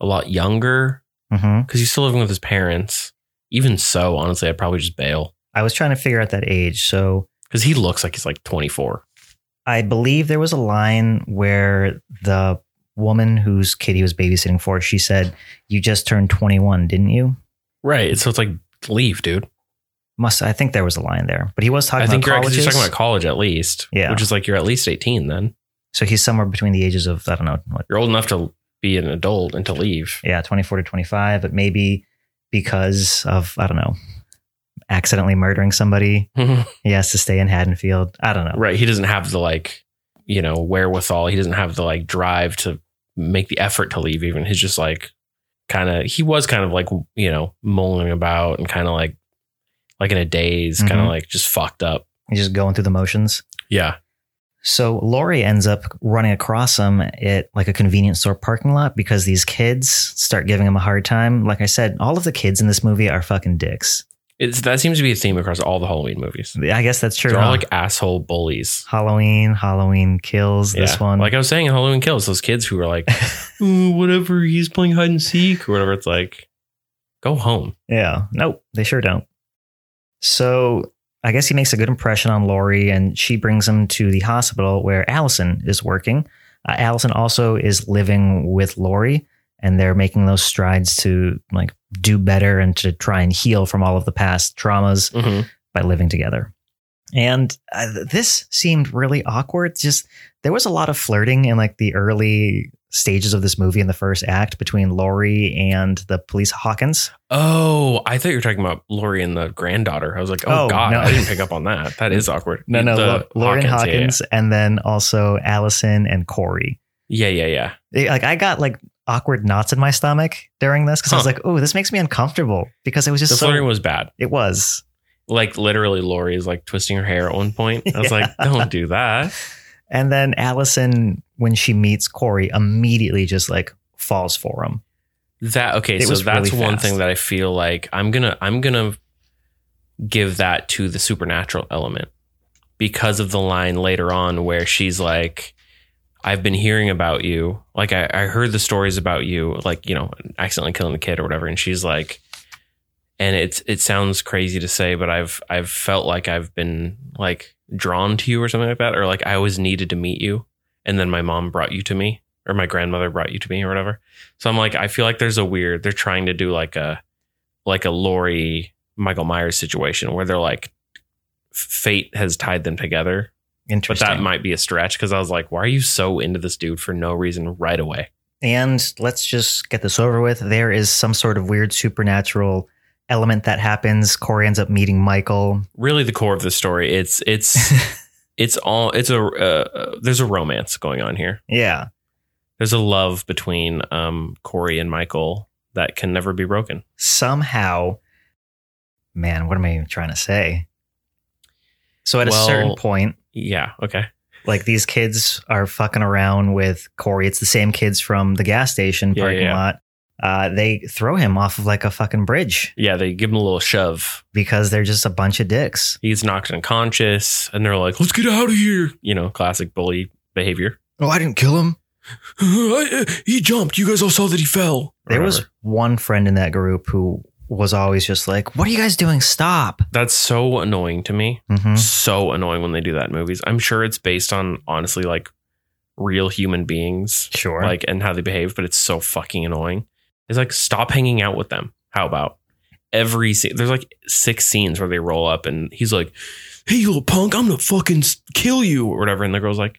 S3: a lot younger
S2: hmm
S3: because he's still living with his parents. Even so, honestly, I'd probably just bail
S2: I was trying to figure out that age. So
S3: because he looks like he's like 24.
S2: I believe there was a line where the woman whose kid he was babysitting for, she said, You just turned 21, didn't you?
S3: Right. So it's like, leave, dude.
S2: Must I think there was a line there. But he was talking
S3: I think
S2: about
S3: you're, right, 'cause
S2: colleges.
S3: you're talking about college at least.
S2: Yeah.
S3: Which is like, you're at least 18 then.
S2: so he's somewhere between the ages of, I don't know, what,
S3: You're old enough to be an adult and to leave.
S2: yeah, 24 to 25, but maybe because of, I don't know, accidentally murdering somebody, he has to stay in Haddonfield. I don't know.
S3: right. He doesn't have the like, you know, wherewithal. He doesn't have the like drive to make the effort to leave, even. He's just like kind of, he was kind of like, you know, mulling about and kind of like, like in a daze, kind of
S2: Mhm.
S3: like just fucked up.
S2: He's just going through the motions.
S3: Yeah.
S2: So Lori ends up running across him at like a convenience store parking lot because these kids start giving him a hard time. Like I said, all of the kids in this movie are fucking dicks.
S3: It's, that seems to be a theme across all the Halloween movies.
S2: I guess that's true.
S3: They're
S2: huh?
S3: all like asshole bullies.
S2: Halloween, Halloween kills this one.
S3: Like I was saying, in Halloween Kills, those kids who are like, "Ooh, whatever, he's playing hide and seek or whatever. It's like, go home.
S2: yeah. Nope. They sure don't. So I guess he makes a good impression on Lori and she brings him to the hospital where Allison is working. Uh, Allison also is living with Lori and they're making those strides to like do better and to try and heal from all of the past traumas. by living together. And uh, this seemed really awkward. Just there was a lot of flirting in like the early stages of this movie in the first act between Laurie and the police Hawkins.
S3: Oh, I thought you were talking about Lori and the granddaughter. I was like, oh,
S2: Oh,
S3: God,
S2: no.
S3: I didn't pick up on that. That is awkward.
S2: No, no,
S3: The
S2: Lo- Laurie and
S3: Hawkins, yeah,
S2: Hawkins, and then also Allison and Corey.
S3: Yeah, yeah, yeah. yeah.
S2: They- like I got like awkward knots in my stomach during this because I was
S3: Huh.
S2: like, oh, this makes me uncomfortable because it was just
S3: The
S2: so.
S3: flirting was bad.
S2: it was.
S3: Like literally, Lori is like twisting her hair at one point. I was
S2: Yeah.
S3: like, don't do that.
S2: And then Allison, when she meets Corey, immediately just like falls for him.
S3: That okay,
S2: It
S3: so
S2: was
S3: that's
S2: really
S3: one
S2: fast.
S3: thing that I feel like I'm gonna I'm gonna give that to the supernatural element because of the line later on where she's like, I've been hearing about you. Like I, I heard the stories about you, like, you know, accidentally killing the kid or whatever. And she's like, and it's it sounds crazy to say, but I've I've felt like I've been like drawn to you or something like that, or like I always needed to meet you, and then my mom brought you to me, or my grandmother brought you to me, or whatever. So I'm like, I feel like there's a weird. They're trying to do like a like a Lori Michael Myers situation where they're like, fate has tied them together, but
S2: Interesting.
S3: that might be a stretch because I was like, why are you so into this dude for no reason right away?
S2: and let's just get this over with. There is some sort of weird supernatural element that happens. Corey ends up meeting Michael.
S3: Really, the core of the story. It's it's it's all it's a uh, there's a romance going on here.
S2: yeah.
S3: there's a love between um, Corey and Michael that can never be broken.
S2: Somehow, man, what am I even trying to say? So at
S3: Well-
S2: a certain point,
S3: Yeah. Okay.
S2: like these kids are fucking around with Corey. It's the same kids from the gas station
S3: Yeah,
S2: parking
S3: yeah.
S2: lot. Uh, they throw him off of like a fucking bridge
S3: Yeah. They give him a little shove.
S2: because they're just a bunch of dicks.
S3: He's knocked unconscious, and they're like, "Let's get out of here." You know, classic bully behavior. uh,
S2: Oh, I didn't kill him.
S3: he jumped. You guys all saw that he fell.
S2: There was one friend in that group who was always just like, "What are you guys doing? Stop!"
S3: that's so annoying to me.
S2: hmm
S3: So annoying when they do that in movies. I'm sure it's based on honestly like real human beings,
S2: Sure.
S3: like and how they behave, but it's so fucking annoying. It's like stop hanging out with them. How about every scene? There's like six scenes where they roll up and he's like, "Hey, you little punk, I'm gonna fucking s- kill you" or whatever, and the girl's like,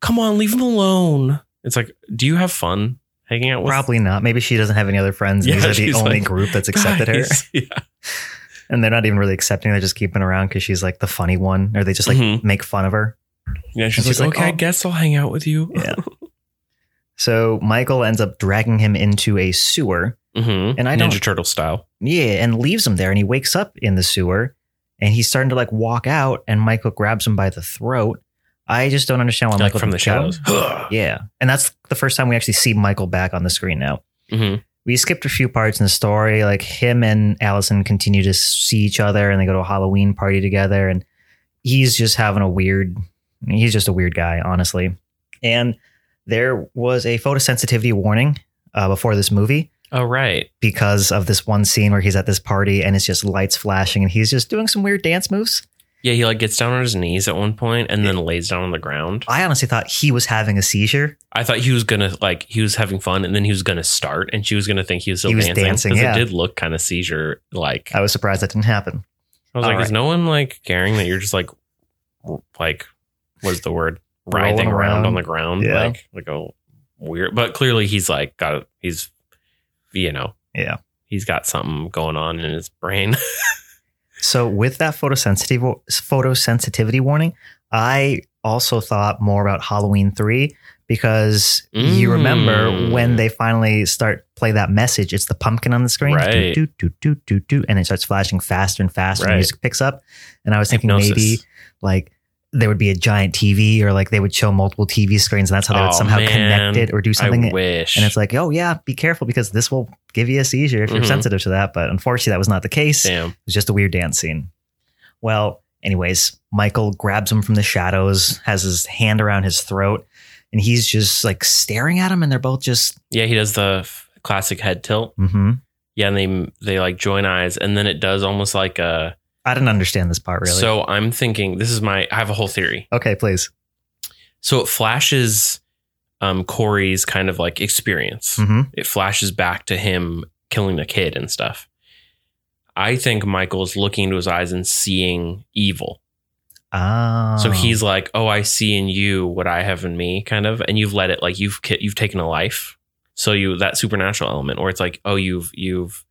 S3: "Come on, leave him alone." It's like, do you have fun hanging out with?
S2: Probably not. Maybe she doesn't have any other friends.
S3: Yeah,
S2: These are the
S3: she's
S2: only
S3: like,
S2: group that's accepted her,
S3: Guys. Yeah.
S2: and they're not even really accepting. They're just keeping around because she's like the funny one, or they just like
S3: Mhm.
S2: make fun of her.
S3: Yeah, she's,
S2: She's
S3: like,
S2: like,
S3: "Okay, I
S2: "Oh."
S3: guess I'll hang out with you."
S2: Yeah. So Michael ends up dragging him into a sewer,
S3: Mm-hmm.
S2: And I
S3: Ninja
S2: don't-
S3: Turtle style.
S2: yeah, and leaves him there. And he wakes up in the sewer, and he's starting to like walk out, and Michael grabs him by the throat. I just don't understand why
S3: like
S2: Michael
S3: from the
S2: didn't get him.
S3: shadows.
S2: Yeah, and that's the first time we actually see Michael back on the screen now.
S3: Mhm.
S2: we skipped a few parts in the story. Like him and Allison continue to see each other and they go to a Halloween party together. And he's just having a weird, he's just a weird guy, honestly. And there was a photosensitivity warning uh, before this movie
S3: Oh right.
S2: because of this one scene where he's at this party and it's just lights flashing and he's just doing some weird dance moves.
S3: Yeah, he like gets down on his knees at one point and then lays down on the ground.
S2: I honestly thought he was having a seizure.
S3: I thought he was gonna like he was having fun and then he was gonna start and she was gonna think he was still
S2: He was
S3: dancing.
S2: dancing,
S3: 'cause
S2: yeah.
S3: it did look kind of seizure like.
S2: I was surprised that didn't happen.
S3: I was like,
S2: all
S3: is no one like caring that you're just like w- like what is the word? Writhing
S2: Rolling
S3: around,
S2: around.
S3: on the ground.
S2: Yeah.
S3: Like like a weird but clearly he's like got a, he's you know.
S2: Yeah.
S3: He's got something going on in his brain.
S2: So with that photosensitive photosensitivity warning, I also thought more about Halloween 3 because you
S3: Mm.
S2: remember when they finally start play that message, it's the pumpkin on the screen.
S3: Right.
S2: Do, do, do, do, do, and it starts flashing faster and faster.
S3: Right.
S2: And music picks up. And I was thinking
S3: Hypnosis.
S2: maybe like there would be a giant TV or like they would show multiple TV screens and that's how they would
S3: Oh,
S2: somehow
S3: man.
S2: connect it or do something.
S3: I wish.
S2: And it's like, oh yeah, be careful because this will give you a seizure if you're
S3: Mhm.
S2: sensitive to that. But unfortunately, that was not the case.
S3: damn.
S2: It was just a weird dance scene. Well, anyways, Michael grabs him from the shadows, has his hand around his throat, and he's just like staring at him, and they're both just,
S3: Yeah, he does the f- classic head tilt.
S2: mm-hmm.
S3: Yeah, and they they like join eyes, and then it does almost like a.
S2: I didn't understand this part really.
S3: So I'm thinking this is my. I have a whole theory.
S2: okay, please.
S3: So it flashes, um, Corey's kind of like experience.
S2: Mm-hmm.
S3: It flashes back to him killing the kid and stuff. I think Michael's looking into his eyes and seeing evil.
S2: Oh.
S3: So he's like, "Oh, I see in you what I have in me," kind of, and you've let it like you've ki- you've taken a life. So you that supernatural element, or it's like, "Oh, you've you've,"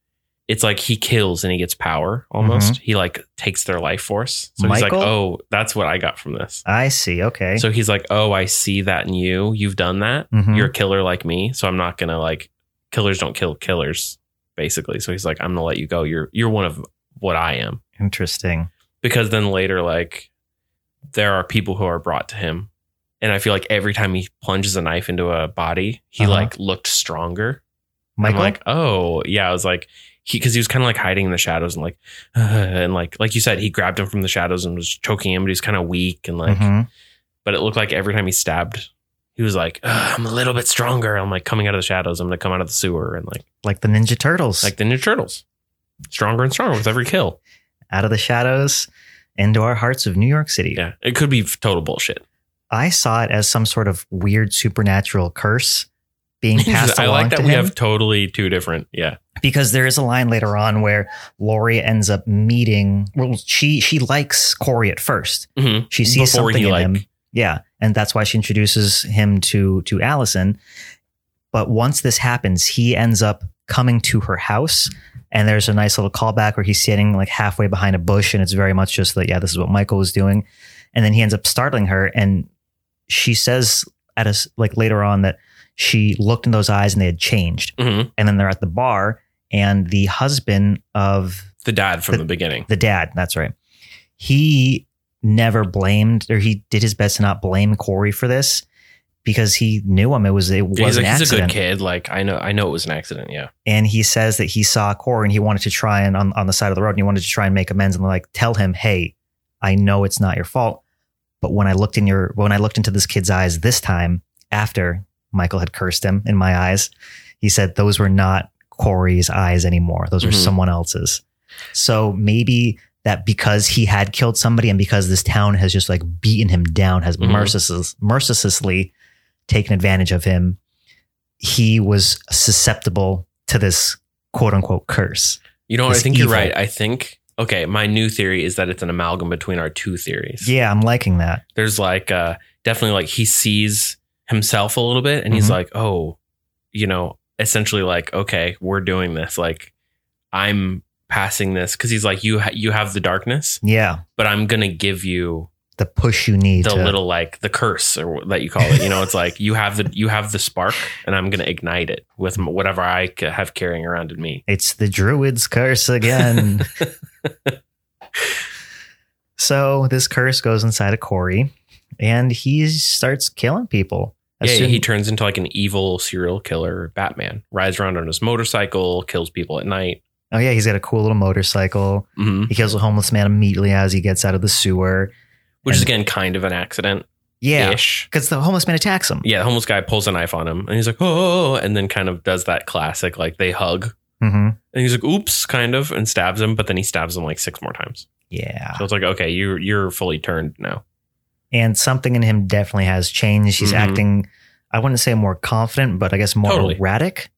S3: it's like he kills and he gets power almost. He like takes their life force. So he's
S2: Mm-hmm. Michael?
S3: like, "Oh, that's what I got from this."
S2: I see. Okay.
S3: So he's like, "Oh, I see that in you. You've done that.
S2: Mhm.
S3: You're a killer like me. So I'm not gonna like killers don't kill killers, basically." So he's like, "I'm gonna let you go. You're you're one of what I am."
S2: Interesting.
S3: because then later like there are people who are brought to him and i feel like every time he plunges a knife into a body he
S2: Uh-huh.
S3: like looked stronger
S2: Michael.
S3: i'm like oh yeah i was like he because he was kind of like hiding in the shadows and like uh, and like like you said he grabbed him from the shadows and was choking him but he was kind of weak and like
S2: Mhm.
S3: but it looked like every time he stabbed he was like "Ugh, i'm a little bit stronger i'm like coming out of the shadows i'm gonna come out of the sewer and like
S2: like the Ninja Turtles,
S3: like the ninja turtles stronger and stronger with every kill
S2: out of the shadows into our hearts of New York City.
S3: yeah it could be total bullshit
S2: I saw it as some sort of weird supernatural curse being passed
S3: I
S2: along
S3: like that
S2: to
S3: we
S2: him
S3: have totally two different. Yeah.
S2: because there is a line later on where Laurie ends up meeting. Well, she she likes Corey at first.
S3: Mhm.
S2: She sees
S3: Before he,
S2: something in
S3: like-
S2: him. Yeah, and that's why she introduces him to to Allison. But once this happens, he ends up coming to her house, and there's a nice little callback where he's standing like halfway behind a bush, and it's very much just that yeah, this is what Michael was doing, and then he ends up startling her, and she says at us like later on that she looked in those eyes and they had changed,
S3: Mhm.
S2: and then they're at the bar, and the husband of
S3: The dad from the, beginning.
S2: the dad, that's right. He never blamed or he did his best to not blame Corey for this because he knew him. It was it was
S3: He's
S2: an
S3: like, he's a good
S2: accident.
S3: kid. Like I know, I know it was an accident. Yeah.
S2: And he says that he saw Corey and he wanted to try and on, on the side of the road and he wanted to try and make amends and like tell him, hey, I know it's not your fault. But when I looked in your when I looked into this kid's eyes this time, after Michael had cursed him in my eyes, he said those were not Corey's eyes anymore. Those were
S3: Mhm.
S2: someone else's. So maybe that because he had killed somebody and because this town has just like beaten him down, has
S3: Mhm.
S2: merciless, mercilessly taken advantage of him, he was susceptible to this quote unquote curse.
S3: You know, what? I
S2: He's
S3: think
S2: evil.
S3: you're right. I think. Okay, my new theory is that it's an amalgam between our two theories.
S2: Yeah, I'm liking that.
S3: There's like uh definitely like he sees himself a little bit, and
S2: Mhm.
S3: he's like, oh, you know, essentially like, okay, we're doing this. Like, I'm passing this because he's like, you ha- you have the darkness,
S2: Yeah,
S3: but I'm gonna give you
S2: the push you need.
S3: the
S2: to,
S3: little like the curse or that you call it. You know, it's like you have the you have the spark, and I'm gonna ignite it with m- whatever I c- have carrying around in me.
S2: It's the druid's curse again. so this curse goes inside of Corey, and he starts killing people. As
S3: Yeah,
S2: soon-
S3: he turns into like an evil serial killer Batman. Rides around on his motorcycle, kills people at night.
S2: oh yeah, he's got a cool little motorcycle.
S3: Mhm.
S2: He kills a homeless man immediately as he gets out of the sewer.
S3: Which is
S2: And-
S3: again kind of an accident
S2: Yeah,
S3: ish.
S2: because the homeless man attacks him.
S3: Yeah, the homeless guy pulls a knife on him, and he's like, "Oh!" and then kind of does that classic like they hug,
S2: hmm
S3: and he's like, "Oops," kind of, and stabs him, but then he stabs him like six more times.
S2: Yeah.
S3: So it's like, okay, you're you're fully turned now.
S2: and something in him definitely has changed. He's
S3: Mhm.
S2: acting, I wouldn't say more confident, but I guess more
S3: Totally.
S2: erratic.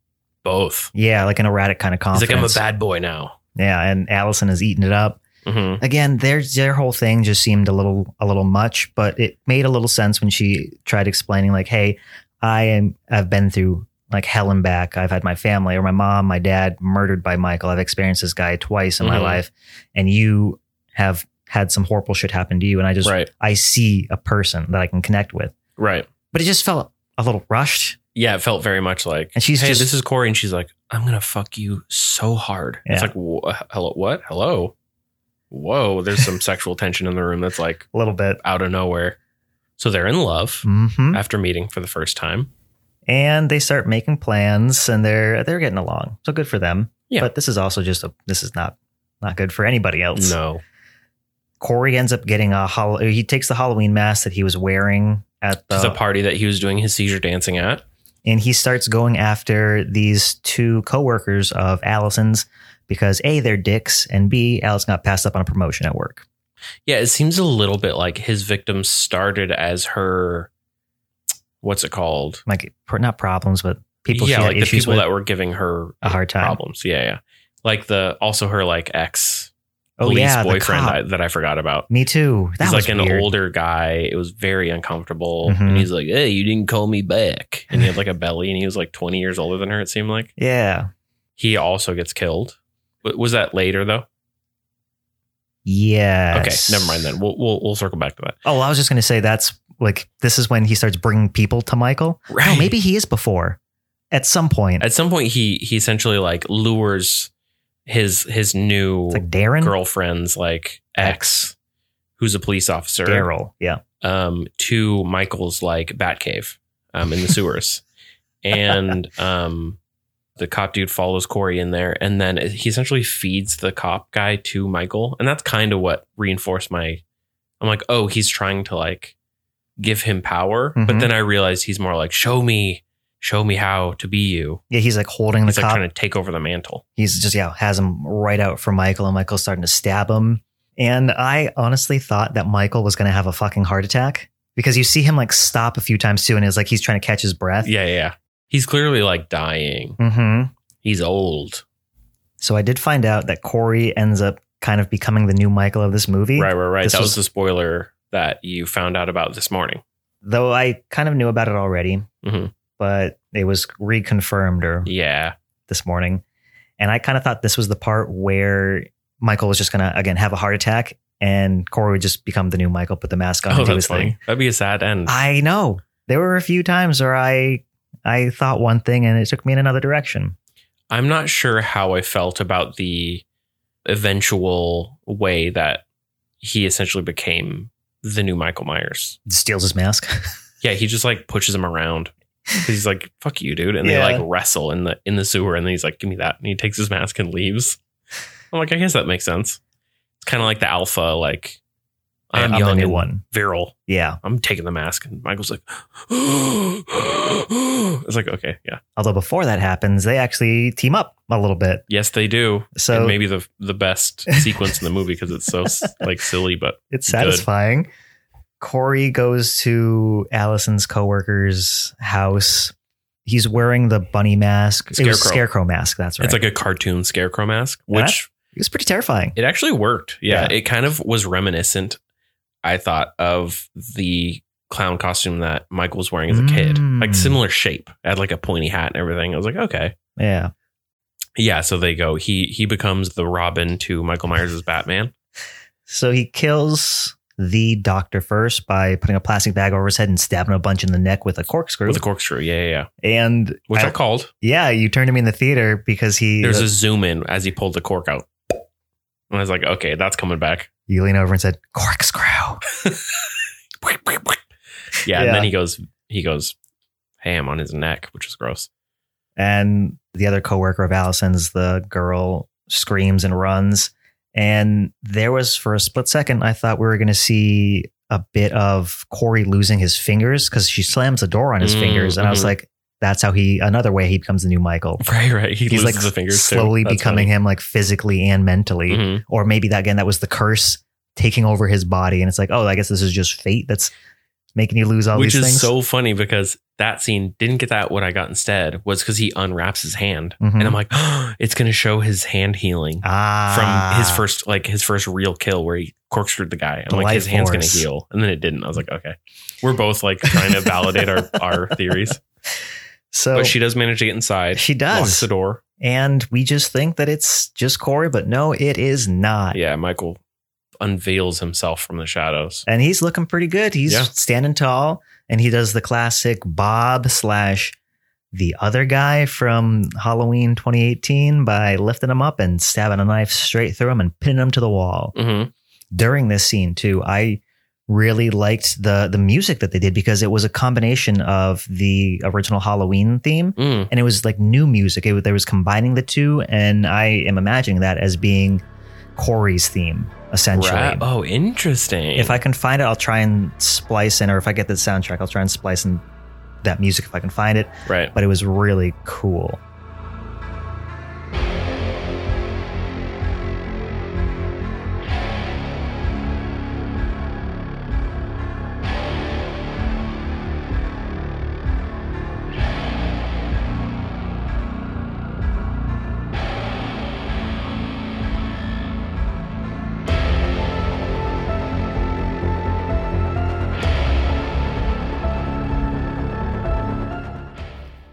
S3: Both.
S2: Yeah, like an erratic kind of confidence.
S3: He's like, "I'm a bad boy now."
S2: Yeah, and Allison is eating it up.
S3: hmm
S2: Again, their their whole thing just seemed a little a little much, but it made a little sense when she tried explaining, like, "Hey, I am I've been through like hell and back. I've had my family or my mom, my dad murdered by Michael. I've experienced this guy twice in my
S3: Mhm.
S2: life, and you have had some horrible shit happen to you. And I just
S3: right
S2: I see a person that I can connect with."
S3: right
S2: but it just felt a little rushed.
S3: yeah it felt very much like
S2: And she's
S3: hey
S2: just-
S3: this is corey and she's like i'm gonna fuck you so hard
S2: Yeah.
S3: it's like wh- hello what hello whoa there's some sexual tension in the room that's like
S2: A little bit.
S3: out of nowhere so they're in love
S2: hmm
S3: after meeting for the first time
S2: And they start making plans, and they're they're getting along. So good for them.
S3: Yeah.
S2: But this is also just a this is not not good for anybody else.
S3: no
S2: Corey ends up getting a hol- he takes the Halloween mask that he was wearing at
S3: to
S2: the,
S3: the party that he was doing his seizure dancing at
S2: and he starts going after these two coworkers of Allison's because a they're dicks and b Allison got passed up on a promotion at work.
S3: yeah it seems a little bit like his victim started as her what's it called
S2: Like pr- not problems, but people she
S3: yeah
S2: had
S3: like the
S2: issues
S3: people
S2: with.
S3: that were giving her
S2: A hard time.
S3: problems yeah yeah like the also her like ex
S2: Oh,
S3: police
S2: yeah, the
S3: boyfriend
S2: cop.
S3: I, that I forgot about.
S2: Me too. That
S3: he's
S2: was
S3: like an
S2: weird.
S3: older guy. It was very uncomfortable.
S2: Mhm.
S3: And he's like, Hey, you didn't call me back. And he had like a belly and he was like 20 years older than her, it seemed like.
S2: Yeah.
S3: He also gets killed. W- Was that later though?
S2: Yeah.
S3: Okay, never mind then. We'll, we'll we'll circle back to that.
S2: Oh, I was just going to say that's like this is when he starts bringing people to Michael. No, maybe he is before at some point.
S3: at some point he he essentially like lures his his new
S2: It's like Darren,
S3: girlfriend's like ex, who's a police officer,
S2: Daryl. Yeah.
S3: um, to Michael's like Batcave um, in the sewers, and um, the cop dude follows Corey in there, and then he essentially feeds the cop guy to Michael, and that's kind of what reinforced my. I'm like, oh, he's trying to like give him power, but
S2: Mhm.
S3: then I realized he's more like, show me, show me how to be you.
S2: Yeah. He's like holding
S3: He's
S2: the
S3: like
S2: cop.
S3: trying to take over the mantle.
S2: he's just, yeah, has him right out for Michael, and Michael's starting to stab him. And I honestly thought that Michael was going to have a fucking heart attack because you see him like stop a few times too, and it's like he's trying to catch his breath.
S3: Yeah, yeah, yeah. He's clearly like dying.
S2: hmm
S3: He's old.
S2: So I did find out that Corey ends up kind of becoming the new Michael of this movie.
S3: Right, right, right.
S2: This
S3: that was,
S2: was-
S3: the spoiler that you found out about this morning.
S2: Though I kind of knew about it already,
S3: Mhm.
S2: but it was reconfirmed or
S3: Yeah.
S2: this morning. And I kind of thought this was the part where Michael was just going to, again, have a heart attack and Corey would just become the new Michael, put the mask on
S3: Oh,
S2: and do his
S3: that's
S2: thing.
S3: funny. That'd be a sad end.
S2: I know. There were a few times where I I thought one thing and it took me in another direction.
S3: I'm not sure how I felt about the eventual way that he essentially became the new Michael Myers.
S2: Steals his mask.
S3: Yeah, he just like pushes him around. 'Cause He's like, "Fuck you, dude," and
S2: Yeah.
S3: they like wrestle in the in the sewer, and then he's like, "Give me that," and he takes his mask and leaves. I'm like, I guess that makes sense. It's kind of like the alpha, like I'm,
S2: the
S3: young
S2: new
S3: and
S2: one.
S3: virile.
S2: Yeah.
S3: I'm taking the mask, and Michael's like, it's like okay, yeah,
S2: Although before that happens, they actually team up a little bit.
S3: yes, they do.
S2: So-
S3: and maybe the the best sequence in the movie because it's so like silly, but
S2: It's
S3: Good.
S2: satisfying. Corey goes to Allison's coworker's house. He's wearing the bunny mask. It was
S3: Scarecrow.
S2: scarecrow mask. That's right.
S3: it's like a cartoon scarecrow mask,
S2: Yeah.
S3: which
S2: it was pretty terrifying.
S3: It actually worked. Yeah,
S2: Yeah.
S3: It kind of was reminiscent, I thought, of the clown costume that Michael was wearing as a kid.
S2: Mm.
S3: Like similar shape. It had like a pointy hat and everything. I was like, okay.
S2: yeah.
S3: Yeah, so they go. He he becomes the Robin to Michael Myers' Batman.
S2: So he kills the doctor first by putting a plastic bag over his head and stabbing a bunch in the neck with a corkscrew.
S3: With a corkscrew. Yeah, yeah, yeah.
S2: and
S3: Which I,
S2: I-
S3: called.
S2: yeah, you turned to me in the theater because he
S3: There's a zoom in as he pulled the cork out. And I was like, okay, that's coming back.
S2: you lean over and said corkscrew.
S3: Yeah, and
S2: Yeah.
S3: then he goes he goes ham on his neck, which is gross.
S2: and the other coworker of Allison's, the girl screams and runs. And there was for a split second, I thought we were going to see a bit of Corey losing his fingers because she slams the door on his
S3: Mm,
S2: fingers, and I was
S3: mhm.
S2: like, "That's how he another way he becomes the new Michael."
S3: Right, right. He
S2: He's
S3: loses
S2: like
S3: the fingers too.
S2: slowly
S3: That's
S2: becoming
S3: funny.
S2: him, like physically and mentally,
S3: Mhm.
S2: or maybe that again that was the curse taking over his body, and it's like, oh, I guess this is just fate that's making you lose all
S3: which
S2: these
S3: is
S2: things.
S3: so funny because that scene didn't get that what i got instead was because he unwraps his hand
S2: Mhm.
S3: and i'm like it's going to show his hand healing
S2: ah,
S3: from his first like his first real kill where he corkscrewed the guy i'm
S2: The
S3: like his
S2: life
S3: hand's going to
S2: force.
S3: heal and then it didn't i was like okay we're both like trying to validate our our theories
S2: So
S3: but she does manage to get inside
S2: She does.
S3: locks the door
S2: and we just think that it's just Corey, but no, it is not.
S3: yeah michael unveils himself from the shadows
S2: And he's looking pretty good. He's
S3: Yeah.
S2: standing tall, and he does the classic Bob slash the other guy from Halloween 2018 by lifting him up and stabbing a knife straight through him and pinning him to the wall.
S3: mm-hmm.
S2: During this scene too, I really liked the the music that they did because it was a combination of the original Halloween theme
S3: mm.
S2: and it was like new music. It was, there was combining the two, and I am imagining that as being Corey's theme essentially.
S3: Right. oh interesting
S2: If I can find it, I'll try and splice in, or if I get the soundtrack, I'll try and splice in that music if I can find it.
S3: right
S2: But it was really cool.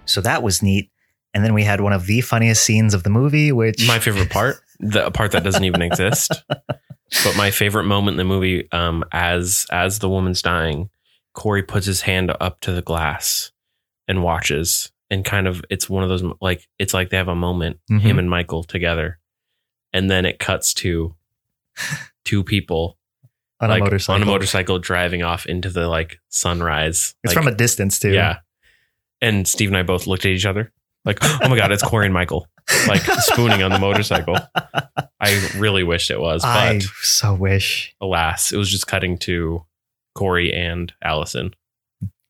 S2: So that was neat. And then we had one of the funniest scenes of the movie, which
S3: my favorite part, the part that doesn't even exist, but my favorite moment in the movie, um, as as the woman's dying, Corey puts his hand up to the glass and watches, and kind of it's one of those like it's like they have a moment,
S2: Mhm.
S3: him and Michael together, and then it cuts to two people
S2: on
S3: like,
S2: a motorcycle.
S3: on a motorcycle driving off into the like sunrise.
S2: It's
S3: Like,
S2: from a distance too.
S3: yeah. And Steve and I both looked at each other like, oh my God, it's Corey and Michael, like spooning on the motorcycle. I really wished it was, but
S2: I so wish,
S3: alas, it was just cutting to Corey and Allison.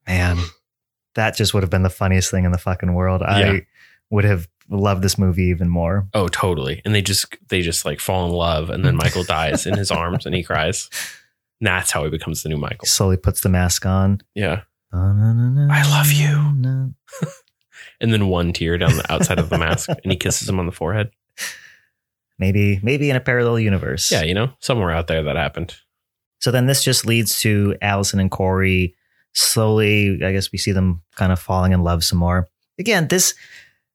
S2: man, that just would have been the funniest thing in the fucking world.
S3: Yeah.
S2: I would have loved this movie even more.
S3: Oh, totally. And they just, they just like fall in love. And then Michael dies in his arms and he cries. And that's how he becomes the new Michael.
S2: Slowly puts the mask on.
S3: Yeah.
S2: I
S3: love you. And then one tear down the outside of the mask and he kisses him on the forehead.
S2: Maybe, maybe in a parallel universe.
S3: Yeah. You know, somewhere out there that happened.
S2: So then this just leads to Allison and Corey slowly, I guess we see them kind of falling in love some more. Again, this,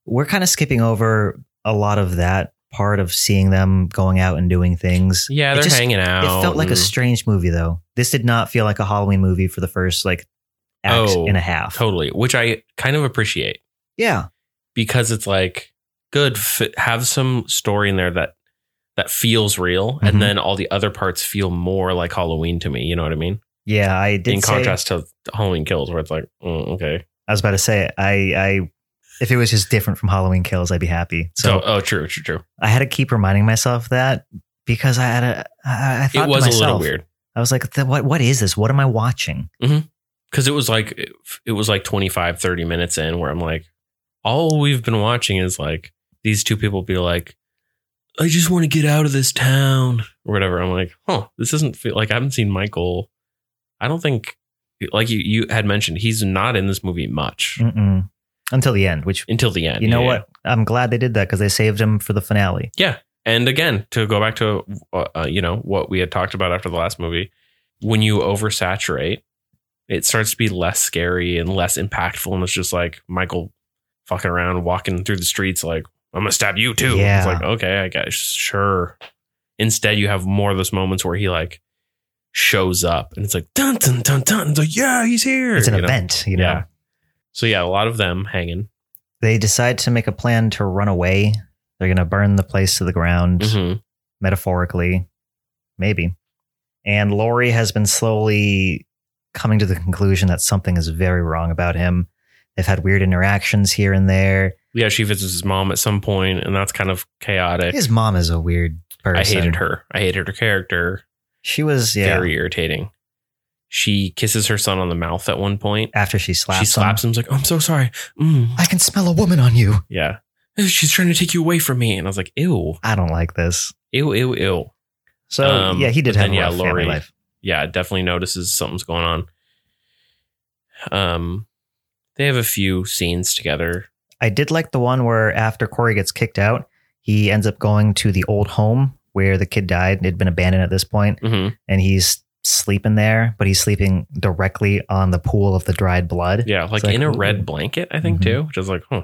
S2: we're kind of skipping over a lot of that part of seeing them going out and doing things.
S3: Yeah. They're
S2: just-
S3: hanging out.
S2: It felt like a
S3: and-
S2: strange movie though. This did not feel like a Halloween movie for the first like act
S3: Oh,
S2: and a half.
S3: totally, which I kind of appreciate.
S2: Yeah.
S3: because it's like good f- have some story in there that that feels real
S2: Mhm.
S3: and then all the other parts feel more like halloween to me you know what i mean
S2: Yeah. I did
S3: in
S2: say-
S3: contrast to halloween kills where it's like mm, okay
S2: I was about to say, I, I, if it was just different from Halloween Kills, I'd be happy.
S3: so
S2: So
S3: oh true true true
S2: I had to keep reminding myself that because I had a, I, I thought
S3: it
S2: to
S3: was a little
S2: myself,
S3: weird
S2: I was like, "Th- what, what is this? What am I watching?
S3: because it was like it, it was like 25 30 minutes in where i'm like all we've been watching is like these two people be like i just want to get out of this town or whatever i'm like huh this doesn't feel like i haven't seen michael i don't think like you, you had mentioned he's not in this movie much
S2: Mm-mm. Until the end, which,
S3: until the end
S2: Mm. you know
S3: Yeah,
S2: what? I'm glad they did that because they saved him for the finale.
S3: yeah. and again to go back to uh, uh, you know what we had talked about after the last movie when you oversaturate it starts to be less scary and less impactful and it's just like michael fucking around walking through the streets like i'm gonna stab you too
S2: Yeah.
S3: it's like okay i guess sure instead you have more of those moments where he like shows up and it's like dun dun dun dun it's like yeah he's here
S2: It's an
S3: you know?
S2: event, you know?
S3: Yeah. so yeah a lot of them hanging
S2: They decide to make a plan to run away. They're going to burn the place to the ground,
S3: Mhm.
S2: metaphorically, maybe. And Lori has been slowly coming to the conclusion that something is very wrong about him. They've had weird interactions here and there.
S3: yeah she visits his mom at some point and that's kind of chaotic
S2: His mom is a weird person.
S3: I hated her. I hated her character.
S2: She was, yeah.
S3: Very irritating. She kisses her son on the mouth at one point.
S2: after she slaps,
S3: she slaps
S2: him.
S3: him. She's like, "Oh, I'm so sorry. Mm.
S2: I can smell a woman on you.
S3: Yeah. She's trying to take you away from me. And I was like, ew,
S2: I don't like this.
S3: ew, ew, ew.
S2: So
S3: Um,
S2: yeah, he did
S3: but
S2: have
S3: then,
S2: a
S3: yeah,
S2: rough family
S3: Lori-
S2: life.
S3: Yeah, definitely notices something's going on. Um, they have a few scenes together.
S2: I did like the one where after Corey gets kicked out, he ends up going to the old home where the kid died. It had been abandoned at this point,
S3: hmm
S2: and he's sleeping there, but he's sleeping directly on the pool of the dried blood.
S3: Yeah, like,
S2: like,
S3: in a
S2: ooh.
S3: red blanket, I think,
S2: Mhm.
S3: too, which is like, huh.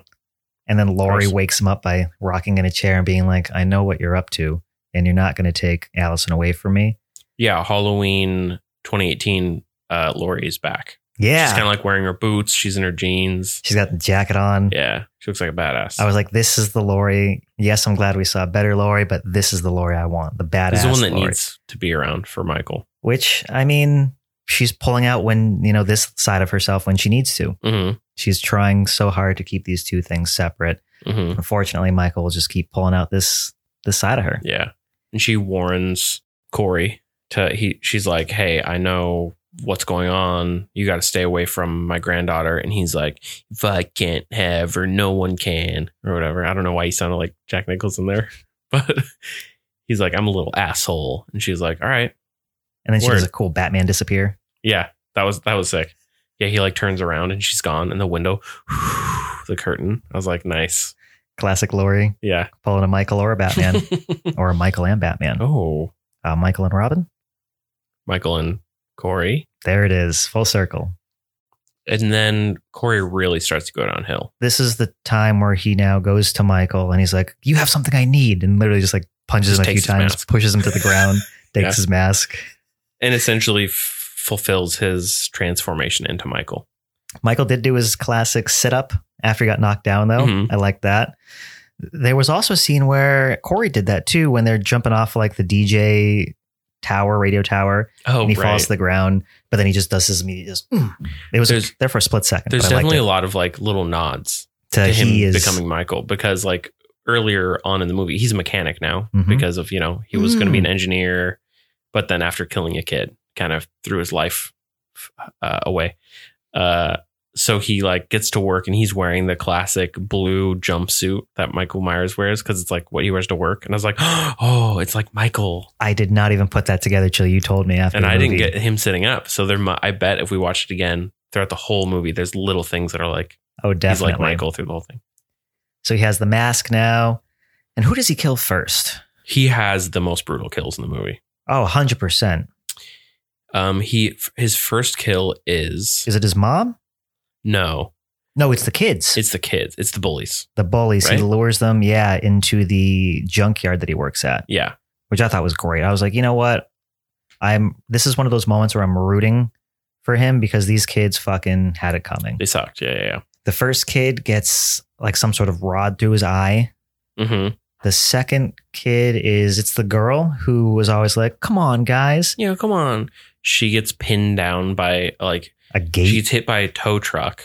S2: And then Lori
S3: Gross.
S2: wakes him up by rocking in a chair and being like, "I know what you're up to, and you're not going to take Allison away from me."
S3: Yeah, Halloween 2018, uh, Lori is back.
S2: Yeah,
S3: She's kind of like wearing her boots. She's in her jeans.
S2: she's got the jacket on.
S3: Yeah, she looks like a badass.
S2: I was like, this is the Lori. Yes, I'm glad we saw a better Lori, but this is the Lori I want. The badass.
S3: This is the one that
S2: Lori.
S3: needs to be around for Michael.
S2: Which, I mean, she's pulling out when, you know, this side of herself when she needs to.
S3: Mm-hmm.
S2: She's trying so hard to keep these two things separate.
S3: Mm-hmm.
S2: Unfortunately, Michael will just keep pulling out this this side of her.
S3: Yeah, and she warns Corey to he. She's like, "Hey, I know what's going on. You got to stay away from my granddaughter." And he's like, "If I can't have her, no one can," or whatever. I don't know why he sounded like Jack Nicholson there, but he's like, "I'm a little asshole," and she's like, "All right,
S2: And then she
S3: Word.
S2: does a cool Batman disappear.
S3: yeah, that was that was sick." Yeah, he like turns around and she's gone, and the window, the curtain. I was like, "Nice."
S2: Classic Lori,
S3: Yeah.
S2: pulling a Michael or a Batman, or a Michael and Batman.
S3: oh.
S2: Uh, Michael and Robin.
S3: Michael and Corey.
S2: There it is, full circle.
S3: and then Corey really starts to go downhill.
S2: This is the time where he now goes to Michael and he's like, "You have something I need," and literally just like punches
S3: Just
S2: him a few
S3: takes his
S2: times,
S3: mask.
S2: pushes him to the ground, takes
S3: Yeah.
S2: his mask.
S3: and essentially f- fulfills his transformation into Michael.
S2: Michael did do his classic sit up after he got knocked down, though.
S3: Mhm.
S2: I like that. There was also a scene where Corey did that too when they're jumping off like the DJ tower, radio tower,
S3: Oh,
S2: and he falls to the ground, but then he just does his immediate. Just, "Mm." It was
S3: There's-
S2: there for a split second.
S3: There's
S2: but I liked
S3: definitely a
S2: it.
S3: lot of like little nods
S2: to
S3: to
S2: he
S3: him
S2: is
S3: becoming Michael because like earlier on in the movie, he's a mechanic now
S2: Mhm.
S3: because of, you know, he was going to be
S2: Mm.
S3: an engineer, but then after killing a kid, kind of threw his life uh, away. Uh, so he like gets to work and he's wearing the classic blue jumpsuit that Michael Myers wears because it's like what he wears to work. And I was like, oh, it's like Michael.
S2: I did not even put that together till you told me after.
S3: and
S2: the
S3: I didn't
S2: movie.
S3: get him sitting up. So there, mi- I bet if we watched it again throughout the whole movie, there's little things that are like
S2: Oh, definitely.
S3: he's like Michael through the whole thing.
S2: So he has the mask now. And who does he kill first?
S3: He has the most brutal kills in the movie.
S2: Oh, 100%.
S3: Um, he f- his first kill is
S2: Is it his mom?
S3: no,
S2: No, it's the kids.
S3: it's the kids, it's the bullies.
S2: the bullies.
S3: Right?
S2: He lures them, yeah, into the junkyard that he works at,
S3: Yeah,
S2: which I thought was great. I was like, you know what? I'm this is one of those moments where I'm rooting for him because these kids fucking had it coming.
S3: they sucked. Yeah, yeah,
S2: The first kid gets like some sort of rod through his eye.
S3: yeah. Mm-hmm.
S2: The second kid is it's the girl who was always like, "Come on, guys."
S3: You know, come on. She gets pinned down by like
S2: A
S3: she
S2: gate.
S3: gets hit by a tow truck,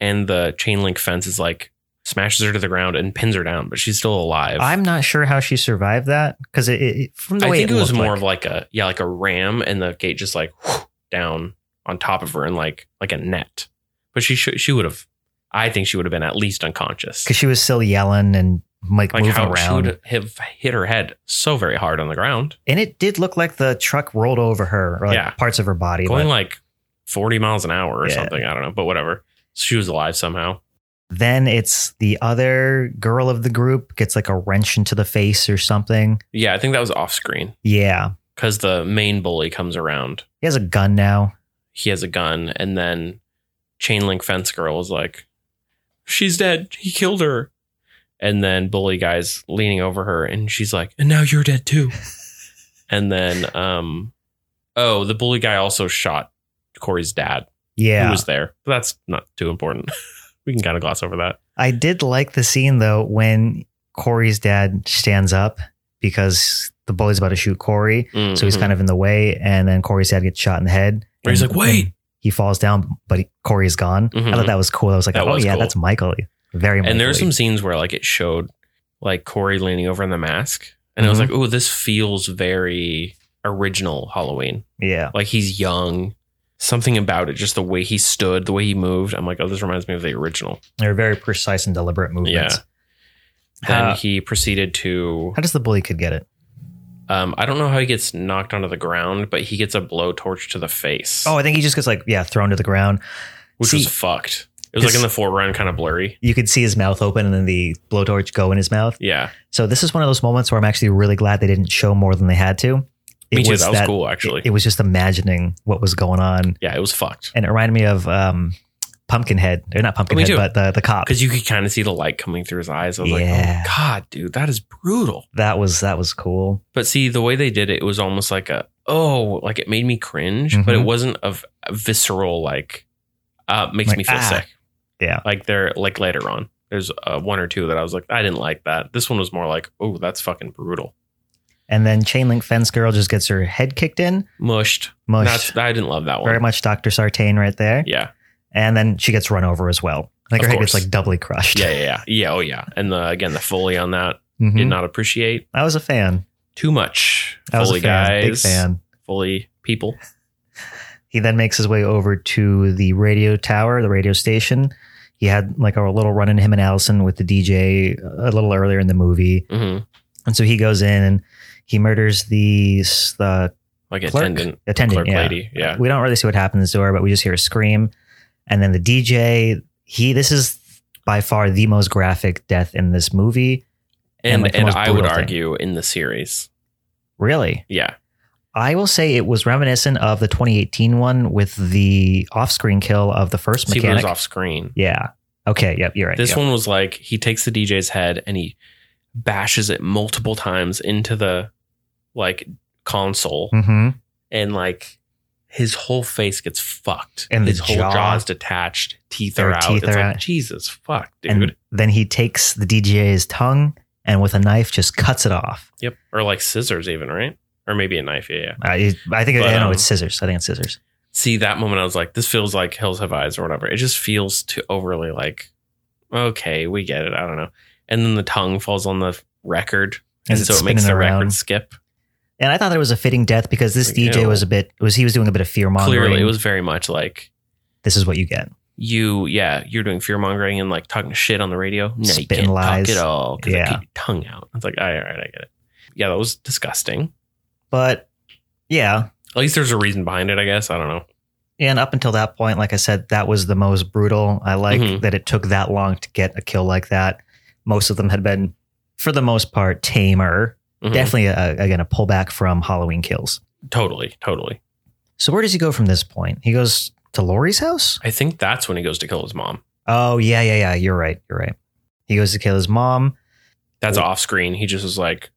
S3: and the chain link fence is like smashes her to the ground and pins her down, but she's still alive.
S2: I'm not sure how she survived that because it, it from the
S3: I
S2: way
S3: think it, was
S2: looked like-
S3: more of like a yeah, like a ram, and the gate just like whoosh, down on top of her and like like a net. But she should she would have. I think she would have been at least unconscious.
S2: because she was still yelling and like,
S3: Like
S2: moving
S3: how she
S2: around,
S3: would have hit her head so very hard on the ground,
S2: and it did look like the truck rolled over her, or like
S3: Yeah.
S2: parts of her body.
S3: going
S2: but
S3: like forty miles an hour or
S2: Yeah.
S3: something. I don't know, but whatever. She was alive somehow.
S2: then it's the other girl of the group gets like a wrench into the face or something.
S3: Yeah, I think that was off screen
S2: Yeah,
S3: because the main bully comes around.
S2: he has a gun now.
S3: He has a gun, and then chain link fence girl is like, "She's dead. He killed her." and then bully guys leaning over her and she's like and now you're dead too and then um oh the bully guy also shot corey's dad who
S2: Yeah,
S3: was there but that's not too important we can kind of gloss over that
S2: I did like the scene though when Corey's dad stands up because the bully's about to shoot Corey, so he's kind of in the way, and then Corey's dad gets shot in the head.
S3: Mm-hmm. Where he's
S2: and-
S3: like, "Wait!"
S2: and He falls down, but he, Corey's gone. I
S3: Mhm.
S2: thought that was cool. I was like,
S3: That
S2: "Oh
S3: was
S2: yeah,
S3: cool.
S2: that's Michael." Very.
S3: and there's
S2: Michael-y.
S3: some scenes where like it showed like corey leaning over in the mask and it was
S2: Mhm.
S3: like oh this feels very original halloween
S2: Yeah,
S3: like he's young something about it just the way he stood the way he moved i'm like oh this reminds me of the original
S2: they're very precise and deliberate movements.
S3: Yeah. then
S2: How-
S3: he proceeded to
S2: How does the bully kid get it?
S3: Um, I don't know how he gets knocked onto the ground, but he gets a blowtorch to the face,
S2: Oh, I think he just gets like yeah thrown to the ground.
S3: which
S2: see-
S3: was fucked. It was like
S2: His-
S3: in the foreground, kind of blurry.
S2: You could see his mouth open and then the blowtorch go in his mouth.
S3: Yeah,
S2: So this is one of those moments where I'm actually really glad they didn't show more than they had to.
S3: me too. That was cool, actually.
S2: It, it was just imagining what was going on,
S3: yeah, it was fucked
S2: and it reminded me of um, Pumpkinhead. Or not Pumpkinhead,
S3: Oh, too.
S2: but the the cop.
S3: because you could kind of see the light coming through his eyes. I was
S2: Yeah.
S3: like, oh, God, dude, that is brutal.
S2: That was that was cool.
S3: But see, the way they did it, it was almost like a oh, like it made me cringe, but it
S2: Mhm.
S3: wasn't a, v- a visceral like uh makes
S2: Like,
S3: me feel
S2: ah.
S3: sick.
S2: Yeah.
S3: like they're like later on. There's uh, one or two that I was like, I didn't like that. This one was more like, oh, that's fucking brutal.
S2: And then chain link fence girl just gets her head kicked in,
S3: Mushed.
S2: mushed.
S3: That's- I didn't love that one.
S2: Very much Doctor Sartain right there.
S3: Yeah.
S2: And then she gets run over as well. Like
S3: Of
S2: her head
S3: course.
S2: gets like doubly crushed.
S3: Yeah. Yeah. Yeah. yeah oh, yeah. And the, again, the Foley on that
S2: Mhm.
S3: did not appreciate
S2: I was a fan.
S3: too much.
S2: I was
S3: Foley
S2: a fan, big
S3: guys,
S2: fan.
S3: Foley people.
S2: He then makes his way over to the radio tower, the radio station. He had like a little run in him and Allison with the DJ a little earlier in the movie,
S3: hmm
S2: and so he goes in and he murders the s- the
S3: Like
S2: clerk
S3: attendant,
S2: attendant,
S3: clerk
S2: yeah.
S3: lady. Yeah.
S2: We don't really see what happens to her, but we just hear a scream, and then the DJ. He this is by far the most graphic death in this movie.
S3: And,
S2: like, the
S3: and
S2: most
S3: I would
S2: brutal thing.
S3: argue in the series.
S2: Really,
S3: Yeah.
S2: I will say it was reminiscent of the 2018 one with the off-screen kill of the first
S3: See, but it was
S2: mechanic.
S3: off screen.
S2: Yeah. Okay. Yep. You're right.
S3: This
S2: yep.
S3: one was like he takes the DJ's head and he bashes it multiple times into the like console
S2: hmm
S3: and like his whole face gets fucked
S2: And the
S3: his whole
S2: jaw-
S3: is detached, teeth
S2: Their
S3: are out.
S2: teeth
S3: it's
S2: are
S3: like
S2: out.
S3: Jesus fuck, dude.
S2: And then he takes the DJ's tongue and with a knife just cuts it off.
S3: yep, or like scissors even, right? Or maybe a knife. Yeah, yeah.
S2: I, I think
S3: But,
S2: I know
S3: um,
S2: it's scissors. I think it's scissors.
S3: See that moment, I was like, this feels like Hills Have Eyes or whatever. It just feels too overly like, okay, we get it. I don't know. And then the tongue falls on the record, and
S2: As it's
S3: so it makes the
S2: spinning around.
S3: record skip.
S2: And I thought that was a fitting death because this
S3: Like,
S2: DJ
S3: ew.
S2: was a bit was he was doing a bit of fear mongering.
S3: Clearly, it was very much like
S2: this is what you get.
S3: you, yeah, you're doing fear mongering and like talking shit on the radio. No, you
S2: Spitting
S3: can't
S2: lies.
S3: talk at all because
S2: Yeah.
S3: I keep your tongue out. It's like, all right, all right, I get it. Yeah, that was disgusting.
S2: But yeah,
S3: At least there's a reason behind it, I guess. I don't know.
S2: and up until that point, like I said, that was the most brutal. I like
S3: Mhm.
S2: that it took that long to get a kill like that. Most of them had been, for the most part, tamer.
S3: Mhm.
S2: Definitely, a, again, a pullback from Halloween kills.
S3: Totally, totally.
S2: So where does he go from this point? He goes to Lori's house.
S3: I think that's when he goes to kill his mom.
S2: Oh yeah, yeah, yeah. You're right. You're right. He goes to kill his mom.
S3: That's off screen. He just was like,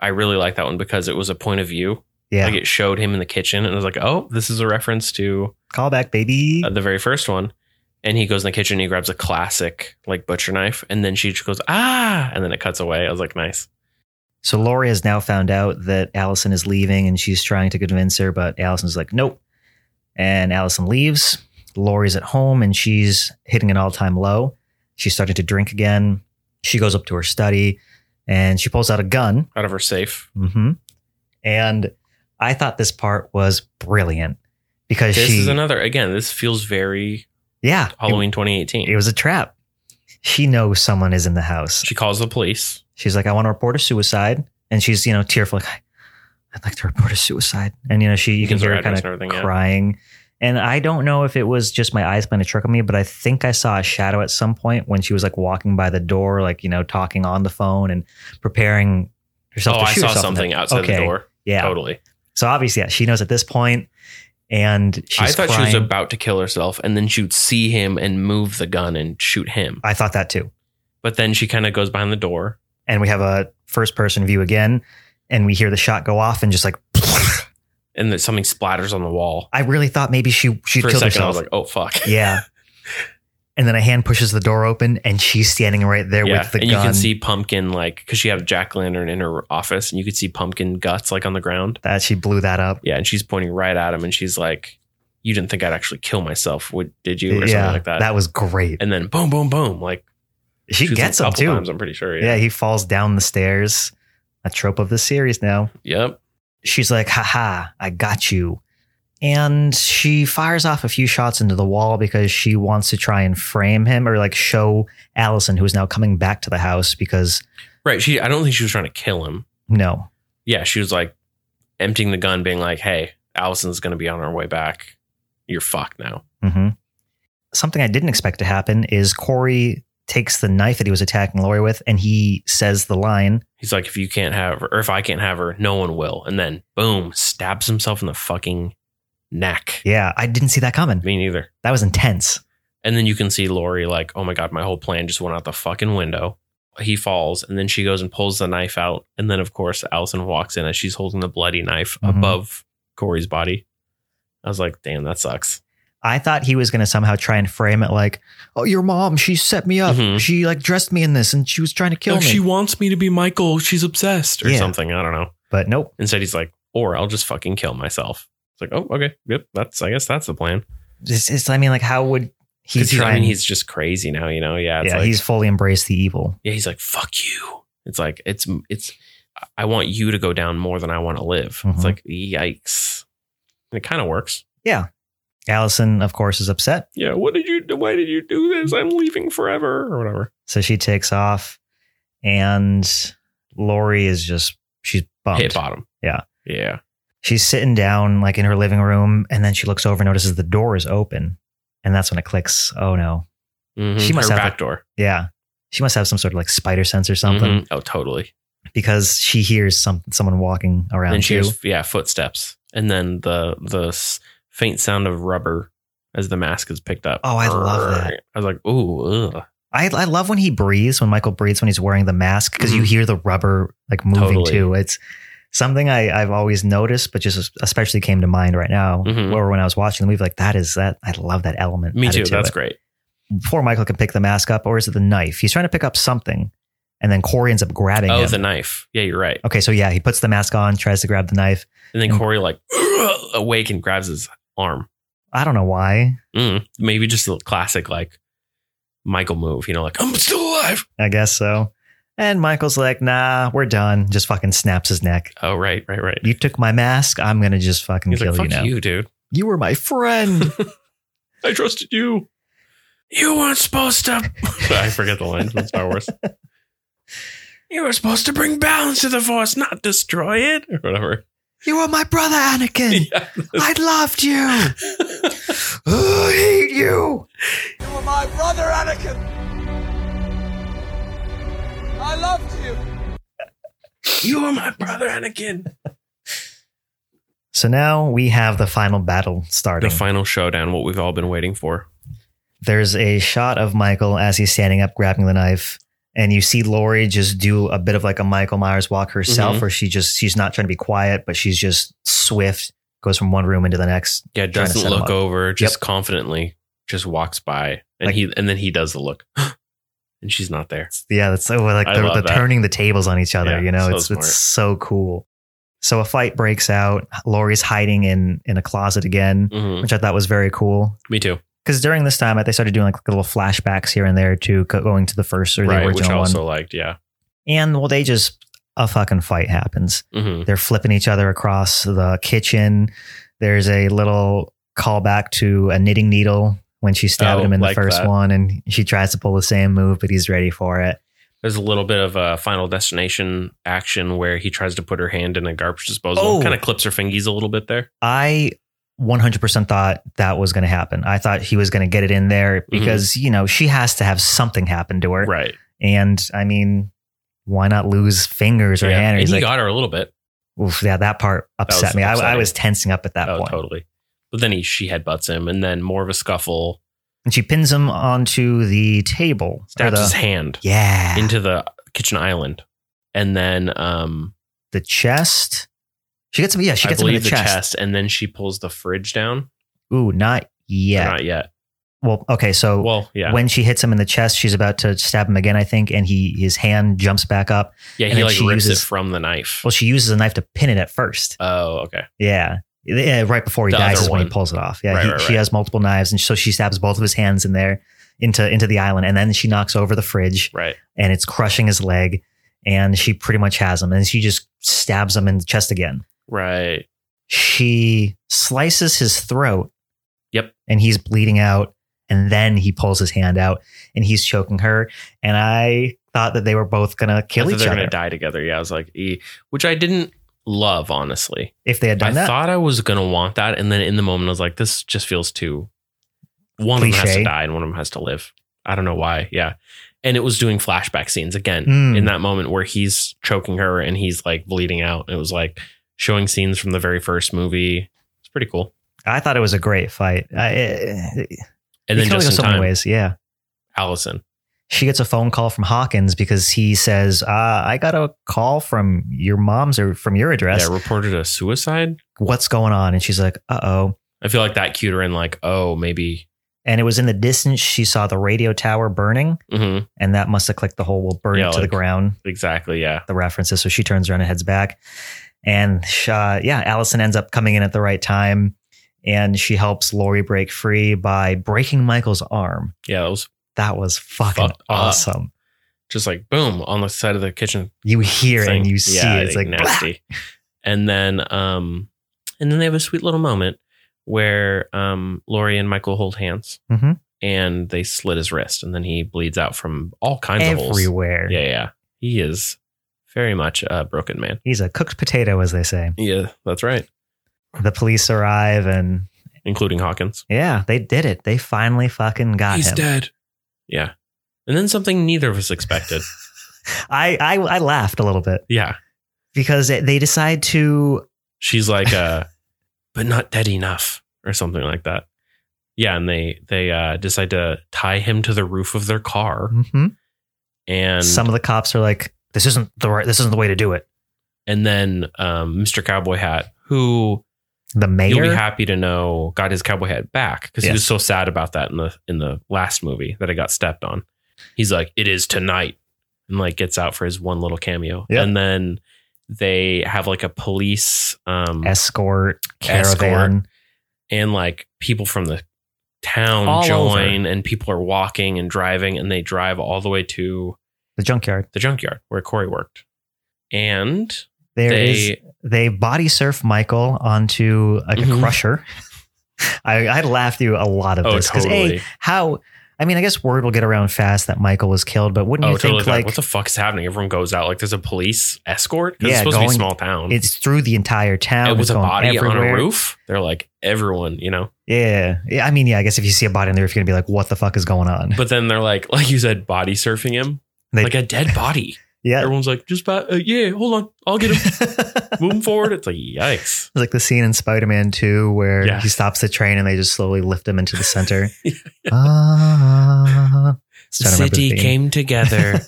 S3: I really like that one because it was a point of view.
S2: Yeah,
S3: Like it showed him in the kitchen, and I was like, oh, this is a reference to
S2: callback, baby.
S3: uh, the very first one. And he goes in the kitchen, he grabs a classic like butcher knife, and then she just goes, ah, and then it cuts away. I was like, nice.
S2: So Lori has now found out that Allison is leaving and she's trying to convince her, but Allison's like, nope. And Allison leaves. Lori's at home and she's hitting an all time low. She's starting to drink again. She goes up to her study and she pulls out a gun.
S3: Out of her safe.
S2: hmm And I thought this part was brilliant because
S3: This
S2: she,
S3: is another, again, this feels very
S2: yeah, it-
S3: Halloween 2018.
S2: it was a trap. She knows someone is in the house.
S3: she calls the police.
S2: She's like, I want to report a suicide. And she's, you know, tearful, like, I'd like to report a suicide. And, you know, she, you can
S3: Gives her
S2: hear her kind
S3: address
S2: of
S3: and everything, yeah.
S2: crying. And I don't know if it was just my eyes playing a trick on me, but I think I saw a shadow at some point when she was like walking by the door, like, you know, talking on the phone and preparing herself
S3: Oh,
S2: to
S3: I
S2: shoot
S3: saw
S2: herself in
S3: something
S2: the-
S3: outside
S2: okay.
S3: the door.
S2: Yeah.
S3: Totally.
S2: So obviously, yeah, she knows at this point, And she's
S3: I thought
S2: crying.
S3: she was about to kill herself, and then she'd see him and move the gun and shoot him.
S2: I thought that too.
S3: But then she kind of goes behind the door.
S2: And we have a first person view again. And we hear the shot go off and just like,
S3: and that something splatters on the wall.
S2: I really thought maybe she, she
S3: For a
S2: killed
S3: second,
S2: herself.
S3: I was like, "Oh fuck!"
S2: Yeah. And then a hand pushes the door open, and she's standing right there
S3: Yeah.
S2: with the
S3: and
S2: gun.
S3: you can see pumpkin like because she had a jack lantern in her office, and you could see pumpkin guts like on the ground.
S2: that she blew that up.
S3: Yeah, and she's pointing right at him, and she's like, "You didn't think I'd actually kill myself, would, did you?" Or
S2: yeah,
S3: something like that.
S2: was great.
S3: and then boom, boom, boom! Like
S2: She
S3: shoots
S2: gets
S3: a
S2: him
S3: couple
S2: too.
S3: Times, I'm pretty sure.
S2: yeah.
S3: Yeah.
S2: he falls down the stairs. A trope of the series now.
S3: Yep.
S2: She's like, haha, I got you. And she fires off a few shots into the wall because she wants to try and frame him or like show Allison, who is now coming back to the house because
S3: Right. She. I don't think she was trying to kill him.
S2: no,
S3: Yeah. She was like emptying the gun, being like, "Hey, Allison's going to be on her way back. You're fucked now."
S2: hmm Something I didn't expect to happen is Corey takes the knife that he was attacking Lori with, and he says the line,
S3: He's like, if you can't have her, or if I can't have her, no one will. And then, boom, stabs himself in the fucking neck.
S2: "Yeah, I didn't see that coming.
S3: Me neither.
S2: That was intense."
S3: And then you can see Lori like, oh my God, my whole plan just went out the fucking window. He falls, and then she goes and pulls the knife out. And then, of course, Allison walks in as she's holding the bloody knife
S2: Mhm.
S3: above Corey's body. I was like, damn, that sucks.
S2: I thought he was going to somehow try and frame it like, "Oh, your mom, she set me up.
S3: Mhm.
S2: She like dressed me in this, and she was trying to kill
S3: No,
S2: me."
S3: Oh, she wants me to be Michael. She's obsessed or
S2: Yeah.
S3: something. I don't know.
S2: but nope.
S3: Instead, he's like, or I'll just fucking kill myself. It's like, oh, okay. Yep. That's, I guess that's the plan.
S2: It's, it's, I mean, like, how would he
S3: Because
S2: try?
S3: I mean,
S2: and-
S3: he's just crazy now, you know? Yeah. It's
S2: yeah,
S3: like,
S2: he's fully embraced the evil.
S3: yeah, he's like, fuck you. It's like, it's, it's, I want you to go down more than I want to live.
S2: Mhm.
S3: It's like, yikes. And it kind of works.
S2: Allison, of course, is upset,
S3: Yeah. What did you do? Why did you do this? I'm leaving forever or whatever.
S2: so she takes off, and Lori is just she's bummed.
S3: Hit bottom.
S2: Yeah.
S3: Yeah.
S2: She's sitting down like in her living room, and then she looks over and notices the door is open. And that's when it clicks. Oh no.
S3: Mhm.
S2: She must
S3: Her
S2: have
S3: back door.
S2: Yeah. She must have some sort of like spider sense or something.
S3: Mhm. Oh, totally.
S2: because she hears some someone walking around
S3: and she
S2: too.
S3: hears, yeah, footsteps, and then the the s- faint sound of rubber as the mask is picked up.
S2: Oh, I love that.
S3: I was like, ooh, ugh.
S2: I, I love when he breathes when Michael breathes when he's wearing the mask because you hear the rubber like moving
S3: Mm-hmm. Totally.
S2: too. It's something I, I've always noticed, but just especially came to mind right now.
S3: Mhm.
S2: Or when I was watching the movie, like that is that I love that element.
S3: me too.
S2: added to
S3: That's
S2: it.
S3: great.
S2: Before Michael can pick the mask up, or is it the knife? He's trying to pick up something, and then Corey ends up grabbing
S3: Oh,
S2: him.
S3: the knife. Yeah, you're right.
S2: okay, so yeah, he puts the mask on, tries to grab the knife.
S3: And then
S2: Mm.
S3: Corey like awake and grabs his arm.
S2: I don't know why.
S3: Mm, maybe just a classic like Michael move. You know, like I'm still alive.
S2: I guess so. And Michael's like, nah, we're done. Just fucking snaps his neck.
S3: Oh, right, right, right.
S2: You took my mask. I'm gonna just fucking
S3: He's
S2: kill
S3: like,
S2: you
S3: fuck
S2: now.
S3: you, dude.
S2: you were my friend.
S3: I trusted you. You weren't supposed to. I forget the line from Star Wars. You were supposed to bring balance to the Force, not destroy it, or whatever.
S2: You were my brother, Anakin.
S3: Yeah.
S2: I loved you. I hate you.
S6: You were my brother, Anakin. I loved you.
S3: You are my brother, Anakin.
S2: So now we have the final battle starting.
S3: The final showdown, what we've all been waiting for.
S2: There's a shot of Michael as he's standing up, grabbing the knife, and you see Lori just do a bit of like a Michael Myers walk herself,
S3: Mhm.
S2: where she just she's not trying to be quiet, but she's just swift, goes from one room into the next.
S3: Yeah,
S2: Trying to
S3: doesn't
S2: set him up.
S3: look over, just
S2: Yep.
S3: confidently just walks by, and
S2: Like-
S3: he and then he does the look, and she's not there.
S2: Yeah, that's so like
S3: I
S2: the,
S3: love
S2: the
S3: that.
S2: turning the tables on each other.
S3: Yeah,
S2: you know,
S3: so
S2: it's it's so cool. So a fight breaks out. Lori's hiding in in a closet again,
S3: Mhm.
S2: which I thought was very cool.
S3: Me too,
S2: because during this time, they started doing like little flashbacks here and there to co- going to the first or the
S3: right? Which I
S2: original
S3: also
S2: one.
S3: liked. Yeah,
S2: And well, they just a fucking fight happens.
S3: hmm
S2: They're flipping each other across the kitchen. There's a little callback to a knitting needle when she stabbed
S3: Oh,
S2: him in
S3: like
S2: the first
S3: that.
S2: one, and she tries to pull the same move, but he's ready for it.
S3: there's a little bit of a Final Destination action where he tries to put her hand in a garbage disposal,
S2: Oh.
S3: kind of clips her fingies a little bit there.
S2: I 100% thought that was going to happen. I thought he was going to get it in there because, you know, she has to have something happen to her.
S3: Mm-hmm. Right.
S2: And I mean, why not lose fingers or
S3: Yeah.
S2: hand?
S3: And
S2: He's
S3: he
S2: like,
S3: got her a little bit.
S2: Oof, yeah, that part
S3: was
S2: upset me. I, I
S3: upsetting.
S2: was tensing up at that
S3: oh,
S2: point.
S3: totally. But then he she headbutts him, and then more of a scuffle,
S2: And she pins him onto the table. or
S3: stabs
S2: the-
S3: his hand
S2: yeah.
S3: into the kitchen island, and then um,
S2: the chest. She gets him. Yeah, she
S3: I
S2: gets him in the,
S3: believe the
S2: chest.
S3: chest, and then she pulls the fridge down.
S2: Ooh, not
S3: Or
S2: yet.
S3: Not yet.
S2: Well, okay. So
S3: Well, yeah,
S2: when she hits him in the chest, she's about to stab him again, I think, and he his hand jumps back up.
S3: yeah.
S2: and
S3: He
S2: then
S3: like
S2: she
S3: rips
S2: uses-
S3: it from the knife.
S2: Well, she uses a knife to pin it at first.
S3: Oh, okay.
S2: Yeah. Yeah, right before he
S3: The
S2: dies
S3: other
S2: is when he
S3: one.
S2: pulls it off. Yeah,
S3: Right,
S2: he,
S3: right,
S2: she
S3: right.
S2: has multiple knives, and so she stabs both of his hands in there into into the island, and then she knocks over the fridge.
S3: Right.
S2: and it's crushing his leg. And she pretty much has him, and she just stabs him in the chest again.
S3: Right.
S2: She slices his throat.
S3: Yep.
S2: And he's bleeding out. And then he pulls his hand out and he's choking her. And I thought that they were both going to
S3: I
S2: kill
S3: thought
S2: each
S3: they're
S2: other
S3: gonna die together. Yeah, I was like, e, which I didn't love honestly.
S2: if they had done
S3: I
S2: that.
S3: thought I was gonna want that, and then in the moment I was like, this just feels too. One of them has
S2: Cliche.
S3: to die, and one of them has to live. I don't know why. Yeah, and it was doing flashback scenes again
S2: Mm.
S3: in that moment where he's choking her and he's like bleeding out. It was like showing scenes from the very first movie. It's pretty cool.
S2: I thought it was a great fight. I, eh, it,
S3: And then just in
S2: so many
S3: time,
S2: ways. Yeah.
S3: Allison.
S2: She gets a phone call from Hawkins because he says, uh, I got a call from your mom's or from your address.
S3: Yeah, reported a suicide.
S2: What's going on? And she's like, uh oh.
S3: I feel like that cued her in like, oh, maybe.
S2: and it was in the distance she saw the radio tower burning
S3: hmm
S2: and that must have clicked the whole we'll burn
S3: Yeah,
S2: it to the
S3: like-
S2: ground
S3: Exactly. Yeah.
S2: the references so she turns around and heads back and sh- uh, yeah allison ends up coming in at the right time and she helps lori break free by breaking michael's arm
S3: Yeah. It was
S2: that was fucking
S3: Fucked up.
S2: awesome
S3: just like boom on the side of the kitchen
S2: you hear
S3: thing.
S2: and you see
S3: Yeah,
S2: it. it's like
S3: nasty. and then um and then they have a sweet little moment where um Lori and Michael hold hands
S2: Mhm.
S3: and they slit his wrist and then he bleeds out from all kinds of holes.
S2: everywhere
S3: Yeah, yeah. He is very much a broken man.
S2: he's a cooked potato as they say
S3: Yeah, that's right.
S2: the police arrive and
S3: Including Hawkins.
S2: yeah they did it they finally fucking got him
S3: dead. Yeah. And then something neither of us expected.
S2: I, I I laughed a little bit
S3: Yeah.
S2: because it- they decide to
S3: She's like, uh, but not dead enough or something like that. Yeah. And they, they, uh, decide to tie him to the roof of their car.
S2: Mhm.
S3: And
S2: some of the cops are like this isn't the right this isn't the way to do it.
S3: and then um, Mr. Cowboy Hat, who
S2: The
S3: you'll be
S2: mayor
S3: happy to know got his cowboy hat back because he
S2: Yes.
S3: was so sad about that in the in the last movie that it got stepped on. He's like, "It is tonight," and like gets out for his one little cameo,
S2: Yeah.
S3: and then they have like a police um,
S2: escort caravan.
S3: and like people from the town
S2: All
S3: join, and people are walking and driving, and they drive all the way to
S2: The junkyard.
S3: the junkyard where Corey worked, and
S2: There
S3: they
S2: is they body surf Michael onto like a
S3: Mhm.
S2: crusher. I, I laughed through a lot of
S3: oh
S2: this because
S3: totally.
S2: how I mean I guess word will get around fast that Michael was killed, but wouldn't
S3: Oh,
S2: you think
S3: totally.
S2: like
S3: what the fuck's happening? Everyone goes out. Like, there's a police escort. 'Cause
S2: Yeah,
S3: it's supposed to be
S2: going-
S3: a small town.
S2: it's through the entire town
S3: and
S2: it's
S3: with a
S2: going
S3: body on a
S2: everywhere.
S3: roof. They're like, everyone, you know?
S2: Yeah. yeah, I mean yeah I guess if you see a body on the roof you're gonna be like what the fuck is going on?
S3: But then they're like, like you said, body surfing him.
S2: They-
S3: like a dead body.
S2: yeah,
S3: Everyone's like, just, bo- uh, yeah, hold on. I'll get him.
S2: it's
S3: Move him forward. It's like, yikes.
S2: like the scene in Spider-Man 2 where
S3: Yeah.
S2: he stops the train and they just slowly lift him into the center. Ah. Just trying to remember the theme.
S3: together.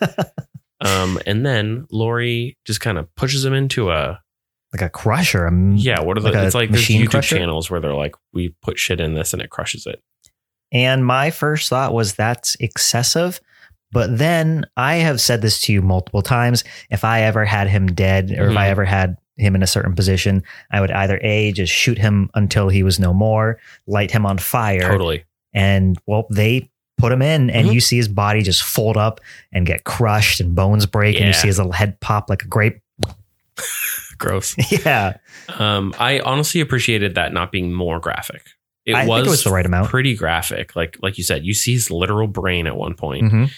S3: um, and then Lori just kind of pushes him into a,
S2: like a crusher. Um,
S3: yeah, what are the,
S2: Like a
S3: it's like there's
S2: machine
S3: YouTube
S2: crusher?
S3: channels where they're like, we put shit in this and it crushes it.
S2: And my first thought was that's excessive. But then I have said this to you multiple times. If I ever had him dead or if I
S3: Mhm.
S2: ever had him in a certain position, I would either A, just shoot him until he was no more, light him on fire.
S3: Totally.
S2: And well, they put him in and
S3: Mhm.
S2: you see his body just fold up and get crushed and bones break and
S3: Yeah.
S2: you see his little head pop like a grape.
S3: Gross.
S2: yeah.
S3: Um, I honestly appreciated that not being more graphic. It,
S2: I
S3: was,
S2: think it was the right amount.
S3: pretty graphic. Like like you said, you see his literal brain at one point,
S2: Mhm.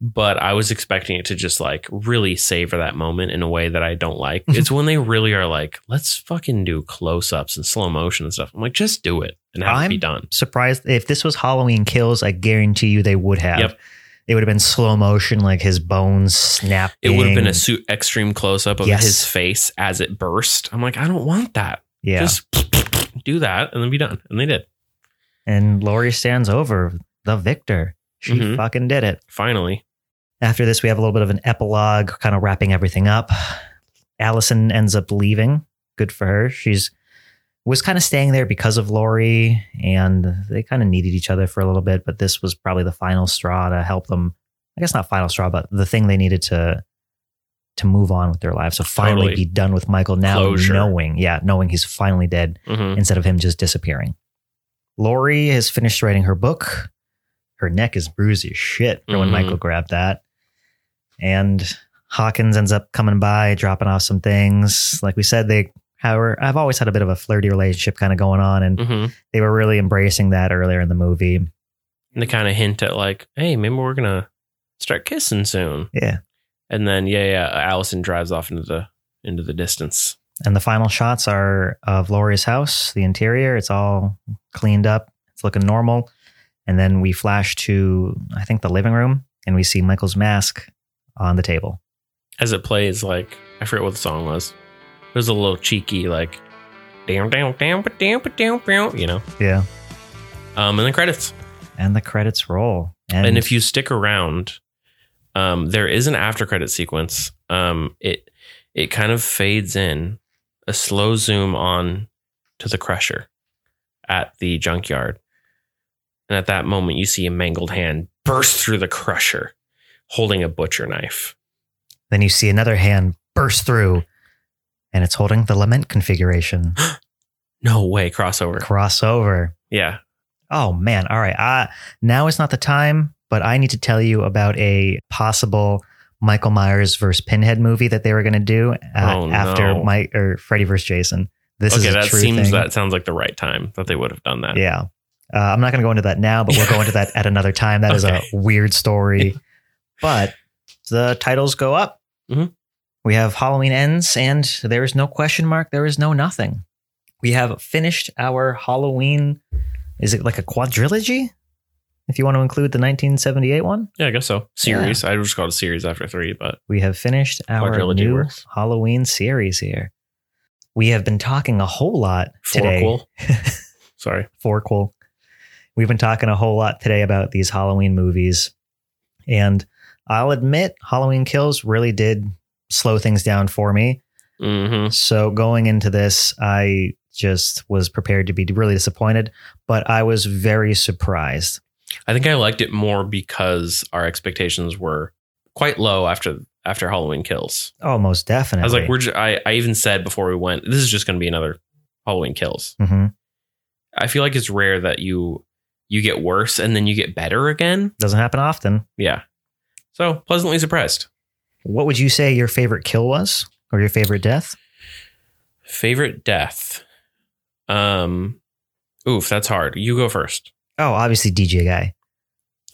S3: but I was expecting it to just like really savor that moment in a way that I don't like.
S2: Mm-hmm.
S3: it's when they really are like, let's fucking do close ups and slow motion and stuff. I'm like, just do it and have it be
S2: I'm-
S3: done.
S2: surprised if this was Halloween Kills, I guarantee you they would have.
S3: Yep.
S2: It would have been slow motion, like his bones snapping.
S3: It would have been a su- extreme close up of
S2: Yes.
S3: his face as it burst. I'm like, I don't want that.
S2: yeah.
S3: Just do that and then be done. And they did.
S2: and Lori stands over the victor. She
S3: Mhm.
S2: fucking did it.
S3: Finally.
S2: After this, we have a little bit of an epilogue, kind of wrapping everything up. Allison ends up leaving. Good for her. She's was kind of staying there because of Lori, and they kind of needed each other for a little bit. But this was probably the final straw to help them. I guess not final straw, but the thing they needed to to move on with their lives. So finally, be
S3: Totally.
S2: done with Michael now,
S3: Closure.
S2: knowing, yeah, knowing he's finally dead
S3: Mhm.
S2: instead of him just disappearing. Lori has finished writing her book. Her neck is bruised as shit from when
S3: Mhm.
S2: Michael grabbed that. And Hawkins ends up coming by, dropping off some things. Like we said, they, however, I've always had a bit of a flirty relationship kind of going on, and
S3: Mhm.
S2: they were really embracing that earlier in the movie.
S3: And they kind of hint at like, hey, maybe we're gonna start kissing soon.
S2: Yeah.
S3: And then yeah, yeah, Allison drives off into the into the distance.
S2: And the final shots are of Lori's house, the interior. It's all cleaned up, it's looking normal. And then we flash to, I think, the living room, and we see Michael's mask on the table.
S3: As it plays, like I forget what the song was. It was a little cheeky, like down, down, down, but down, but down, down, you know.
S2: Yeah.
S3: Um, and the credits.
S2: And the credits roll.
S3: And, if you stick around, um, there is an after credit sequence. Um, it it kind of fades in, a slow zoom on to the crusher at the junkyard. And at that moment you see a mangled hand burst through the crusher holding a butcher knife.
S2: then you see another hand burst through and it's holding the lament configuration.
S3: No way, crossover.
S2: Crossover.
S3: Yeah.
S2: Oh man. All right. Uh, now is not the time, but I need to tell you about a possible Michael Myers versus Pinhead movie that they were going to do uh,
S3: Oh,
S2: after
S3: no.
S2: Mike or Freddy versus Jason. This is
S3: okay,
S2: a
S3: that
S2: true
S3: seems
S2: thing.
S3: that sounds like the right time that they would have done that.
S2: Yeah. Uh, I'm not going to go into that now, but we'll go into that at another time. That is
S3: Okay.
S2: a weird story. but the titles go up.
S3: Mhm.
S2: We have Halloween Ends, and there is no question mark. There is no nothing. We have finished our Halloween. Is it like a quadrilogy? if you want to include the 1978 one.
S3: Yeah, I guess so. Series. I just called it series after three, but
S2: We have finished our
S3: Quadrilogy
S2: new
S3: works.
S2: Halloween series here. We have been talking a whole lot today.
S3: Forquel. Sorry.
S2: Forquel. We've been talking a whole lot today about these Halloween movies. And I'll admit, Halloween Kills really did slow things down for me.
S3: Mm-hmm.
S2: So going into this, I just was prepared to be really disappointed, but I was very surprised.
S3: I think I liked it more because our expectations were quite low after after Halloween Kills.
S2: Oh, most definitely.
S3: I was like, we're. Ju- I I even said before we went, this is just going to be another Halloween Kills.
S2: hmm
S3: I feel like it's rare that you you get worse and then you get better again.
S2: doesn't happen often.
S3: Yeah. So pleasantly surprised.
S2: What would you say your favorite kill was, or your favorite death?
S3: Favorite death. Um. Oof, that's hard. You go first.
S2: Oh, obviously DJ guy.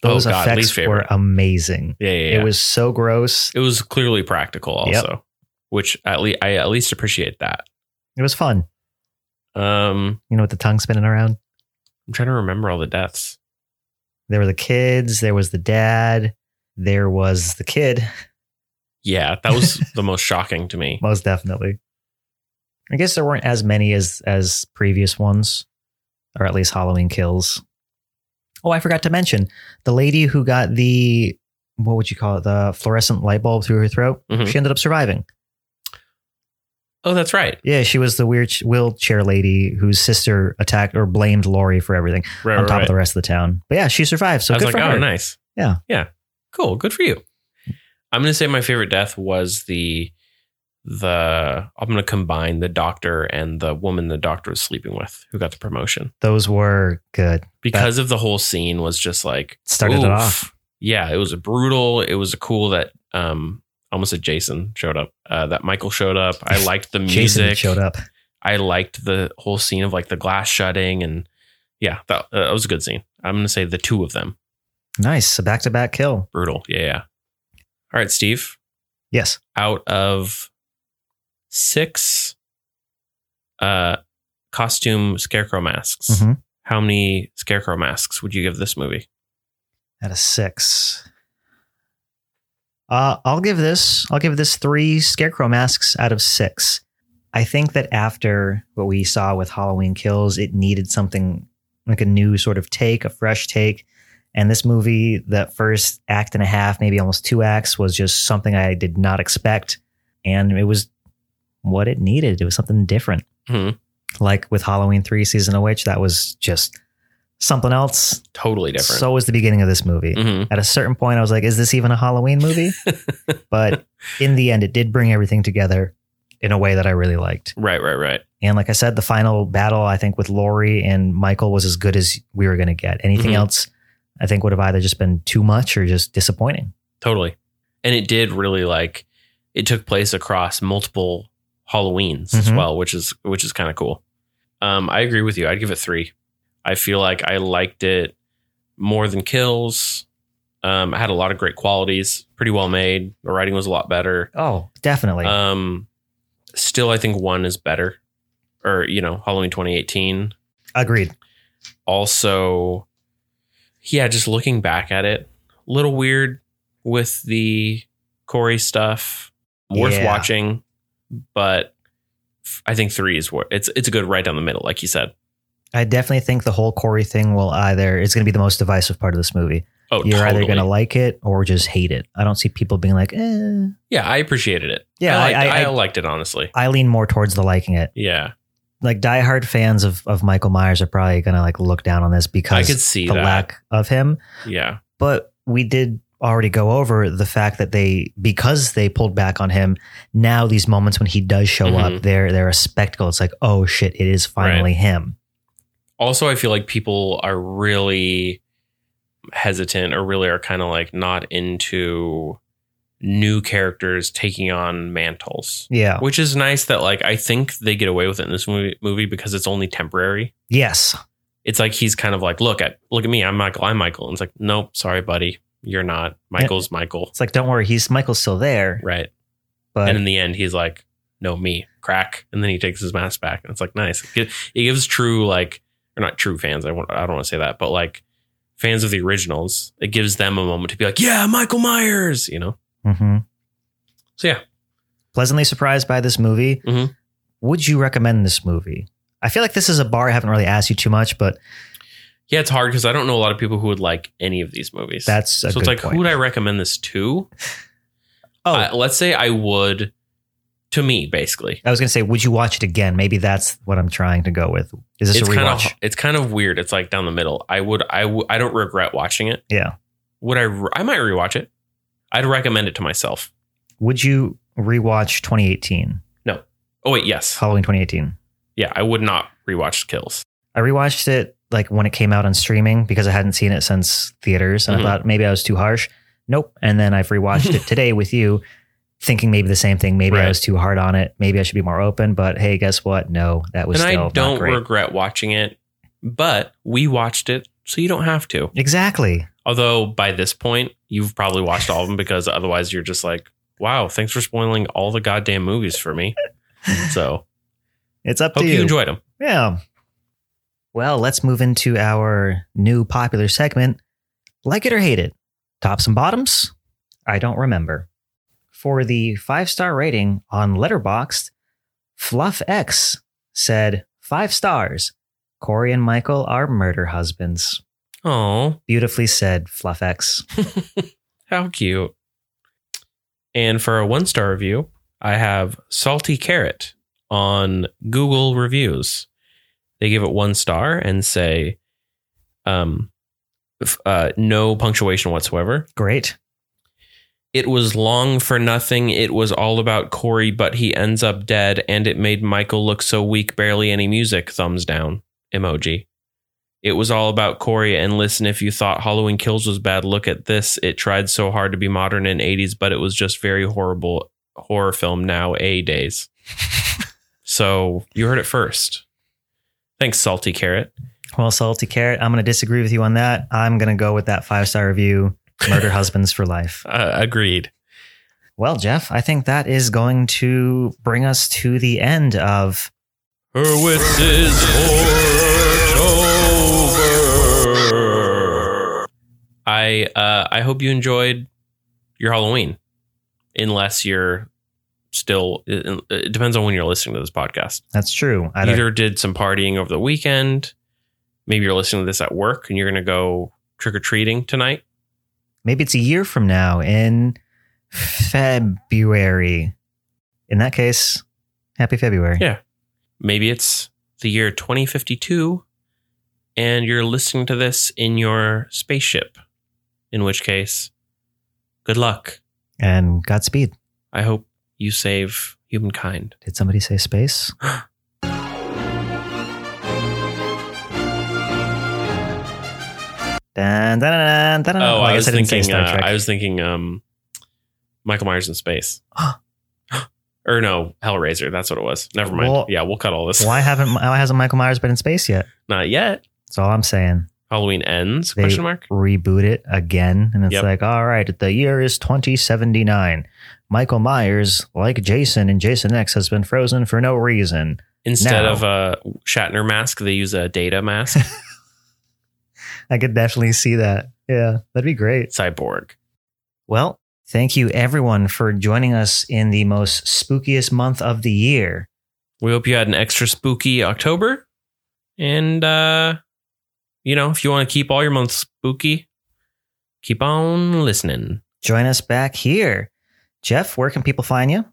S3: Oh,
S2: Those
S3: God, least
S2: effects
S3: favorite.
S2: were amazing.
S3: Yeah, yeah. yeah.
S2: It was so gross.
S3: it was clearly practical
S2: Yep.
S3: also, which at least I at least appreciate that.
S2: It was fun.
S3: Um,
S2: You know, with the tongue spinning around.
S3: I'm trying to remember all the deaths.
S2: There were the kids. There was the dad. There was the kid.
S3: Yeah, that was the most shocking to me.
S2: Most definitely. I guess there weren't as many as as previous ones, or at least Halloween kills. Oh, I forgot to mention the lady who got the what would you call it the fluorescent light bulb through her throat.
S3: Mhm.
S2: She ended up surviving.
S3: Oh, that's right.
S2: Yeah, she was the weird wheelchair lady whose sister attacked or blamed Lori for everything
S3: Right,
S2: on
S3: right,
S2: top
S3: right.
S2: of the rest of the town. But yeah, she survived. So
S3: I was
S2: good
S3: like,
S2: for
S3: oh,
S2: her.
S3: nice.
S2: Yeah.
S3: yeah, cool. Good for you. I'm gonna say my favorite death was the the I'm gonna combine the doctor and the woman the doctor was sleeping with who got the promotion
S2: Those were good.
S3: because of the whole scene was just like
S2: Started it
S3: oof.
S2: off.
S3: yeah, it was a brutal. It was a cool that um almost a Jason showed up. Uh, that Michael showed up. I liked the music.
S2: Jason showed up.
S3: I liked the whole scene of like the glass shutting and yeah, that, uh, that was a good scene. I'm gonna say the two of them
S2: Nice. So back to back kill.
S3: brutal. Yeah, yeah. All right, Steve.
S2: Yes.
S3: Out of six uh costume scarecrow masks,
S2: Mhm.
S3: how many scarecrow masks would you give this movie?
S2: Out of six. Uh, I'll give this. I'll give this three scarecrow masks out of six. I think that after what we saw with Halloween Kills, it needed something like a new sort of take, a fresh take. And this movie, that first act and a half, maybe almost two acts, was just something I did not expect. And it was what it needed. It was something different.
S3: Mhm.
S2: Like with Halloween 3 Season of Witch, that was just something else.
S3: Totally different.
S2: So was the beginning of this movie
S3: Mhm.
S2: at a certain point, I was like, is this even a Halloween movie? but in the end, it did bring everything together in a way that I really liked.
S3: Right, right, right.
S2: And like I said, the final battle, I think, with Lori and Michael was as good as we were going to get. Anything
S3: Mhm.
S2: else, I think, would have either just been too much or just disappointing.
S3: Totally. And it did really like it took place across multiple Halloweens as
S2: Mhm.
S3: well, which is which is kind of cool. Um, I agree with you. I'd give it three. I feel like I liked it more than Kills. Um, I had a lot of great qualities. Pretty well made. The writing was a lot better.
S2: Oh, definitely.
S3: Um, still, I think one is better, or you know, Halloween 2018
S2: Agreed.
S3: also yeah just looking back at it a little weird with the corey stuff worth
S2: Yeah.
S3: watching but f- i think three is where it's it's a good right down the middle like you said
S2: I definitely think the whole Corey thing will either, it's going to be the most divisive part of this movie.
S3: oh
S2: You're either
S3: totally.
S2: going to like it or just hate it. I don't see people being like, eh.
S3: yeah i appreciated it
S2: Yeah,
S3: i liked,
S2: I-
S3: I,
S2: I-
S3: liked it honestly
S2: I lean more towards the liking it.
S3: yeah
S2: like diehard fans of of Michael Myers are probably gonna like look down on this
S3: i
S2: because
S3: could see
S2: the
S3: that
S2: lack of him.
S3: yeah
S2: But we did already go over the fact that they because they pulled back on him. Now these moments when he does show
S3: Mhm.
S2: up, they're they're a spectacle. It's like oh shit, it is finally him.
S3: also i feel like people are really hesitant or really are kind of like not into new characters taking on mantles
S2: Yeah.
S3: which is nice that like I think they get away with it in this movie, movie because it's only temporary.
S2: Yes.
S3: It's like he's kind of like, look at look at me, I'm Michael, I'm Michael. And it's like, nope, sorry, buddy, you're not. Michael's Michael,
S2: It's like don't worry, he's Michael's still there,
S3: right?
S2: but
S3: and in the end, he's like, no, me, crack. And then he takes his mask back, and it's like, nice. It, gi- it gives true like, or not true fans. I want, I don't want to say that, but like fans of the originals, it gives them a moment to be like, yeah, Michael Myers, you know?
S2: Mm-hmm.
S3: So, yeah.
S2: Pleasantly surprised by this movie.
S3: Mhm.
S2: Would you recommend this movie? I feel like this is a bar I haven't really asked you too much, but
S3: Yeah, it's hard because I don't know a lot of people who would like any of these movies.
S2: that's a good
S3: so it's like,
S2: point.
S3: who would I recommend this to?
S2: oh,
S3: Uh, let's say I would to me, basically.
S2: I was gonna say, would you watch it again? Maybe that's what I'm trying to go with. Is this
S3: it's
S2: a
S3: kind
S2: rewatch?
S3: of it's kind of weird. It's like down the middle. I would I w- I don't regret watching it.
S2: Yeah.
S3: Would I? Re- I might rewatch it. I'd recommend it to myself.
S2: Would you rewatch 2018,
S3: Oh wait, yes,
S2: Halloween 2018?
S3: yeah. I would not rewatch Kills.
S2: I rewatched it like when it came out on streaming because I hadn't seen it since theaters, and
S3: Mhm.
S2: I thought maybe I was too harsh. Nope. And then I've rewatched it today with you, thinking maybe the same thing. Maybe
S3: Right.
S2: I was too hard on it. Maybe I should be more open. But hey, guess what? No, that was
S3: And
S2: still
S3: I don't
S2: not great.
S3: regret watching it, but we watched it, so you don't have to.
S2: exactly.
S3: Although by this point, you've probably watched all of them because otherwise, you're just like, wow, thanks for spoiling all the goddamn movies for me. So
S2: It's up
S3: hope
S2: to
S3: you enjoyed them.
S2: Yeah. Well, let's move into our new popular segment Like It or Hate It. Tops and Bottoms? I don't remember. For the five star rating on Letterboxd, Fluff X said five stars. Corey and Michael are murder husbands.
S3: Oh,
S2: Beautifully said, Fluff X.
S3: how cute! And for a one star review, I have Salty Carrot on Google reviews. They give it one star and say, um, f- uh, no punctuation whatsoever.
S2: Great.
S3: It was long for nothing. It was all about Corey, but he ends up dead, and it made Michael look so weak, barely any music. Thumbs down emoji. It was all about Corey, and listen, if you thought Halloween Kills was bad, look at this. It tried so hard to be modern in 80s, but it was just very horrible horror film now, A days. so you heard it first. Thanks, Salty Carrot.
S2: Well, Salty Carrot, I'm going to disagree with you on that. I'm going to go with that five star review Murder Husbands for Life.
S3: Uh, agreed.
S2: Well, Jeff, I think that is going to bring us to the end of.
S3: Hurwitz's Hortober. I uh, I hope you enjoyed your Halloween, unless you're still. It, it depends on when you're listening to this podcast.
S2: That's true. I don't-
S3: Either did some partying over the weekend, maybe you're listening to this at work, and you're going to go trick or treating tonight.
S2: maybe it's a year from now in February. In that case, happy February.
S3: Yeah. Maybe it's the year 2052, and you're listening to this in your spaceship. In which case, good luck.
S2: And Godspeed.
S3: I hope you save humankind.
S2: Did somebody say space? dun, dun, dun, dun, dun, dun.
S3: oh,
S2: Well,
S3: I,
S2: guess
S3: was
S2: didn't say
S3: thinking.
S2: Star
S3: uh,
S2: Trek.
S3: I was thinking. Um, Michael Myers in space. or no, Hellraiser. That's what it was. Never mind.
S2: Well-
S3: yeah, we'll cut all this.
S2: why haven't why hasn't Michael Myers been in space yet?
S3: Not yet.
S2: That's all I'm saying.
S3: Halloween ends?
S2: They-
S3: question mark.
S2: reboot it again and it's
S3: Yep.
S2: like all right the year is 2079 michael myers like jason and jason x has been frozen for no reason
S3: Instead
S2: now.
S3: of a Shatner mask, they use a Data mask.
S2: i could definitely see that yeah that'd be great
S3: Cyborg.
S2: well thank you everyone for joining us in the most spookiest month of the year
S3: We hope you had an extra spooky October. And uh you know, if you want to keep all your months spooky, keep on listening.
S2: join us back here jeff where can people find you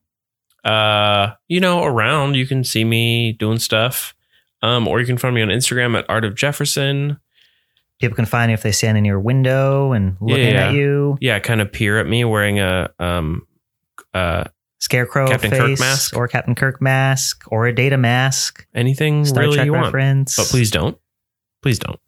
S3: Uh, you know, around you can see me doing stuff. Um, or you can find me on Instagram at Art of Jefferson.
S2: people can find you if they stand in your window and looking
S3: Yeah.
S2: at you
S3: Yeah, kind of peer at me wearing a um uh
S2: scarecrow
S3: Captain
S2: face
S3: Kirk mask.
S2: or captain kirk mask or a data mask
S3: anything
S2: star
S3: really
S2: trek
S3: you want.
S2: reference
S3: But please don't. Please don't.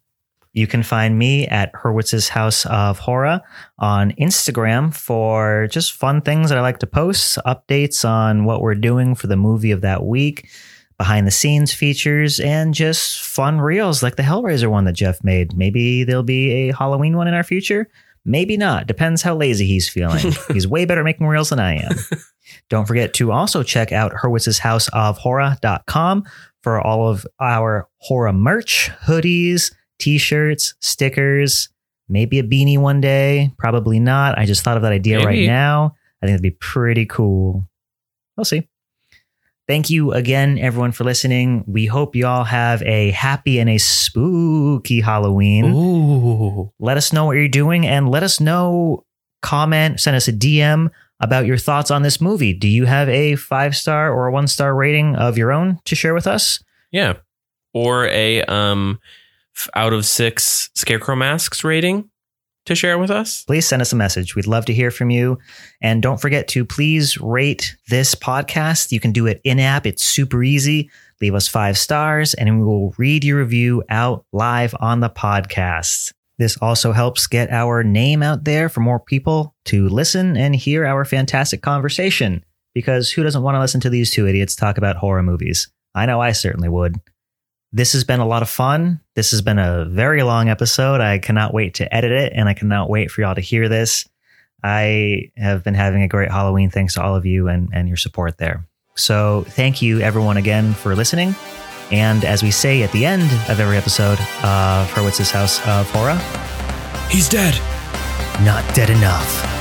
S2: You can find me at Hurwitz's House of Horror on Instagram for just fun things that I like to post, updates on what we're doing for the movie of that week, behind the scenes features, and just fun reels like the Hellraiser one that Jeff made. Maybe there'll be a Halloween one in our future. Maybe not. Depends how lazy he's feeling. he's way better at making reels than I am. Don't forget to also check out Hurwitz's House of Horror.com for all of our horror merch, hoodies, t-shirts, stickers, maybe a beanie one day. Probably not. I just thought of that idea right
S3: Maybe.
S2: now. I think it'd be pretty cool. We'll see. Thank you again, everyone, for listening. We hope you all have a happy and a spooky Halloween
S3: Ooh.
S2: let us know what you're doing and let us know comment send us a dm about your thoughts on this movie do you have a five star or a one star rating of your own to share with us
S3: Yeah. Or a um f- out of six scarecrow masks rating to share with us.
S2: please send us a message we'd love to hear from you and don't forget to please rate this podcast you can do it in app it's super easy leave us five stars and we will read your review out live on the podcast this also helps get our name out there for more people to listen and hear our fantastic conversation because who doesn't want to listen to these two idiots talk about horror movies? I know I certainly would. This has been a lot of fun. This has been a very long episode. I cannot wait to edit it and I cannot wait for y'all to hear this. I have been having a great Halloween thanks to all of you and, and your support there. So, thank you everyone again for listening. And as we say at the end of every episode of Hurwitz's House of Horror,
S10: He's dead.
S2: not dead enough.